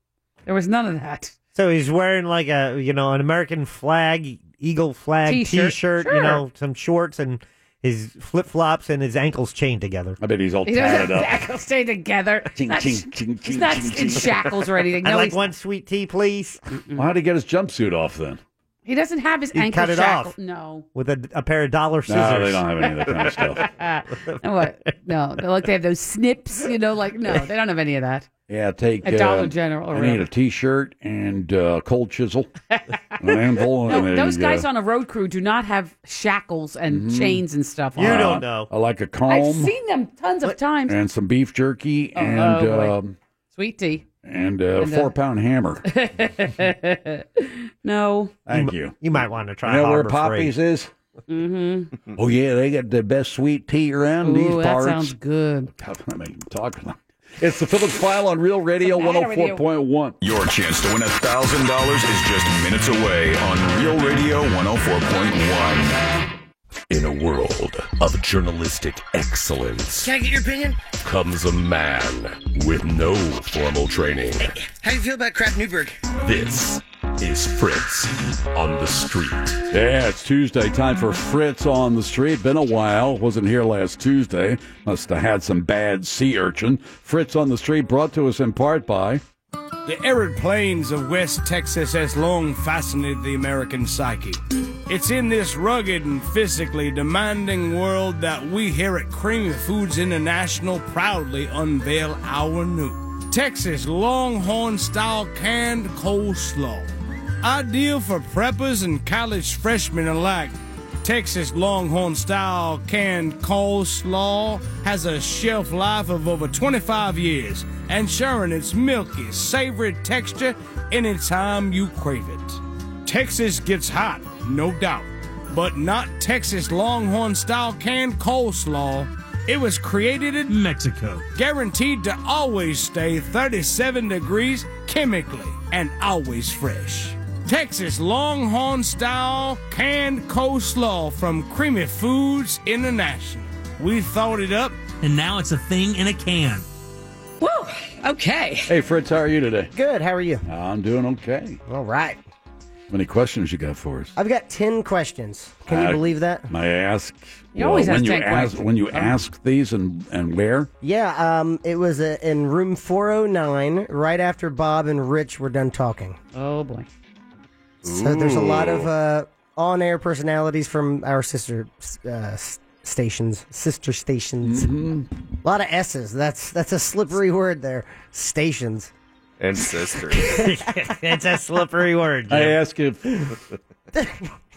there was none of that.
So he's wearing like a you know an American flag eagle flag
T-shirt,
T-shirt,
sure.
you know, some shorts and his flip flops and his ankles chained together.
I bet he's all
He doesn't tackle stay together.
Ching,
That's-
ching, ching,
he's
ching,
not
ching,
in
ching.
shackles or anything.
I'd
No,
like
he's-
one sweet tea, please.
Well, how'd he get his jumpsuit off then?
he doesn't have his
He
ankle
cut it
shackle-
off.
No.
With a, a pair of dollar scissors.
No, they don't have any of that kind of stuff.
And what? No, they like they have those snips, you know, like no, they don't have any of that.
Yeah, take uh,
At Dollar General or
I need
wherever.
a T-shirt and uh, cold chisel, an anvil. and
No,
a,
those guys
uh,
on a road crew do not have shackles and
Mhm.
chains and stuff. on
uh,
them.
I like a comb
I've seen them tons of times.
and some beef jerky and
oh, boy.
um,
Sweet tea.
and a
And, uh,
four-pound hammer.
no.
Thank you.
You might want to try.
You know where
Harbor Freight.
Poppy's is?
Mm-hmm.
Oh yeah, they got the best sweet tea around
Ooh,
these
that
parts.
sounds good.
I mean, talk about. It's the Phillips File on Real Radio
What's the matter with you?
104.1.
Your chance to win $1,000 is just minutes away on Real Radio 104.1.
In a world of journalistic excellence
Can I get your opinion?
comes a man with no formal training.
How do you feel about Crap Newberg?
This is Fritz on the street.
Yeah, it's Tuesday. Time for Fritz on the Street. Been a while. Wasn't here last Tuesday. Must have had some bad sea urchin. Fritz on the Street brought to us in part by.
The arid plains of West Texas has long fascinated the American psyche. It's in this rugged and physically demanding world that we here at Creamy Foods International proudly unveil our new Texas Longhorn style canned coleslaw. Ideal for preppers and college freshmen alike. Texas Longhorn style canned coleslaw has a shelf life of over 25 years, ensuring its milky, savory texture anytime you crave it. Texas gets hot, no doubt, but not Texas Longhorn style canned coleslaw. It was created in Mexico, guaranteed to always stay 37 degrees chemically and always fresh. Texas Longhorn style canned coleslaw from Creamy Foods International. We thought it up, and now it's a thing in a can.
Woo! Okay.
Hey, Fritz, how are you today?
Good. How are you?
I'm doing okay.
All right.
Many questions you got for us?
I've got 10 questions. Can you
Uh,
believe that?
May I ask?
You always
when
ask
you
that
ask
question.
when you ask these and and where?
Yeah, um, it was uh, in room 409, right after Bob and Rich were done talking.
Oh, boy.
So there's a lot of
Ooh.
uh, on air personalities from our sister uh, s- stations, sister stations. A lot of S's. That's that's a slippery word there. Stations.
And sister.
it's a slippery word.
I ask if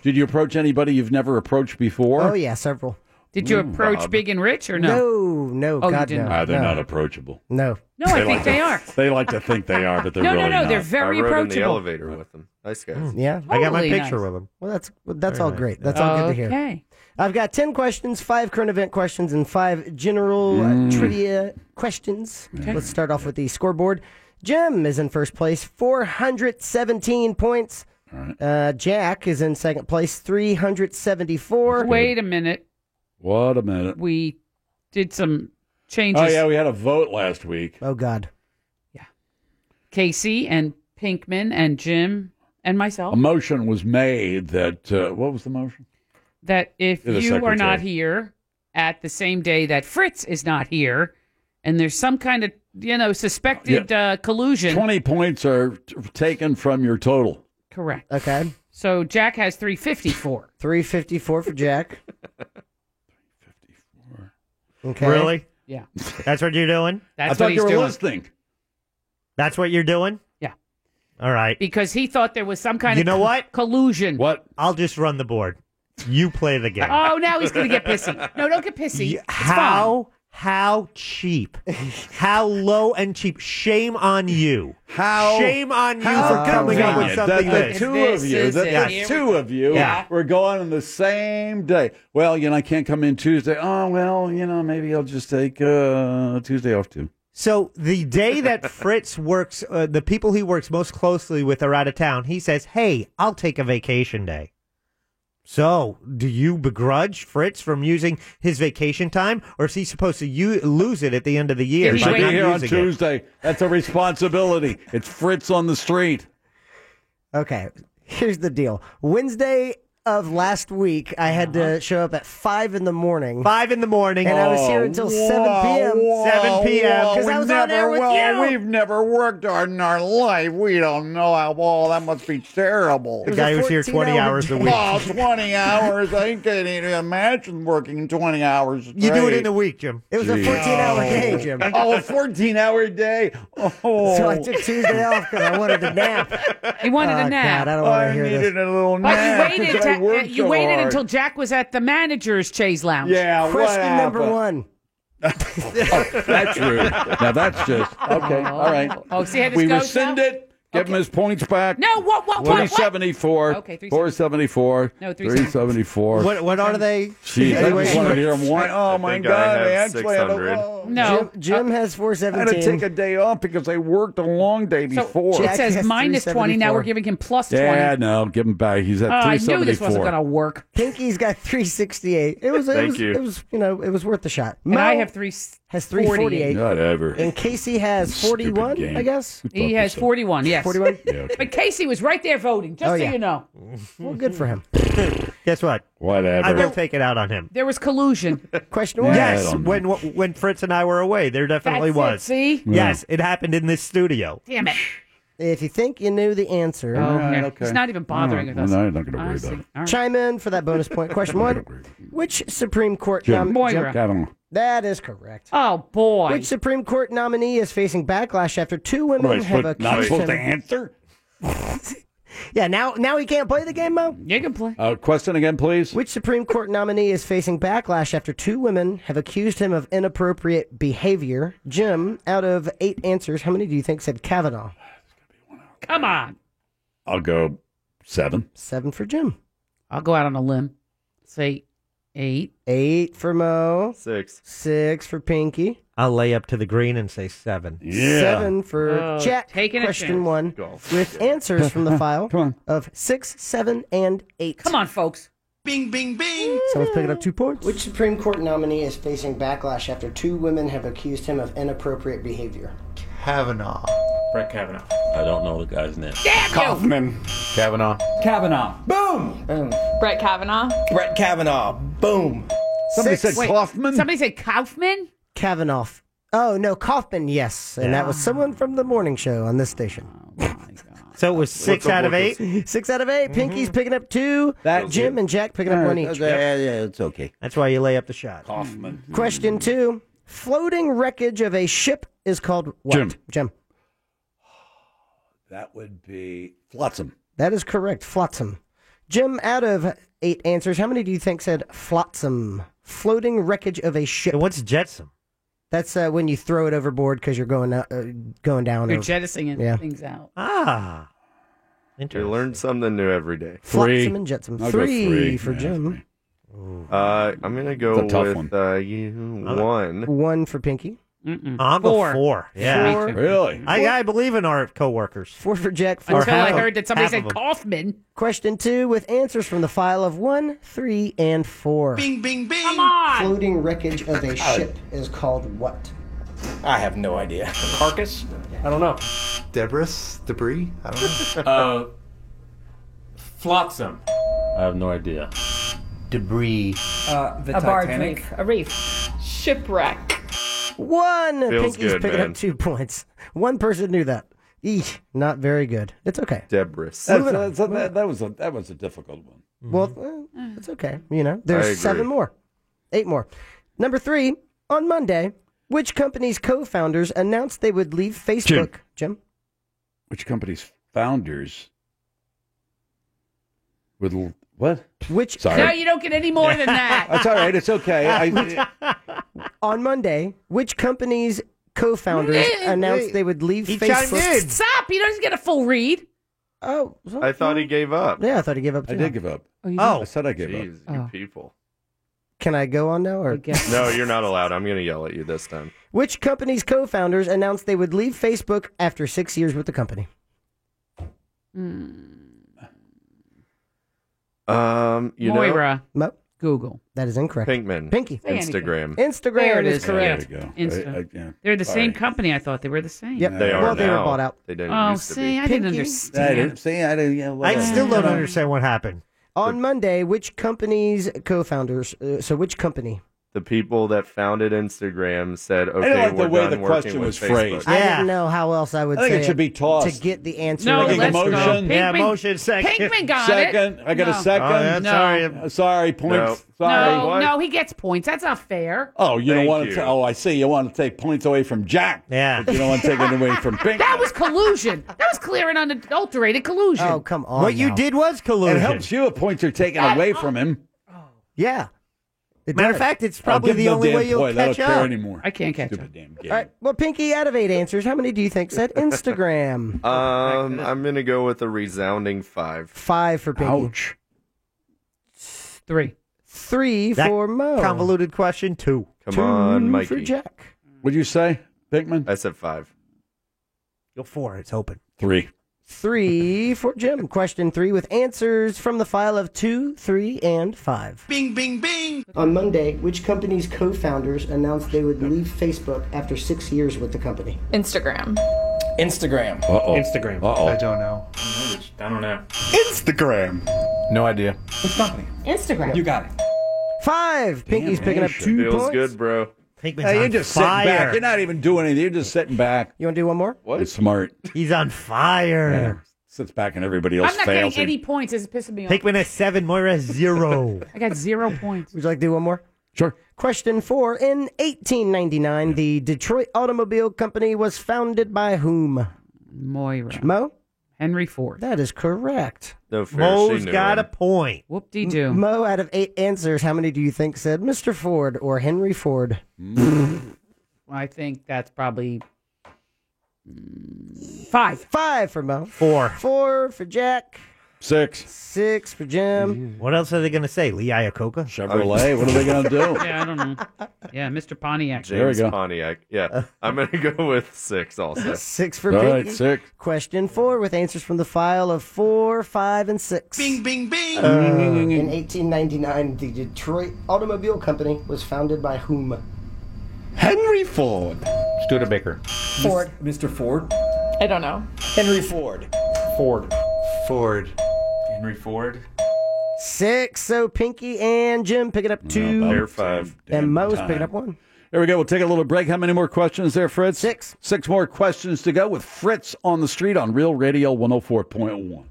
did you approach anybody you've never approached before?
Oh yeah, several.
Did you approach Big and Rich or no?
No, no,
Oh, you
God,
didn't.
no.
Ah, they're
no.
not approachable.
No.
No, I think they are.
They like to think they are, but they're
No, no,
really
no, they're
not.
very I rode in the approachable.
elevator with them. Nice guys.
Hmm. Yeah,
I got my Totally picture nice. with
him. Well, that's well, that's
Very
all
nice.
great. That's all good to hear.
Okay.
I've got ten questions, five current event questions, and five general
Mm.
uh, trivia questions. Let's start off with the scoreboard. Jim is in first place, four hundred seventeen points. Uh, Jack is in second place, three hundred seventy-four.
Wait a minute.
What a minute.
We did some changes.
Oh yeah, we had a vote last week.
Oh God.
Casey and Pinkman and Jim and myself
A motion was made that uh, what was the motion?
that if
To the
you are not
secretary.
here at the same day that Fritz is not here, and there's some kind of you know suspected uh, collusion.
Twenty points are t- taken from your total.
Correct.
Okay.
So Jack has 354.
354 for Jack. Okay.
Really?
Yeah.
That's what you're doing?
That's I thought what he's you were doing.
listening.
That's what you're doing?
Yeah.
All right.
Because he thought there was some kind
you
of
know
co-
what?
collusion.
What?
I'll just run the board. You play the game.
Oh, now he's going to get pissy. No, don't get pissy. It's fine.
How how cheap? How low and cheap? Shame on you.
How
Shame on you
how
for coming up with
convenient
something this.
that the two of you, that the two of you,
Yeah.
were going on the same day. Well, you know, I can't come in Tuesday. Oh well, you know, maybe I'll just take uh, Tuesday off too.
So the day that Fritz works, uh, the people he works most closely with are out of town. He says, "Hey, I'll take a vacation day." So, do you begrudge Fritz from using his vacation time, or is he supposed to u- lose it at the end of the year? by
You should be
not
here on
using it?
Tuesday. That's a responsibility. It's Fritz on the street.
Okay. Here's the deal. Wednesday of last week, I had
Uh-huh.
to show up at five in the morning.
Five in the morning,
and I was here
Oh,
until
whoa,
seven p.m.
whoa,
Oh,
7 p.m.
Because I
We
was on air with
well,
you.
We've never worked hard in our life. We don't know how. Well, that must be terrible.
The guy who's here 20 hours a week.
Well, 20 hours. I can't even imagine working 20 hours.
You do it in
straight.
a week, Jim.
It was a 14-hour day, Jim.
Oh, a 14 hour day. Oh.
So I took Tuesday off because I wanted to nap.
He wanted
Oh,
a nap.
God, I don't want to hear this.
needed a little
But you waited.
because I
to- uh,
worked
you
so
waited
hard.
until Jack was at the manager's chaise lounge.
Yeah,
Question number
happened?
one.
That's rude. Now that's just okay. All right.
Oh, see how this
we
goes
rescind
now?
it. Give him his points back.
No, what, what, what, what?
Three seventy four.
Okay, three
four seventy four.
No, three
three seventy four.
What, what are they?
Jeez, I
Anyway,
just want to hear him whine. Oh
I
my
think I
God!
have
I actually had a.
600.
oh.
No.
Jim, Jim has four
I had to
seventeen.
take a day off because I worked a long day before.
It says minus 20. Now we're giving him plus 20.
Yeah, no, give him back. He's at
Oh, I
three
knew this
seventy four.
wasn't gonna work.
Pinky's got three sixty eight. It was. It
Thank
was,
you.
It was. You know, it was worth the shot.
And
Mo
I have three
has three forty eight.
Whatever.
And Casey has forty one. I guess
He has 41, yes.
41?
But Casey was right there voting, just
Oh,
so
yeah.
you know.
Well, good for him.
Guess what?
Whatever.
I will take it out on him.
There was collusion.
Question
one.
Yes, when when Fritz and I were away, there definitely
That's it, see?
was. Yes, it happened in this studio.
Damn it.
If you think you knew the answer,
Oh, All right, yeah. okay.
He's not even bothering with us.
No, I'm not going to worry
Honestly.
about it.
Chime in for that bonus point. Question one: Which Supreme Court
Jim,
nom-
Jim Kavanaugh.
That is correct.
Oh boy!
Which Supreme Court nominee is facing backlash after two women
What,
have
what,
accused
not supposed
him?
to answer?
Yeah, now now he can't play the game, Mo.
You can play.
Uh, question again, please.
Which Supreme Court nominee is facing backlash after two women have accused him of inappropriate behavior? Jim, out of eight answers, how many do you think said Kavanaugh?
Come on.
I'll go seven.
Seven for Jim.
I'll go out on a limb. Say eight.
Eight for Mo.
Six.
Six for Pinky.
I'll lay up to the green and say seven.
Seven for
Oh,
Jack.
taking a
Question
chance.
one
Golf.
with answers from the file of six, seven, and eight. Come
on, folks.
Bing, bing, bing. Someone's picking up two points. Which Supreme Court nominee is facing backlash after two women have accused him of inappropriate behavior?
Kavanaugh. Brett Kavanaugh.
I don't know the guy's name.
Kaufman. Kavanaugh.
Kavanaugh.
Boom! Boom.
Brett Kavanaugh.
Brett Kavanaugh. Boom.
Somebody said
Wait,
Kaufman?
Somebody said Kaufman?
Kavanaugh. Oh, no, Kaufman, yes. And that was someone from the morning show on this station.
Oh,
So it was six out of eight.
Six out of eight. Pinky's picking up two. Uh, Jim and Jack picking up one each.
it's okay.
That's why you lay up the shot.
Kaufman.
Question two. Floating wreckage of a ship is called what?
Jim.
Jim.
That would be Flotsam.
That is correct. Flotsam. Jim, out of eight answers, how many do you think said flotsam? Floating wreckage of a ship.
what's jetsam?
That's uh, when you throw it overboard because you're going out, uh, going down.
You're
over-
jettisoning
Yeah.
things out.
Ah.
You learn something new every day.
Flotsam and jetsam. Three, for Jim.
Uh, I'm going to go
It's a tough
with
one.
Uh, you one.
One for Pinky.
Hmm.
I'm a four. Yeah.
Four.
I, I believe in our coworkers.
Four for Jack. Four
Or
Until I
half of-
heard that somebody
half of
said
them.
Kaufman.
Question two with answers from the file of one, three, and four.
Bing, bing, bing. Come on.
Floating wreckage of a ship is called what?
I have no idea. Carcass? I don't know. Debris? Debris? I don't know. uh, flotsam.
I have no idea.
Debris.
Uh,
the
a barge reef. A reef. Shipwreck.
One.
Feels
Pinky's
good,
picking
man.
up two points. One person knew that. Eesh, not very good. It's okay.
Debris.
Moving on.
That's- that, that was a that was a difficult one.
Well, eh, it's okay. You know,
Mm-hmm. I agree.
there's seven more, eight more. Number three on Monday, which company's co-founders announced they would leave Facebook? Jim,
Which company's founders would l- what?
Which
sorry?
No, you don't get any more than that.
That's all right. It's okay. I,
on Monday, which company's co-founders
Wait,
announced
wait.
they would leave
He
Facebook?
Stop! He doesn't get a full read.
Oh,
I thought he gave up.
Yeah, I thought he gave up.
I
too.
did give up.
Oh, you did? Oh.
I said I gave
Jeez,
up.
you people.
Can I go on now? Or
No, you're not allowed. I'm going to yell at you this time.
Which company's co-founders announced they would leave Facebook after six years with the company?
Mm,
Um, you
Moira.
Mo?
Google.
That is incorrect.
Pinkman.
Pinky.
Say anything.
Instagram.
Instagram
There it
is
is.
correct.
There you go.
I- I- yeah.
They're the
Sorry.
same company. I thought they were the same.
Yep.
They are
Well, they were
now.
bought out.
They didn't
Oh,
used to
see,
be.
I didn't
Pinky?
understand.
see, I didn't. Yeah,
I
whatever.
still don't understand what happened.
On Monday, which company's co-founders? Uh, so, which company?
The people that founded Instagram said,
don't
"Okay,
like the
we're
way
done
the
working
question
with
was
Facebook."
phrased.
I didn't know how else I would.
I think
say
it should be tossed.
to get the answer.
No,
right.
let's go. Motion?
Yeah,
Pinkman-
motion second.
Pinkman got
second.
it.
I got a
No.
second.
Oh, yeah, No. sorry.
Uh, sorry. Points. Sorry.
No, no, he gets points. That's not fair.
Oh, you don't
Thank
want
you.
to. Oh, I see. You want to take points away from Jack. Yeah. But you don't want to take it away from Pink.
That was collusion. That was clear and unadulterated collusion. Oh,
come
was
It helps you if points are taken away from him.
Yeah.
Matter of fact, it's probably
give
the
him no
only
damn
way you'll
point. I don't
catch
care
up.
anymore.
I can't catch
Stupid
All right. Well, Pinky, out of eight answers, how many do you think said Instagram?
Um, I'm gonna go with a resounding five.
Five for Pinky.
Ouch.
Three.
Three for Mo.
Convoluted question two.
Come on, Mikey.
For Jack.
What'd you say, Pinkman?
I said five.
Go four. It's open.
Three.
Three for Jim. Question three with answers from the file of two, three, and five.
Bing, bing, bing.
On Monday, which company's co founders announced they would leave Facebook after six years with the company?
Instagram.
Instagram.
Uh-oh.
Instagram.
Uh-oh. I
don't know. I don't know.
Instagram.
No idea. Which company?
Instagram.
You got it.
Five. Pinky's picking up two
Feels
points.
good, bro.
Hey, you're just sitting back. You're not even doing anything. You're just sitting back.
You want to do one more?
What?
It's smart.
He's on fire.
Sits back and everybody else
I'm not
fails.
getting any points. This is pissing me off.
Pinkman has seven. Moira has zero.
I got zero points.
Would you like to do one more?
Sure.
Question four. In 1899, the Detroit Automobile Company was founded by whom?
Moira.
Mo?
Henry Ford.
That is correct.
No fair.
Mo's
she knew
got
him.
a point.
Whoop de doo.
Mo, out of eight answers, how many do you think said Mr. Ford or Henry Ford?
I think that's probably five.
Five for Mo.
Four.
Four for Jack.
Six.
Six for Jim.
What else are they going to say? Lee Iacocca?
Chevrolet? What are they gonna do?
Yeah, I don't know. Yeah, Mr. Pontiac.
James Pontiac. Yeah, I'm gonna go with six also.
Six for Pinky. Question four with answers from the file of four, five, and six. Bing,
bing, bing.
in 1899, the Detroit Automobile Company was founded by whom?
Henry Ford. Studebaker.
Ford.
Mr. Ford.
I don't know.
Henry Ford. Ford. Ford. Henry Ford.
Six. So Pinky and Jim picking up two.
Air five.
and Mo's
time.
picking up one.
Here we go. We'll take a little break. How many more questions there, Fritz? Six. Six more questions to go with Fritz on the street on Real Radio 104.1.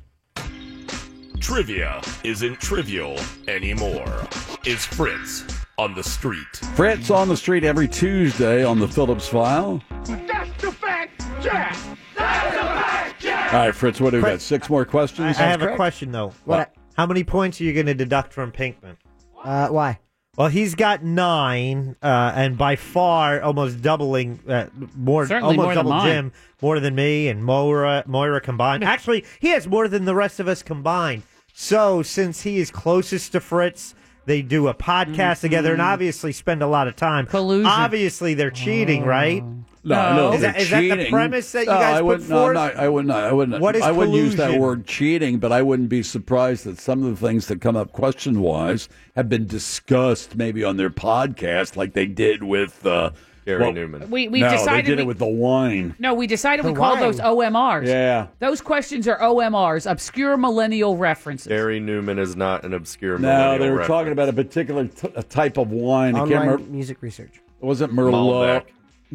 Trivia isn't trivial anymore. Is Fritz on the street?
Fritz on the street every Tuesday on the Phillips File.
That's the fact, Jack. That's the fact, Jack.
All right, Fritz, what do we got? Six more
I, I
questions?
have a question, though.
What?
How many points are you going to deduct from Pinkman?
Uh, why?
Well, he's got nine, uh, and by far almost doubling, uh, more
Certainly
almost
more than
double
mine.
Jim, more than me and Moira, Moira combined. Actually, he has more than the rest of us combined. So, since he is closest to Fritz, they do a podcast together
Mm-hmm.
and obviously spend a lot of time. Collusion. Obviously, they're cheating, right?
No, no,
is, that,
they're
is that the
cheating.
premise that you
No,
guys
I
put
would, no,
forth?
No, I would not. I wouldn't.
What is
I wouldn't use that
collusion?
word cheating, but I wouldn't be surprised that some of the things that come up question wise have been discussed maybe on their podcast, like they did with uh, Gary
Newman.
We- we've
no,
decided
they did
we-
it with the wine.
No, we decided
The
we call
wine.
those OMRs.
Yeah.
Those questions are OMRs, obscure millennial references.
Gary Newman is not an obscure.
No, they were talking about a particular t- a type of wine. I can't
Online
remember.
music research.
It wasn't Merlot.
Malbec.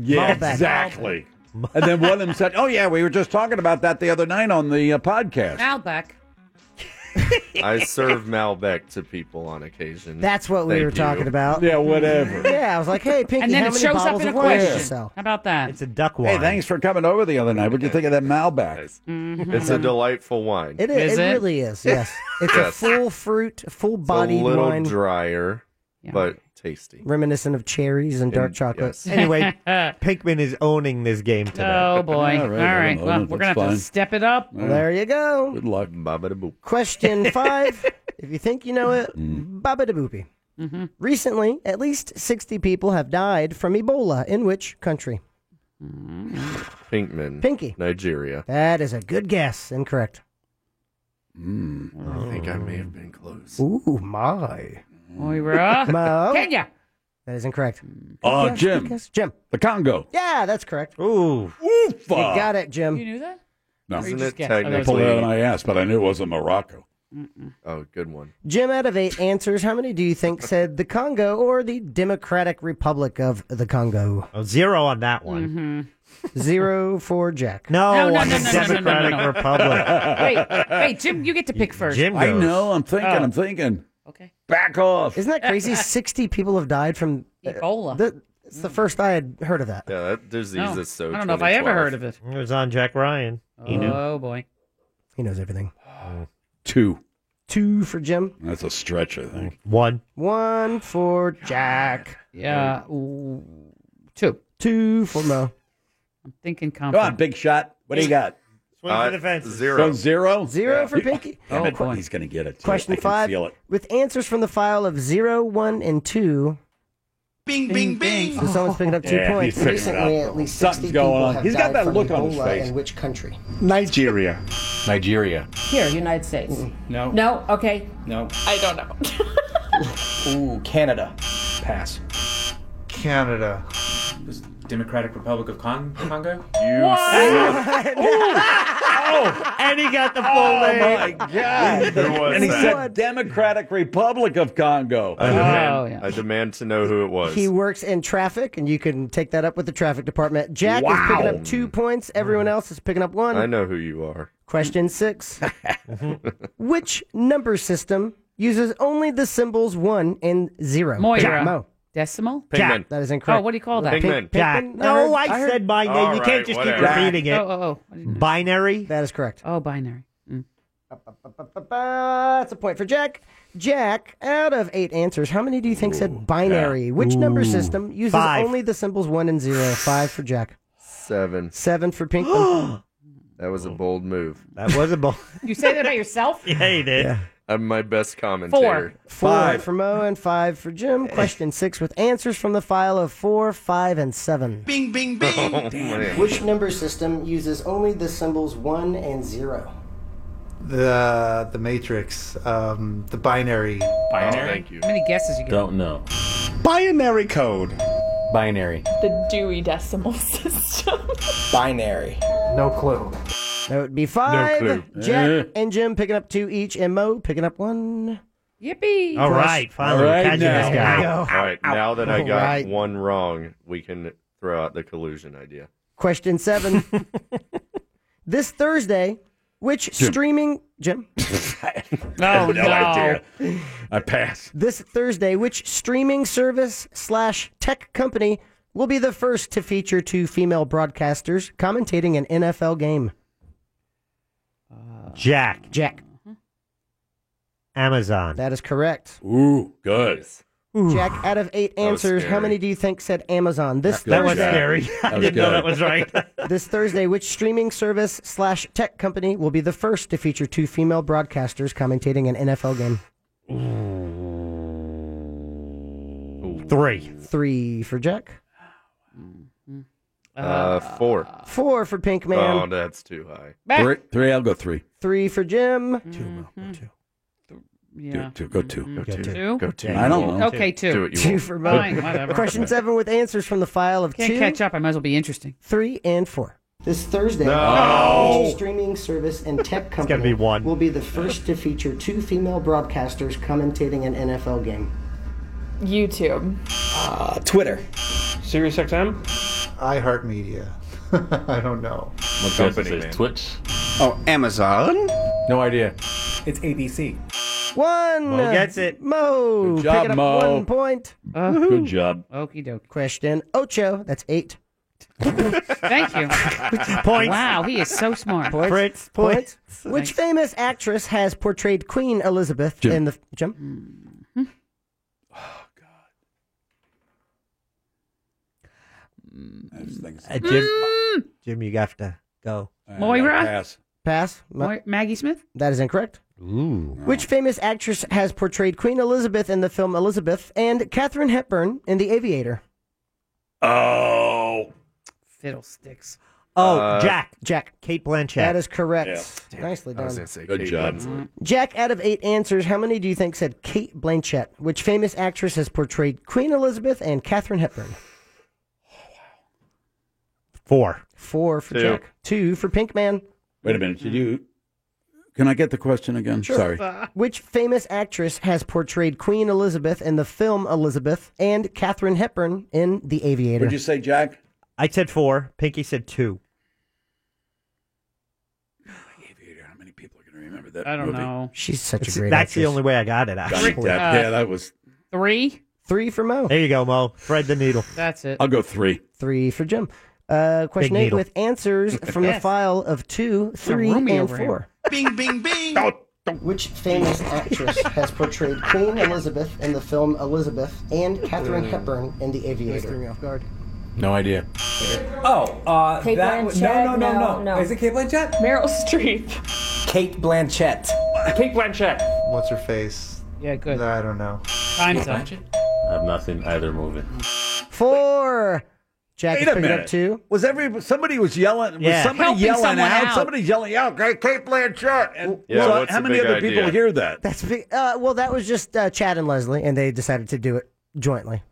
Yeah,
Malbec.
exactly. and then one of them said, "Oh yeah, we were just talking about that the other night on the uh, podcast."
Malbec.
I serve Malbec to people on occasion.
That's what we
Thank
were talking
you.
about.
Yeah, whatever.
yeah, I was like, hey, Pinky,
And then
how
it
many
shows up
bottles
in a
of wine do you
question.
sell?
How about that? It's
a duck
Hey, thanks for coming over the other night. What'd you think of that Malbec?
Mm.
It's a delightful wine.
It Mm-hmm. is. it, really is. Yes, it's a
Yes.
full fruit, full
It's a
bodied
little
wine,
drier, but tasty.
reminiscent of cherries and dark
And-
chocolate.
yes.
anyway, Pinkman is owning this game today.
Oh, boy. All right.
well,
Well, we're going to have to step it up.
Well, there you go.
Good luck.
Question five. if you think you know it, Baba da Boopy.
Mm-hmm.
Recently, at least 60 people have died from Ebola in which country? Mm-hmm.
Pinkman.
Pinky.
Nigeria.
That is a good guess. Incorrect.
Mm, I think I may have been close.
Ooh, my.
Moira.
Mo.
Kenya.
That is incorrect. Good
Uh,
guess,
Jim.
good guess. Jim.
The Congo.
Yeah, that's correct.
Ooh.
You got it, Jim.
You knew that?
No.
Or you just guessed?
I
Okay.
pulled it out of my ass, but I knew it wasn't Morocco.
Oh, good one.
Jim, out of eight answers, how many do you think said the Congo or the Democratic Republic of the Congo?
Oh, zero on that one.
Zero for Jack.
Mm-hmm. No, No, no, on no, the no, no, no, Democratic no, no. Republic.
Wait, wait, Jim, you get to pick first.
I know. I'm thinking.
Oh.
I'm thinking.
Okay.
Back off.
Isn't that crazy? 60 people have died from
Ebola.
it's the first I had heard of that.
Yeah, that disease
Oh.
No,
is so.
Oh, I don't know if I ever
2012.
heard of it.
It was on Jack Ryan. He knew.
Oh boy.
He knows everything.
Two.
Two for Jim.
That's a stretch, I think.
One.
One for Jack.
Yeah. Two.
Two for Mo.
I'm thinking
Come
confident.
on, big shot. What do you got?
Swing for
Uh,
the fences.
So zero?
Zero for Pinky.
Damn
Oh,
it,
boy.
He's going to get it. too.
Question
I can
five.
Feel it.
With answers from the file of zero, one, and two.
Bing, bing, bing.
So someone's picking up two
Yeah,
points.
he's figuring it
Recently,
out.
at least 60
Something's going
people
on.
have
He's got
died
that
from
look on his
Ebola
face.
In which country?
Nigeria. Nigeria.
Here, United States.
No.
No? Okay.
No.
I don't know.
Ooh, Canada. Pass. Canada.
Democratic Republic of Con- Congo?
oh, and he got the full name.
my God. and he said Democratic Republic of Congo.
I demand, I demand to know who it was.
He works in traffic, and you can take that up with the traffic department. Jack is
Wow.
picking up two points. Everyone
Mm.
else is picking up one.
I know who you are.
Question six. Mm-hmm. Which number system uses only the symbols one and zero?
Moira.
Jack Mo.
Decimal?
Jack. That is incorrect.
Oh, what do you call that?
Pink- Pinkman?
No, I,
heard- heard-
said my name. you can't just keep repeating it.
Oh, oh, oh.
Binary.
That is correct.
Oh, binary. Mm.
Ba-ba, That's a point for Jack. Jack, out of eight answers, how many do you think said binary? Which number
Ooh.
system uses
Five.
only the symbols one and zero? Five for Jack.
Seven.
Seven for Pinkman.
That was a bold move.
That was a bold.
You say that about yourself?
yeah, he did.
I'm my best
Four.
commentator.
Four for Mo and five for Jim. Question six with answers from the file of four, five, and seven.
Bing, bing,
Oh, man.
Which number system uses only the symbols one and zero?
The the Matrix. Um, the binary.
Oh,
Binary?
thank you.
How many guesses you get?
Don't know. Binary code. Binary.
The Dewey Decimal System.
Binary. No clue.
That would be five.
clue.
Jack
Eh.
and Jim picking up two each, and Mo picking up one.
Yippee.
All right, finally, we're catching this guy.
All right,
Ow,
now that I
ow.
got
Right.
one wrong, we can throw out the collusion idea.
Question seven. this Thursday, which
Jim.
streaming Jim?
Oh,
I have no idea. I pass.
This Thursday, which streaming service slash tech company will be the first to feature two female broadcasters commentating an NFL game?
Jack.
Jack.
Uh-huh.
Amazon.
That is correct.
Ooh, good.
Jack, out of eight
That was
answers, how
scary.
many do you think said Amazon? This
That was
Thursday-
scary. I didn't know that was right.
this Thursday, which streaming service slash tech company will be the first to feature two female broadcasters commentating an NFL game?
Three.
Three for Jack.
Uh, four.
Four for Pink
Oh,
Man.
that's too high.
Three, three, I'll go three.
Three for Jim.
Do, do, go two. Go
two. Two?
Go two.
Yeah.
I don't know.
Okay, two.
Do what you
Two
want.
for
Fine,
Mo.
whatever.
Question seven with answers from the file of
Can't
two,
catch up. I might as well be interesting.
three, and four. This Thursday,
No.
which streaming service and tech company
gotta be
one.
will be the first to feature two female broadcasters commentating an NFL game?
YouTube.
Uh, Twitter. Sirius XM. iHeartMedia. I don't know.
What company, man? Twitch.
Oh, Amazon. No idea. It's ABC.
One.
Mo gets
it.
Mo.
Good job,
picking up
Mo.
One point.
Good job.
Uh, Okie doke.
Question ocho. That's eight.
Thank you.
Points.
Wow, he is so smart.
Points.
Prince,
Points. Which famous actress has portrayed Queen Elizabeth in the Jim?
Mm.
Uh,
Mm.
Jim,
Mm.
Jim, you have to go.
Uh, Moira?
Pass.
Pass. Mo-
Moi- Maggie Smith?
that is incorrect.
Ooh.
Which famous actress has portrayed Queen Elizabeth in the film Elizabeth and Katharine Hepburn in The Aviator?
Oh.
Fiddlesticks.
Oh,
Uh,
Jack.
Jack.
Kate Blanchett.
That is correct. Nicely done.
Good job.
Mm-hmm.
Jack, out of eight answers, how many do you think said Kate Blanchett? Which famous actress has portrayed Queen Elizabeth and Katharine Hepburn?
Four.
Four for
Two.
Jack. Two for Pinkman.
Wait a minute. Did you Can I get the question again? Sorry.
Which famous actress has portrayed Queen Elizabeth in the film Elizabeth and Katherine Hepburn in The Aviator?
Would you say Jack?
I said four. Pinky said two.
Remember that
I don't
movie?
know.
She's such
It's-
a great
That's the
actress.
only way I got it. Actually,
Great, that-
uh,
yeah, that was
Three?
Three for Mo.
There you go, Mo. Thread the needle.
That's it.
I'll go three.
Three for Jim. Uh, question
Big
eight
needle.
with answers from
Yes.
a file of two, three,
roomy
and
over here.
four.
Bing, bing, bing.
Which famous actress has portrayed Queen Elizabeth in the film Elizabeth and Katherine Hepburn in The Aviator? threw me off guard.
No idea.
Oh, uh,
Kate
that w- no, no,
Blanchett?
no, no,
No, no.
Is it Kate Blanchett?
Meryl Streep.
Kate Blanchett. Kate Blanchett.
What's her face?
Yeah, good.
I don't know.
Time's up.
I've not seen either movie.
Four. Jack
Wait
has
a
picked it
minute.
up two.
Was every somebody was yelling?
Yeah.
Was somebody
Helping
yelling
someone
out?
out.
Somebody's yelling out. Great, Kate Blanchett. And
Yeah,
so
what's
how
the
many
big
other people
idea?
hear that?
That's big. Uh, well, that was just uh, Chad and Leslie, and they decided to do it jointly.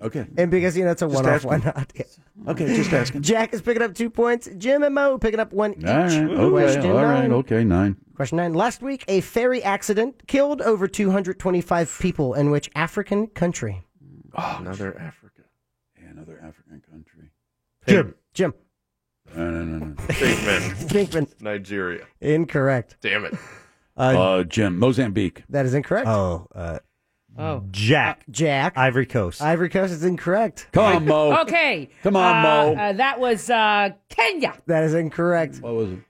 Okay.
And because you know it's a
Just
one-off,
asking.
why not?
Okay, just asking.
Jack is picking up two points. Jim and Mo picking up one
All
each.
right. Okay.
Question
All right.
nine.
Okay. Nine.
Question nine. Last week, a ferry accident killed over 225 people in which African country?
Oh,
Another African.
Another African country.
Jim. Jim.
No, no, no, no.
Pinkman.
Pinkman.
Nigeria.
Incorrect.
Damn it.
Uh, Jim. Mozambique.
That is incorrect.
Oh, uh,
Oh.
Jack.
Jack.
Ivory Coast.
Ivory Coast is incorrect.
Come on, Mo.
Okay.
Come on,
Uh,
Mo.
uh, that was uh, Kenya.
That is incorrect.
What was it?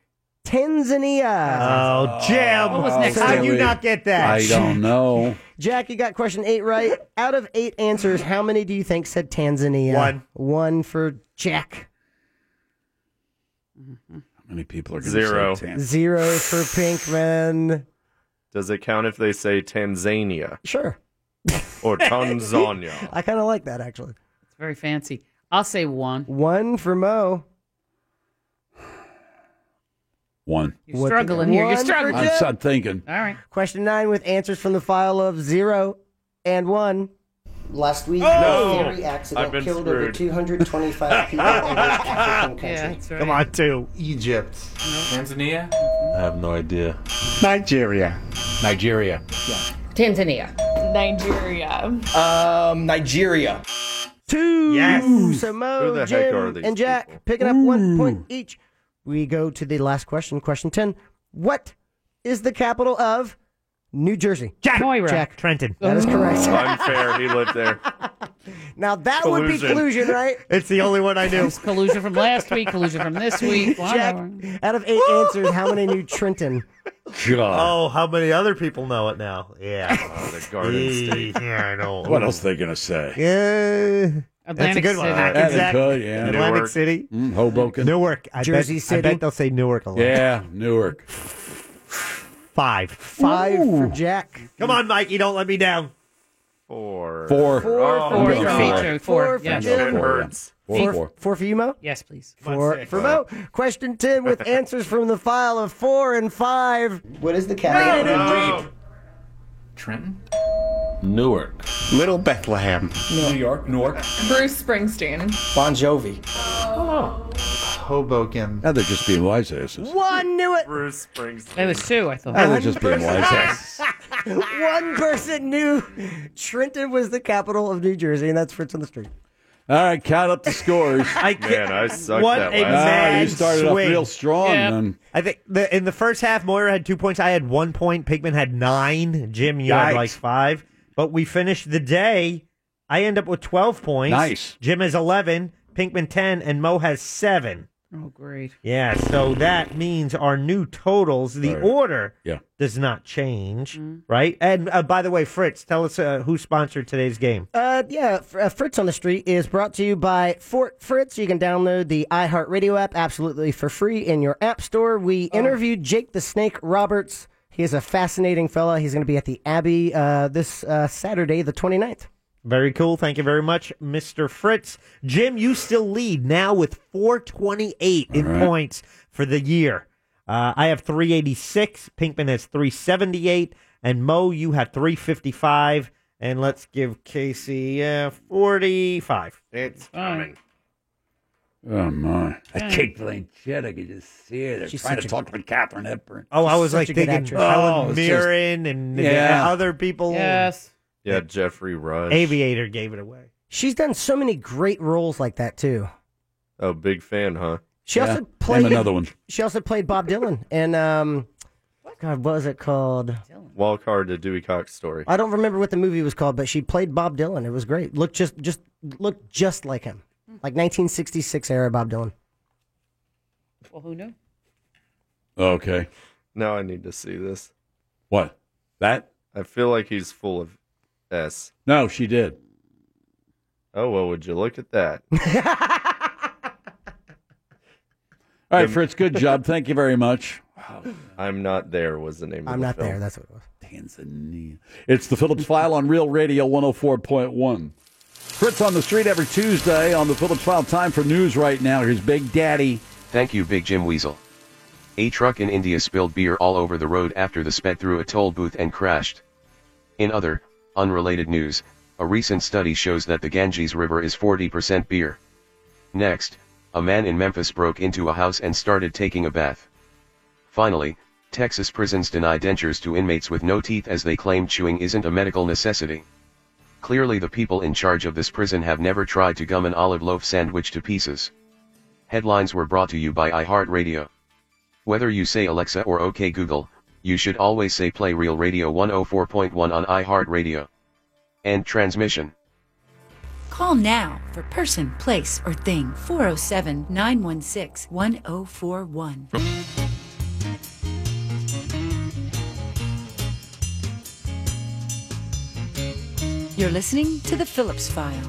Tanzania.
Oh, Jim.
What was next?
How
Sorry.
you not get that?
I don't know.
Jack, you got question eight right. Out of eight answers, how many do you think said Tanzania?
One.
One for Jack.
How many people are going to
Zero.
Say Tanzania?
Zero for Pinkman.
Does it count if they say Tanzania
Sure.
or Tanzania?
I kind of like that, actually.
It's very fancy. I'll say one.
One for Mo.
One.
You're struggling here. You're
One for
struggling.
I'm, I'm thinking.
All right.
Question nine with answers from the file of zero and one. Last week,
Oh!
No. ferry accident I've been killed over screwed.
225 people in African country.
Come on, two.
Egypt. Tanzania.
I have no idea.
Nigeria. Nigeria.
Tanzania. Nigeria.
Um, Nigeria.
Two.
Yes.
So
Who the
Mo,
heck are
Jim,
these
and Jack picking up one point each. We go to the last question, question 10. What is the capital of New Jersey?
Jack.
Moira. Jack.
Trenton.
That is correct.
Unfair. He lived there.
now that would be
Collusion.
collusion, right?
It's the only one I knew.
It's collusion from last week, collusion from this week.
Jack,
Whatever.
out of eight answers, how many knew Trenton?
Oh, how many other people know it now? Yeah.
Oh,
the Garden State.
Yeah, I know.
What else are they going to say?
Yeah. That's a
Atlantic
good one.
City.
Exactly.
Could, yeah.
Atlantic
Newark.
City.
Mm, Hoboken.
Newark. I
Jersey
bet,
City.
I bet they'll say Newark a lot.
Yeah, Newark.
Five.
Five for Jack.
Come on, Mikey. Don't let me down.
Four.
Four.
Four
Oh,
Four
for
for Pichu. Four.
Four for
yes.
Jim.
Four, yeah.
Four,
Four, four.
four for you, Mo?
Yes, please.
Four for Mo. Question 10 with answers from the file of four and five. What is the capital?
Trenton?
Newark. Little Bethlehem.
New York? Newark?
Bruce Springsteen.
Bon Jovi.
Oh.
Hoboken.
Now they're just being wise asses.
One knew it.
Bruce Springsteen.
That was two, I thought. Oh,
Now they're just being wise asses.
One person knew Trenton was the capital of New Jersey, and that's Fritz on the Street.
All right, count up the scores.
I
Man, I sucked
What
that
a
last
man.
Ah, you started off
swing.
real strong.
Yeah.
Then.
I think the, in the first half, Moira had two points. I had one point. Pigman had nine. Jim, you had
Yikes.
like five. But we finished the day. I end up with 12 points.
Nice.
Jim has 11, Pinkman 10, and Mo has seven.
Oh, great.
Yeah, so that means our new totals, the
Right.
order
Yeah.
does not change, right? And uh, by the way, Fritz, tell us uh, who sponsored today's game.
Uh, yeah, Fr- uh, Fritz on the Street is brought to you by Fort Fritz. You can download the iHeartRadio app absolutely for free in your app store. We interviewed Jake the Snake Roberts. He is a fascinating fella. He's going to be at the Abbey uh, this uh, Saturday, the 29th.
Very cool. Thank you very much, Mr. Fritz. Jim, you still lead now with 428 in
All right.
points for the year. Uh, I have 386. Pinkman has 378. And Mo, you have 355. And let's give Casey uh, 45.
It's
All right.
coming.
Oh my!
I keep playing shit. I could just see her. They're
She's
trying to
such a-
talk to Catherine Hepburn.
Oh, I
She's
was
such
like
a good
thinking
actress.
Helen
it's just-
Mirren and the
Yeah.
other people.
Yes.
Yeah, Jeffrey Rush.
Aviator gave it away.
She's done so many great roles like that too.
Oh, big fan, huh?
She also played She also played Bob Dylan and um, God, what was it called?
Wild card to Dewey Cox story.
I don't remember what the movie was called, but she played Bob Dylan. It was great. Looked just just looked just like him, like 1966 era Bob Dylan.
Well, who knew?
Oh, Okay.
Now I need to see this.
What? That?
I feel like he's full of S.
No, she did.
Oh well, would you look at that?
All right, Fritz. Good job. Thank you very much.
I'm not there was the name.
I'm
of the
not
film.
there. That's what it was.
Tanzania. It's the Phillips File on Real Radio 104.1. Fritz on the street every Tuesday on the Phillips File. Time for news right now. Here's Big Daddy.
Thank you, Big Jim Weasel. A truck in India spilled beer all over the road after the sped through a toll booth and crashed. In other, unrelated news, a recent study shows that the Ganges River is 40% beer. Next, a man in Memphis broke into a house and started taking a bath. Finally, Texas prisons deny dentures to inmates with no teeth as they claim chewing isn't a medical necessity. Clearly, the people in charge of this prison have never tried to gum an olive loaf sandwich to pieces. Headlines were brought to you by iHeartRadio. Whether you say Alexa or OK Google, you should always say Play Real Radio 104.1 on iHeartRadio. End transmission.
Call now for person, place, or thing 407 916 1041. You're listening to The Phillips File.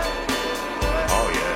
Oh yeah.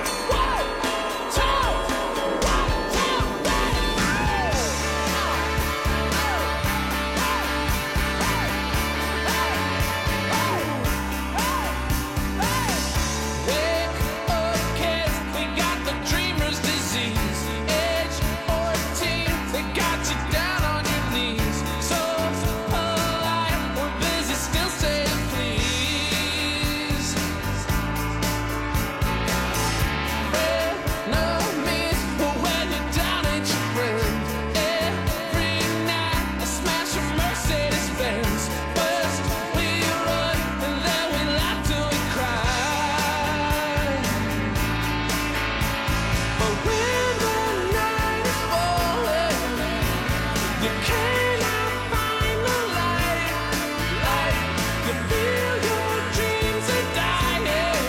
Mercedes-Benz. First we run, and then we laugh till we cry. But when the night is falling, you cannot find the light. Light, you feel your dreams are dying.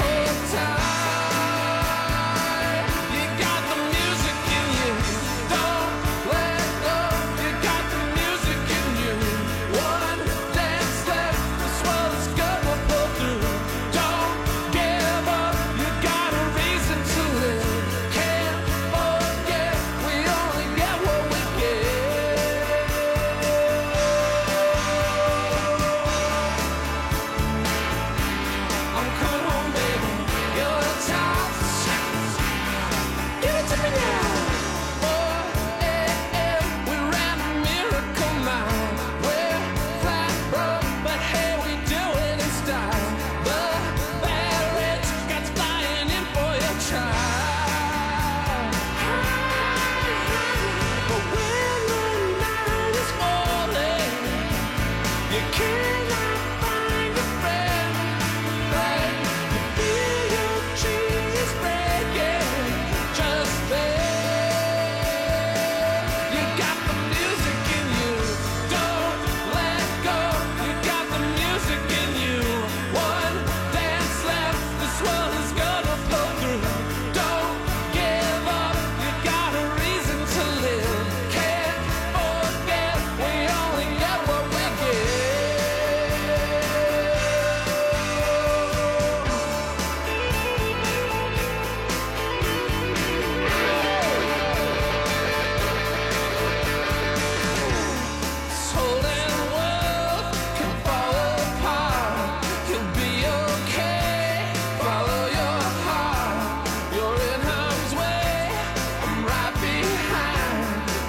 Hold tight. You got the music in you. Don't let go. You got the music in you. One dance step, this world's gonna pull through. Don't give up. You got a reason to live. Can't forget. We only get what we get. I'm coming home, baby. You're the top. Give it to me now. 4 a.m. We ran a miracle mile. We're flat broke, but hey, we do it in style. The parents got flying in for your child. But when the night is falling, you cannot find a friend. Right? You feel your dreams breaking. Just there.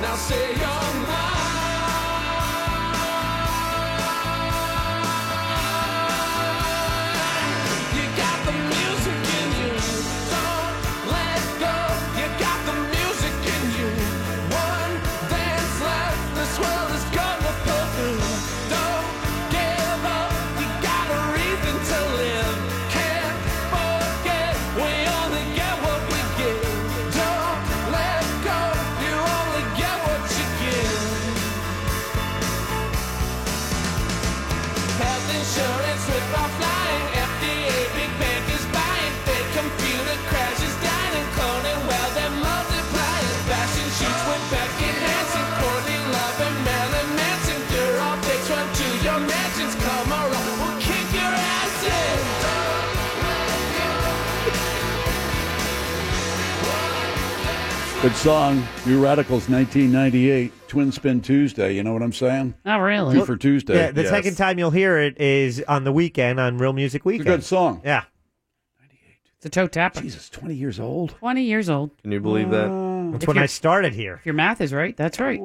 I'll say you're mine. You got the music in you. Don't let go. You got the music in you. One dance left. This world is gonna pull through. Don't give up. You got a reason to live. Can't forget. We only get what we give. Don't let go. You only get what you give. Health insurance rip off lying. FDA big bank is buying. Fake computer crashes dying. Cloning well they're multiplying. Fashion sheets with Becky Hansen, Courtney Love and Marilyn Manson. You're all fixed. Run to your mansions. Come around, we'll kick your ass in.
Good song. New Radicals 1998. Twin Spin Tuesday. You know what I'm saying?
Oh,
Not really.
Two for Tuesday.
Yeah, the second time you'll hear it is on the weekend on Real Music Weekend.
good song.
Yeah.
It's a toe tapper.
Jesus, 20 years old.
20 years old.
Can you believe that?
That's
If
when I
you're-
started here.
If your math is right, that's right.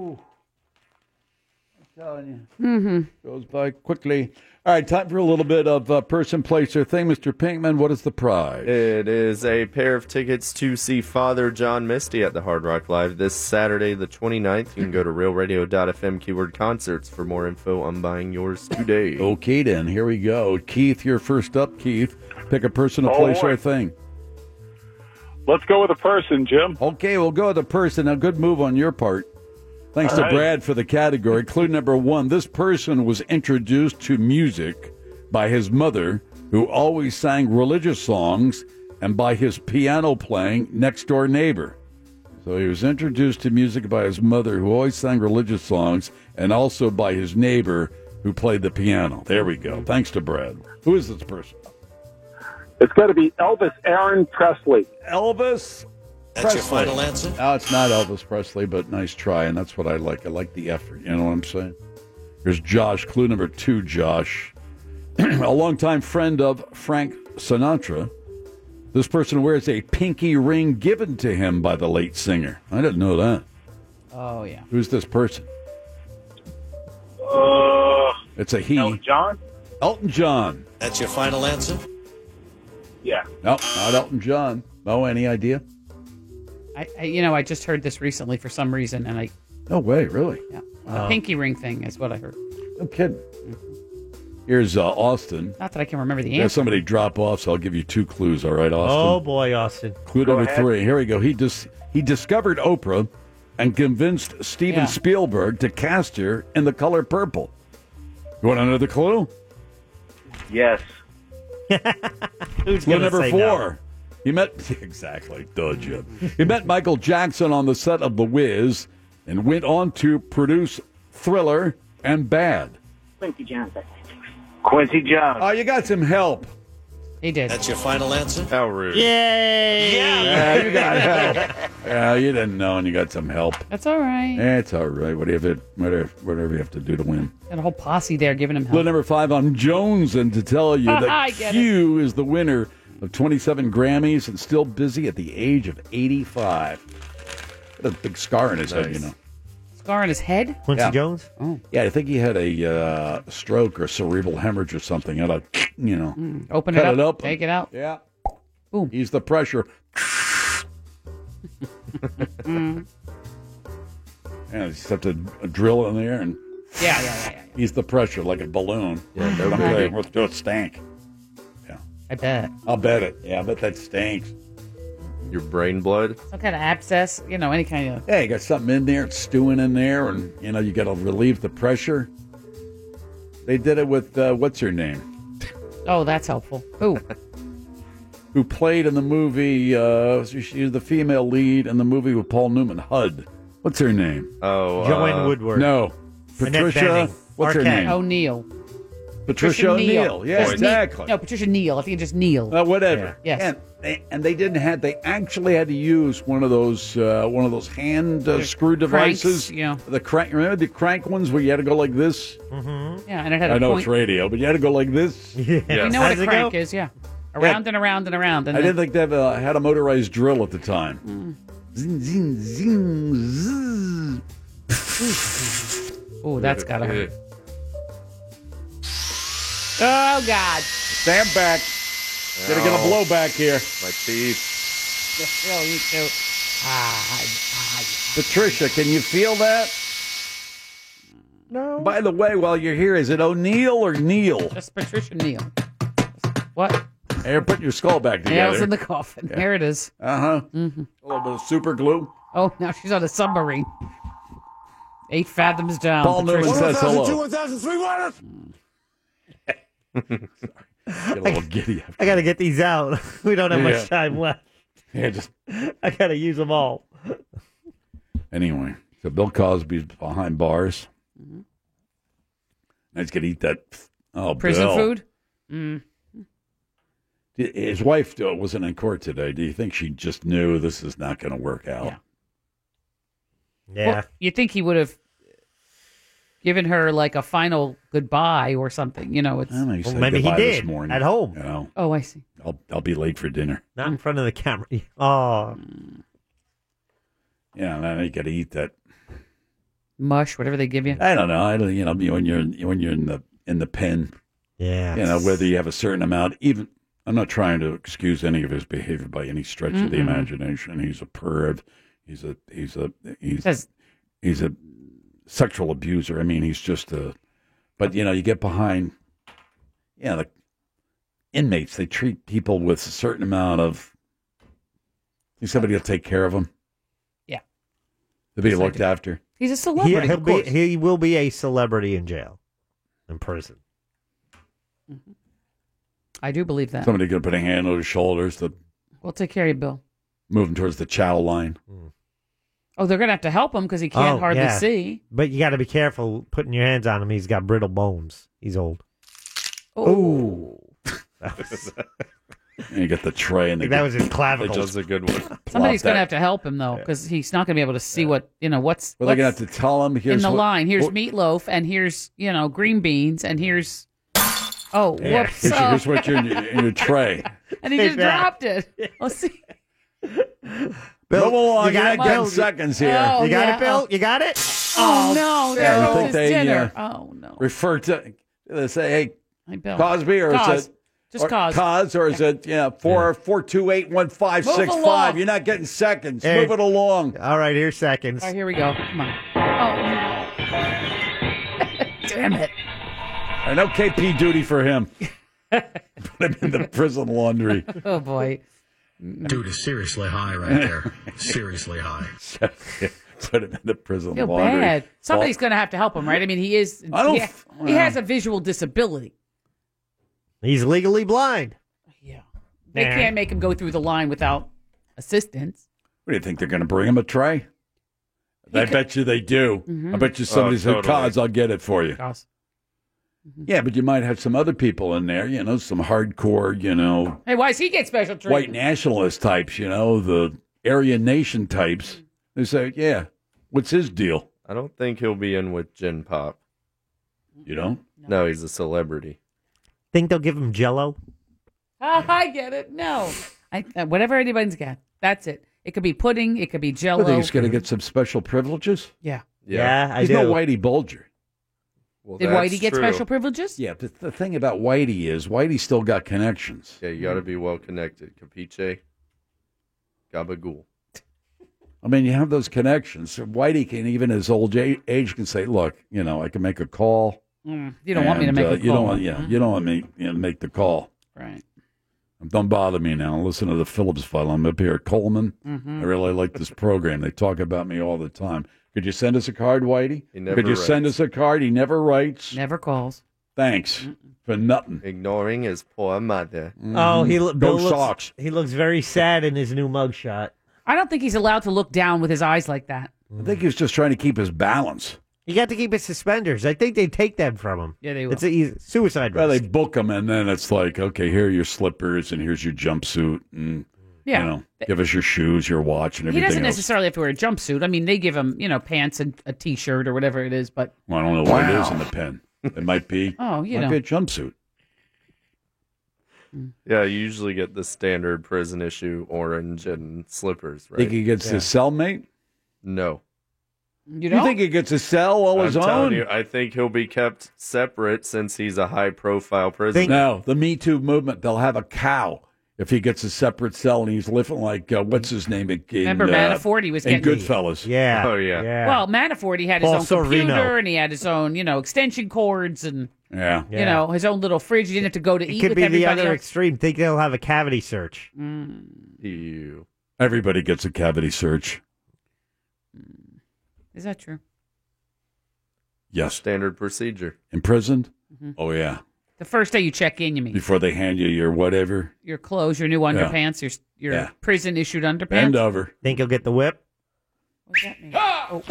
telling you.
Mm-hmm.
Goes by quickly. All right, time for a little bit of uh, person, place, or thing. Mr. Pinkman, what is the prize?
It is a pair of tickets to see Father John Misty at the Hard Rock Live this Saturday, the 29th. You can go to realradio.fm keyword concerts for more info on buying yours today.
Okay, then. Here we go. Keith, you're first up, Keith. Pick a person, a
Oh,
place,
boy.
or a thing.
Let's go with a person, Jim.
Okay, we'll go with a person. A good move on your part. Thanks
All
to
right.
Brad for the category. Clue number one this person was introduced to music by his mother, who always sang religious songs, and by his piano playing next door neighbor. So he was introduced to music by his mother, who always sang religious songs, and also by his neighbor, who played the piano. There we go. Thanks to Brad. Who is this person?
It's got to be Elvis Aaron Presley.
Elvis.
That's your
Presley.
final answer?
No, it's not Elvis Presley, but nice try, and that's what I like. I like the effort. You know what I'm saying? Here's Josh. Clue number two, Josh. a longtime friend of Frank Sinatra. This person wears a pinky ring given to him by the late singer. I didn't know that.
Oh, yeah.
Who's this person?
Uh,
It's a he. Elton
John?
Elton John.
That's your final answer? Yeah.
Nope, not Elton John. Mo, any idea?
I, I, you know, I just heard this recently for some reason, and I
No way, really.
Yeah. the
Wow.
pinky ring thing is what I heard.
No kidding. Here's uh, Austin.
Not that I can remember the
Yeah,
answer.
somebody drop off, so I'll give you two clues. All right,
Oh
Austin.
boy, Austin.
Clue number three. Here we go. He dis- he discovered Oprah and convinced Steven
Yeah.
Spielberg to cast her in The Color Purple. You want another clue?
Yes.
Who's
clue
gonna
number
say
four. He met exactly. Duh, Jim. he met Michael Jackson on the set of The Wiz and went on to produce Thriller and Bad.
Quincy Johnson.
Quincy Jones. Oh, you got some help.
He did.
That's your final answer?
How rude.
Yay!
Yeah, you got help. Yeah, you didn't know, and you got some help.
That's all right.
Eh, It's all right. What do you have to, whatever, whatever you have to do to win.
Got a whole posse there giving him help.
Clue number five. I'm Jones, and to tell you
I
that
get
Q is the winner of 27 Grammys and still busy at the age of 85. What a big scar in his head, you know.
Scar on his head.
Yeah.
Jones.
Oh.
Yeah, I think he had a uh, stroke or cerebral hemorrhage or something. Had a, you know,
Mm. Open
cut
it up.
it open.
Take it out.
Yeah.
Boom.
He's the pressure.
Mm.
Yeah, you just have to drill it in there and
Yeah, yeah, yeah, yeah.
ease the pressure like a balloon.
Yeah, no
Don't
kidding.
say, Let's do it stank.
I bet.
I'll bet it. Yeah, I bet that stinks.
Your brain blood?
Some kind of abscess. You know, any kind of.
Yeah, you got something in there, it's stewing in there, and you know you got to relieve the pressure. They did it with uh, what's her name,
Oh, that's helpful. Who?
who played in the movie. Uh, she- she's the female lead in the movie with Paul Newman. Hud. What's her name?
Oh,
Joanne uh, Woodward.
No,
Annette
Patricia.
Bening.
What's her name?
O'Neill.
Patricia O'Neill. Yeah,
Just kneel.
exactly.
No, Patricia Neal. If you just kneel.
Uh, whatever.
Yes.
And they, and they didn't have. They actually had to use one of those uh, one of those hand uh,
The
screw
cranks,
devices.
yeah.
The crank. Remember the crank ones where you had to go like this.
Mm-hmm. Yeah, and it had. a
I know
point.
it's radio, but you had to go like this. Yeah.
You know what a crank is, yeah. Around and around and around.
I
And then-
didn't think they have a,
Mm.
had a motorized drill at the time. Zing, zing, zing, zzz.
Oh, that's gotta hurt.
Oh God.
Stand back. Gonna get a
Oh.
Ow.
blowback here.
My teeth.
Really, you too. Ah, ah,
Patricia, can you feel that?
No. By the way, while you're here, is it O'Neill or Neil?
That's Patricia Neal. What?
Here, put your skull back together.
Nails in the coffin. There it is.
Uh huh.
Mm-hmm.
A little bit of super glue.
Oh, now she's on a submarine. Eight fathoms down.
Paul Newman
Patricia.
says hello.
1,000, three waters.
Get a little giddy.
I gotta get these out. We don't have
Yeah.
much time left.
Yeah, just-
I gotta use them all.
Anyway, so Bill Cosby's behind bars.
Mm-hmm.
I just gonna eat that. Oh,
Prison
Bill.
food. Mm.
His wife uh, wasn't in court today. Do you think she just knew this is not going to work out?
Yeah.
Well, you think he would have given her like a final goodbye or something? You know, it's
I don't know, he said goodbye this morning, You know,
Oh, I see.
I'll I'll be late for dinner.
Not in front of the camera. Oh,
Yeah, and then you got to eat that.
Mush, whatever they give you.
I don't know. I don't. You know, when you're when you're in the in the pen.
Yeah.
You know whether you have a certain amount. Even I'm not trying to excuse any of his behavior by any stretch of the
Mm-mm.
imagination. He's a perv. He's a he's a he's
Says-
he's a sexual abuser. I mean, he's just a. But you know, you get behind. Yeah, the inmates they treat people with a certain amount of. think Somebody will take care of them.
Yeah.
They'll be looked after.
He's a celebrity.
He, will
of
be,
course.
he will be a celebrity in jail, in prison.
I do believe that.
Somebody could put a hand on his shoulders to
We'll take care of you, Bill.
move him towards the chow line.
Oh, they're gonna have to help him because he can't
Oh,
hardly
yeah.
see.
But you got to be careful putting your hands on him. He's got brittle bones. He's old.
Oh.
And you got the tray and
I think
the
that was his clavicles.
That's a good one.
Somebody's gonna have to help him though, because he's not gonna be able to see what you know. What's
Well, they're gonna
what's
have to tell him here's
in the
what-
line? Here's
what-
meatloaf, and here's you know green beans, and here's oh
Yeah.
whoops.
Here's,
oh.
here's what you're in your, in your tray.
and he
Take
just
that.
dropped it. Let's see.
Ah!
Move along.
you
You
got
got
it, Bill?
10 seconds here.
Oh,
you got
yeah.
it, Bill? You got it?
Oh, no, there
Yeah, you
goes
think
his
they,
dinner.
uh,
oh no.
Refer to, they say, hey,
Hey, Bill.
Cosby, or
Cos.
is it?
Just
or,
Cos.
Cos, or is it, yeah, four, four, two, eight, one, five,
Move
six,
along.
five. You're not getting seconds.
Hey.
Move it along.
All right, here's seconds.
All right, here we go. Come on. Oh no. Damn it.
And no KP duty for him. Put him in the prison laundry.
Oh boy.
Dude is seriously high right there. seriously high. Put him in the prison
Feel
laundry.
bad. Somebody's
Well,
going to have to help him, right? I mean, he is.
I don't
he,
f-
he has a visual disability.
He's legally blind.
They
Nah.
can't make him go through the line without assistance.
What do you think they're going to bring him a tray? I bet you they do.
Mm-hmm.
Mhm.
I bet you somebody
Oh,
said,
totally.
"Cos, I'll get it for you."
Cos. Mm-hmm.
Yeah, but you might have some other people in there. You know, some hardcore, you know,
Hey, why does he get special
white
treatment?
nationalist types. You know, the Aryan Nation types. They say, "Yeah, what's his deal?"
I don't think he'll be in with Gen Pop.
You don't?
No, he's a celebrity.
Think they'll give him jello?
Ah, I get it. No, I, uh, whatever anybody's got, that's it. It could be pudding. It could be
I think
Jello.
he's going to get some special privileges.
Yeah.
Yeah, I
he's
do.
no Whitey Bulger.
Did Whitey get special privileges?
Yeah, but the thing about Whitey is Whitey still got connections.
Yeah, you got to be well connected. Capiche? Gabagool.
I mean, you have those connections. So Whitey can even his old a- age can say, "Look, you know, I can make a call."
Mm, you don't want me to
and,
make
uh,
a
You don't
call.
want, yeah,
Mhm.
you don't want me you know, make the call.
Right.
Don't bother me now. Listen to the Phillips file. I'm up here at Coleman.
Mhm.
I really like this program. They talk about me all the time. Could you send us a card, Whitey?
He never
Could you
writes.
send us a card? He never writes.
Never calls.
Thanks for nothing. Mm-hmm.
Ignoring his poor mother.
Oh, he lo- Bill
Go
looks, He looks very sad in his new mugshot.
I don't think he's allowed to look down with his eyes like that.
I think he was just trying to keep his balance.
You got to keep his suspenders. I think they take them from him.
Yeah, they
It's a easy, suicide
Well, they
risk.
book him, and then it's like, okay, here are your slippers, and here's your jumpsuit, and
Yeah.
you know, give us your shoes, your watch, and
He
everything
doesn't
else.
necessarily have to wear a jumpsuit. I mean, they give him, you know, pants and a t-shirt or whatever it is. But
Well, I don't know what it is
Wow.
in the pen. It might be.
Oh, you
might
know.
be a jumpsuit.
Yeah, you usually get the standard prison issue orange and slippers, right?
Think he gets his cellmate?
No.
You
You think he gets a cell all
I'm
his
telling
own?
you, I think he'll be kept separate since he's a high-profile prisoner.
no, the Me Too movement. They'll have a cow if he gets a separate cell and he's living like uh, what's his name again?
Remember Manafort? He was
in
getting-
Goodfellas.
Yeah.
Oh yeah.
Well, Manafort, he had his
Paul
own
Sorvino.
computer and he had his own, you know, extension cords and
yeah.
you know his own little fridge. He didn't have to go to
It
eat
could
with
be the
everybody
other
else. Mm.
extreme. Think they'll have a cavity search.
You.
Everybody gets a cavity search.
Is that true?
Yes.
Standard procedure.
Imprisoned?
Mhm.
Oh yeah.
The first day you check in, you mean
Before they hand you your whatever.
your clothes, your new underpants, your your
Yeah.
prison issued underpants.
uh,
Bend over.
Think you'll get the whip?
Oh.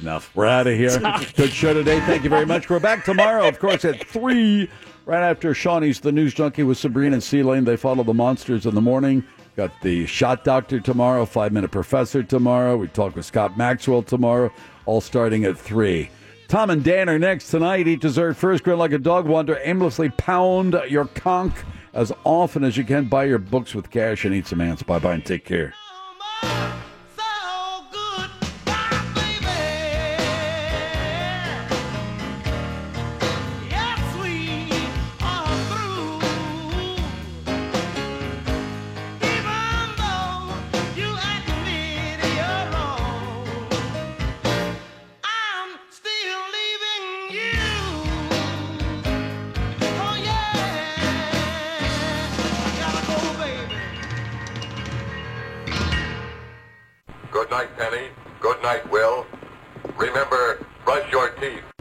Enough. We're out of here. Good show today. Thank you very much. We're back tomorrow, of course, at 3, right after Shawnee's The News Junkie with Sabrina and C Lane. They follow the monsters in the morning. Got the Shot Doctor tomorrow, Five Minute Professor tomorrow. We talk with Scott Maxwell tomorrow, all starting at 3. Tom and Dan are next tonight. Eat dessert first. Grin like a dog wander. Aimlessly pound your conch as often as you can. Buy your books with cash and eat some ants. Bye bye and take care.
Yes, we are through. Even though you admit you're wrong, I'm still leaving you. Oh yeah, gotta go, baby.
Good night, Penny. Good night, Will. Remember, brush your teeth.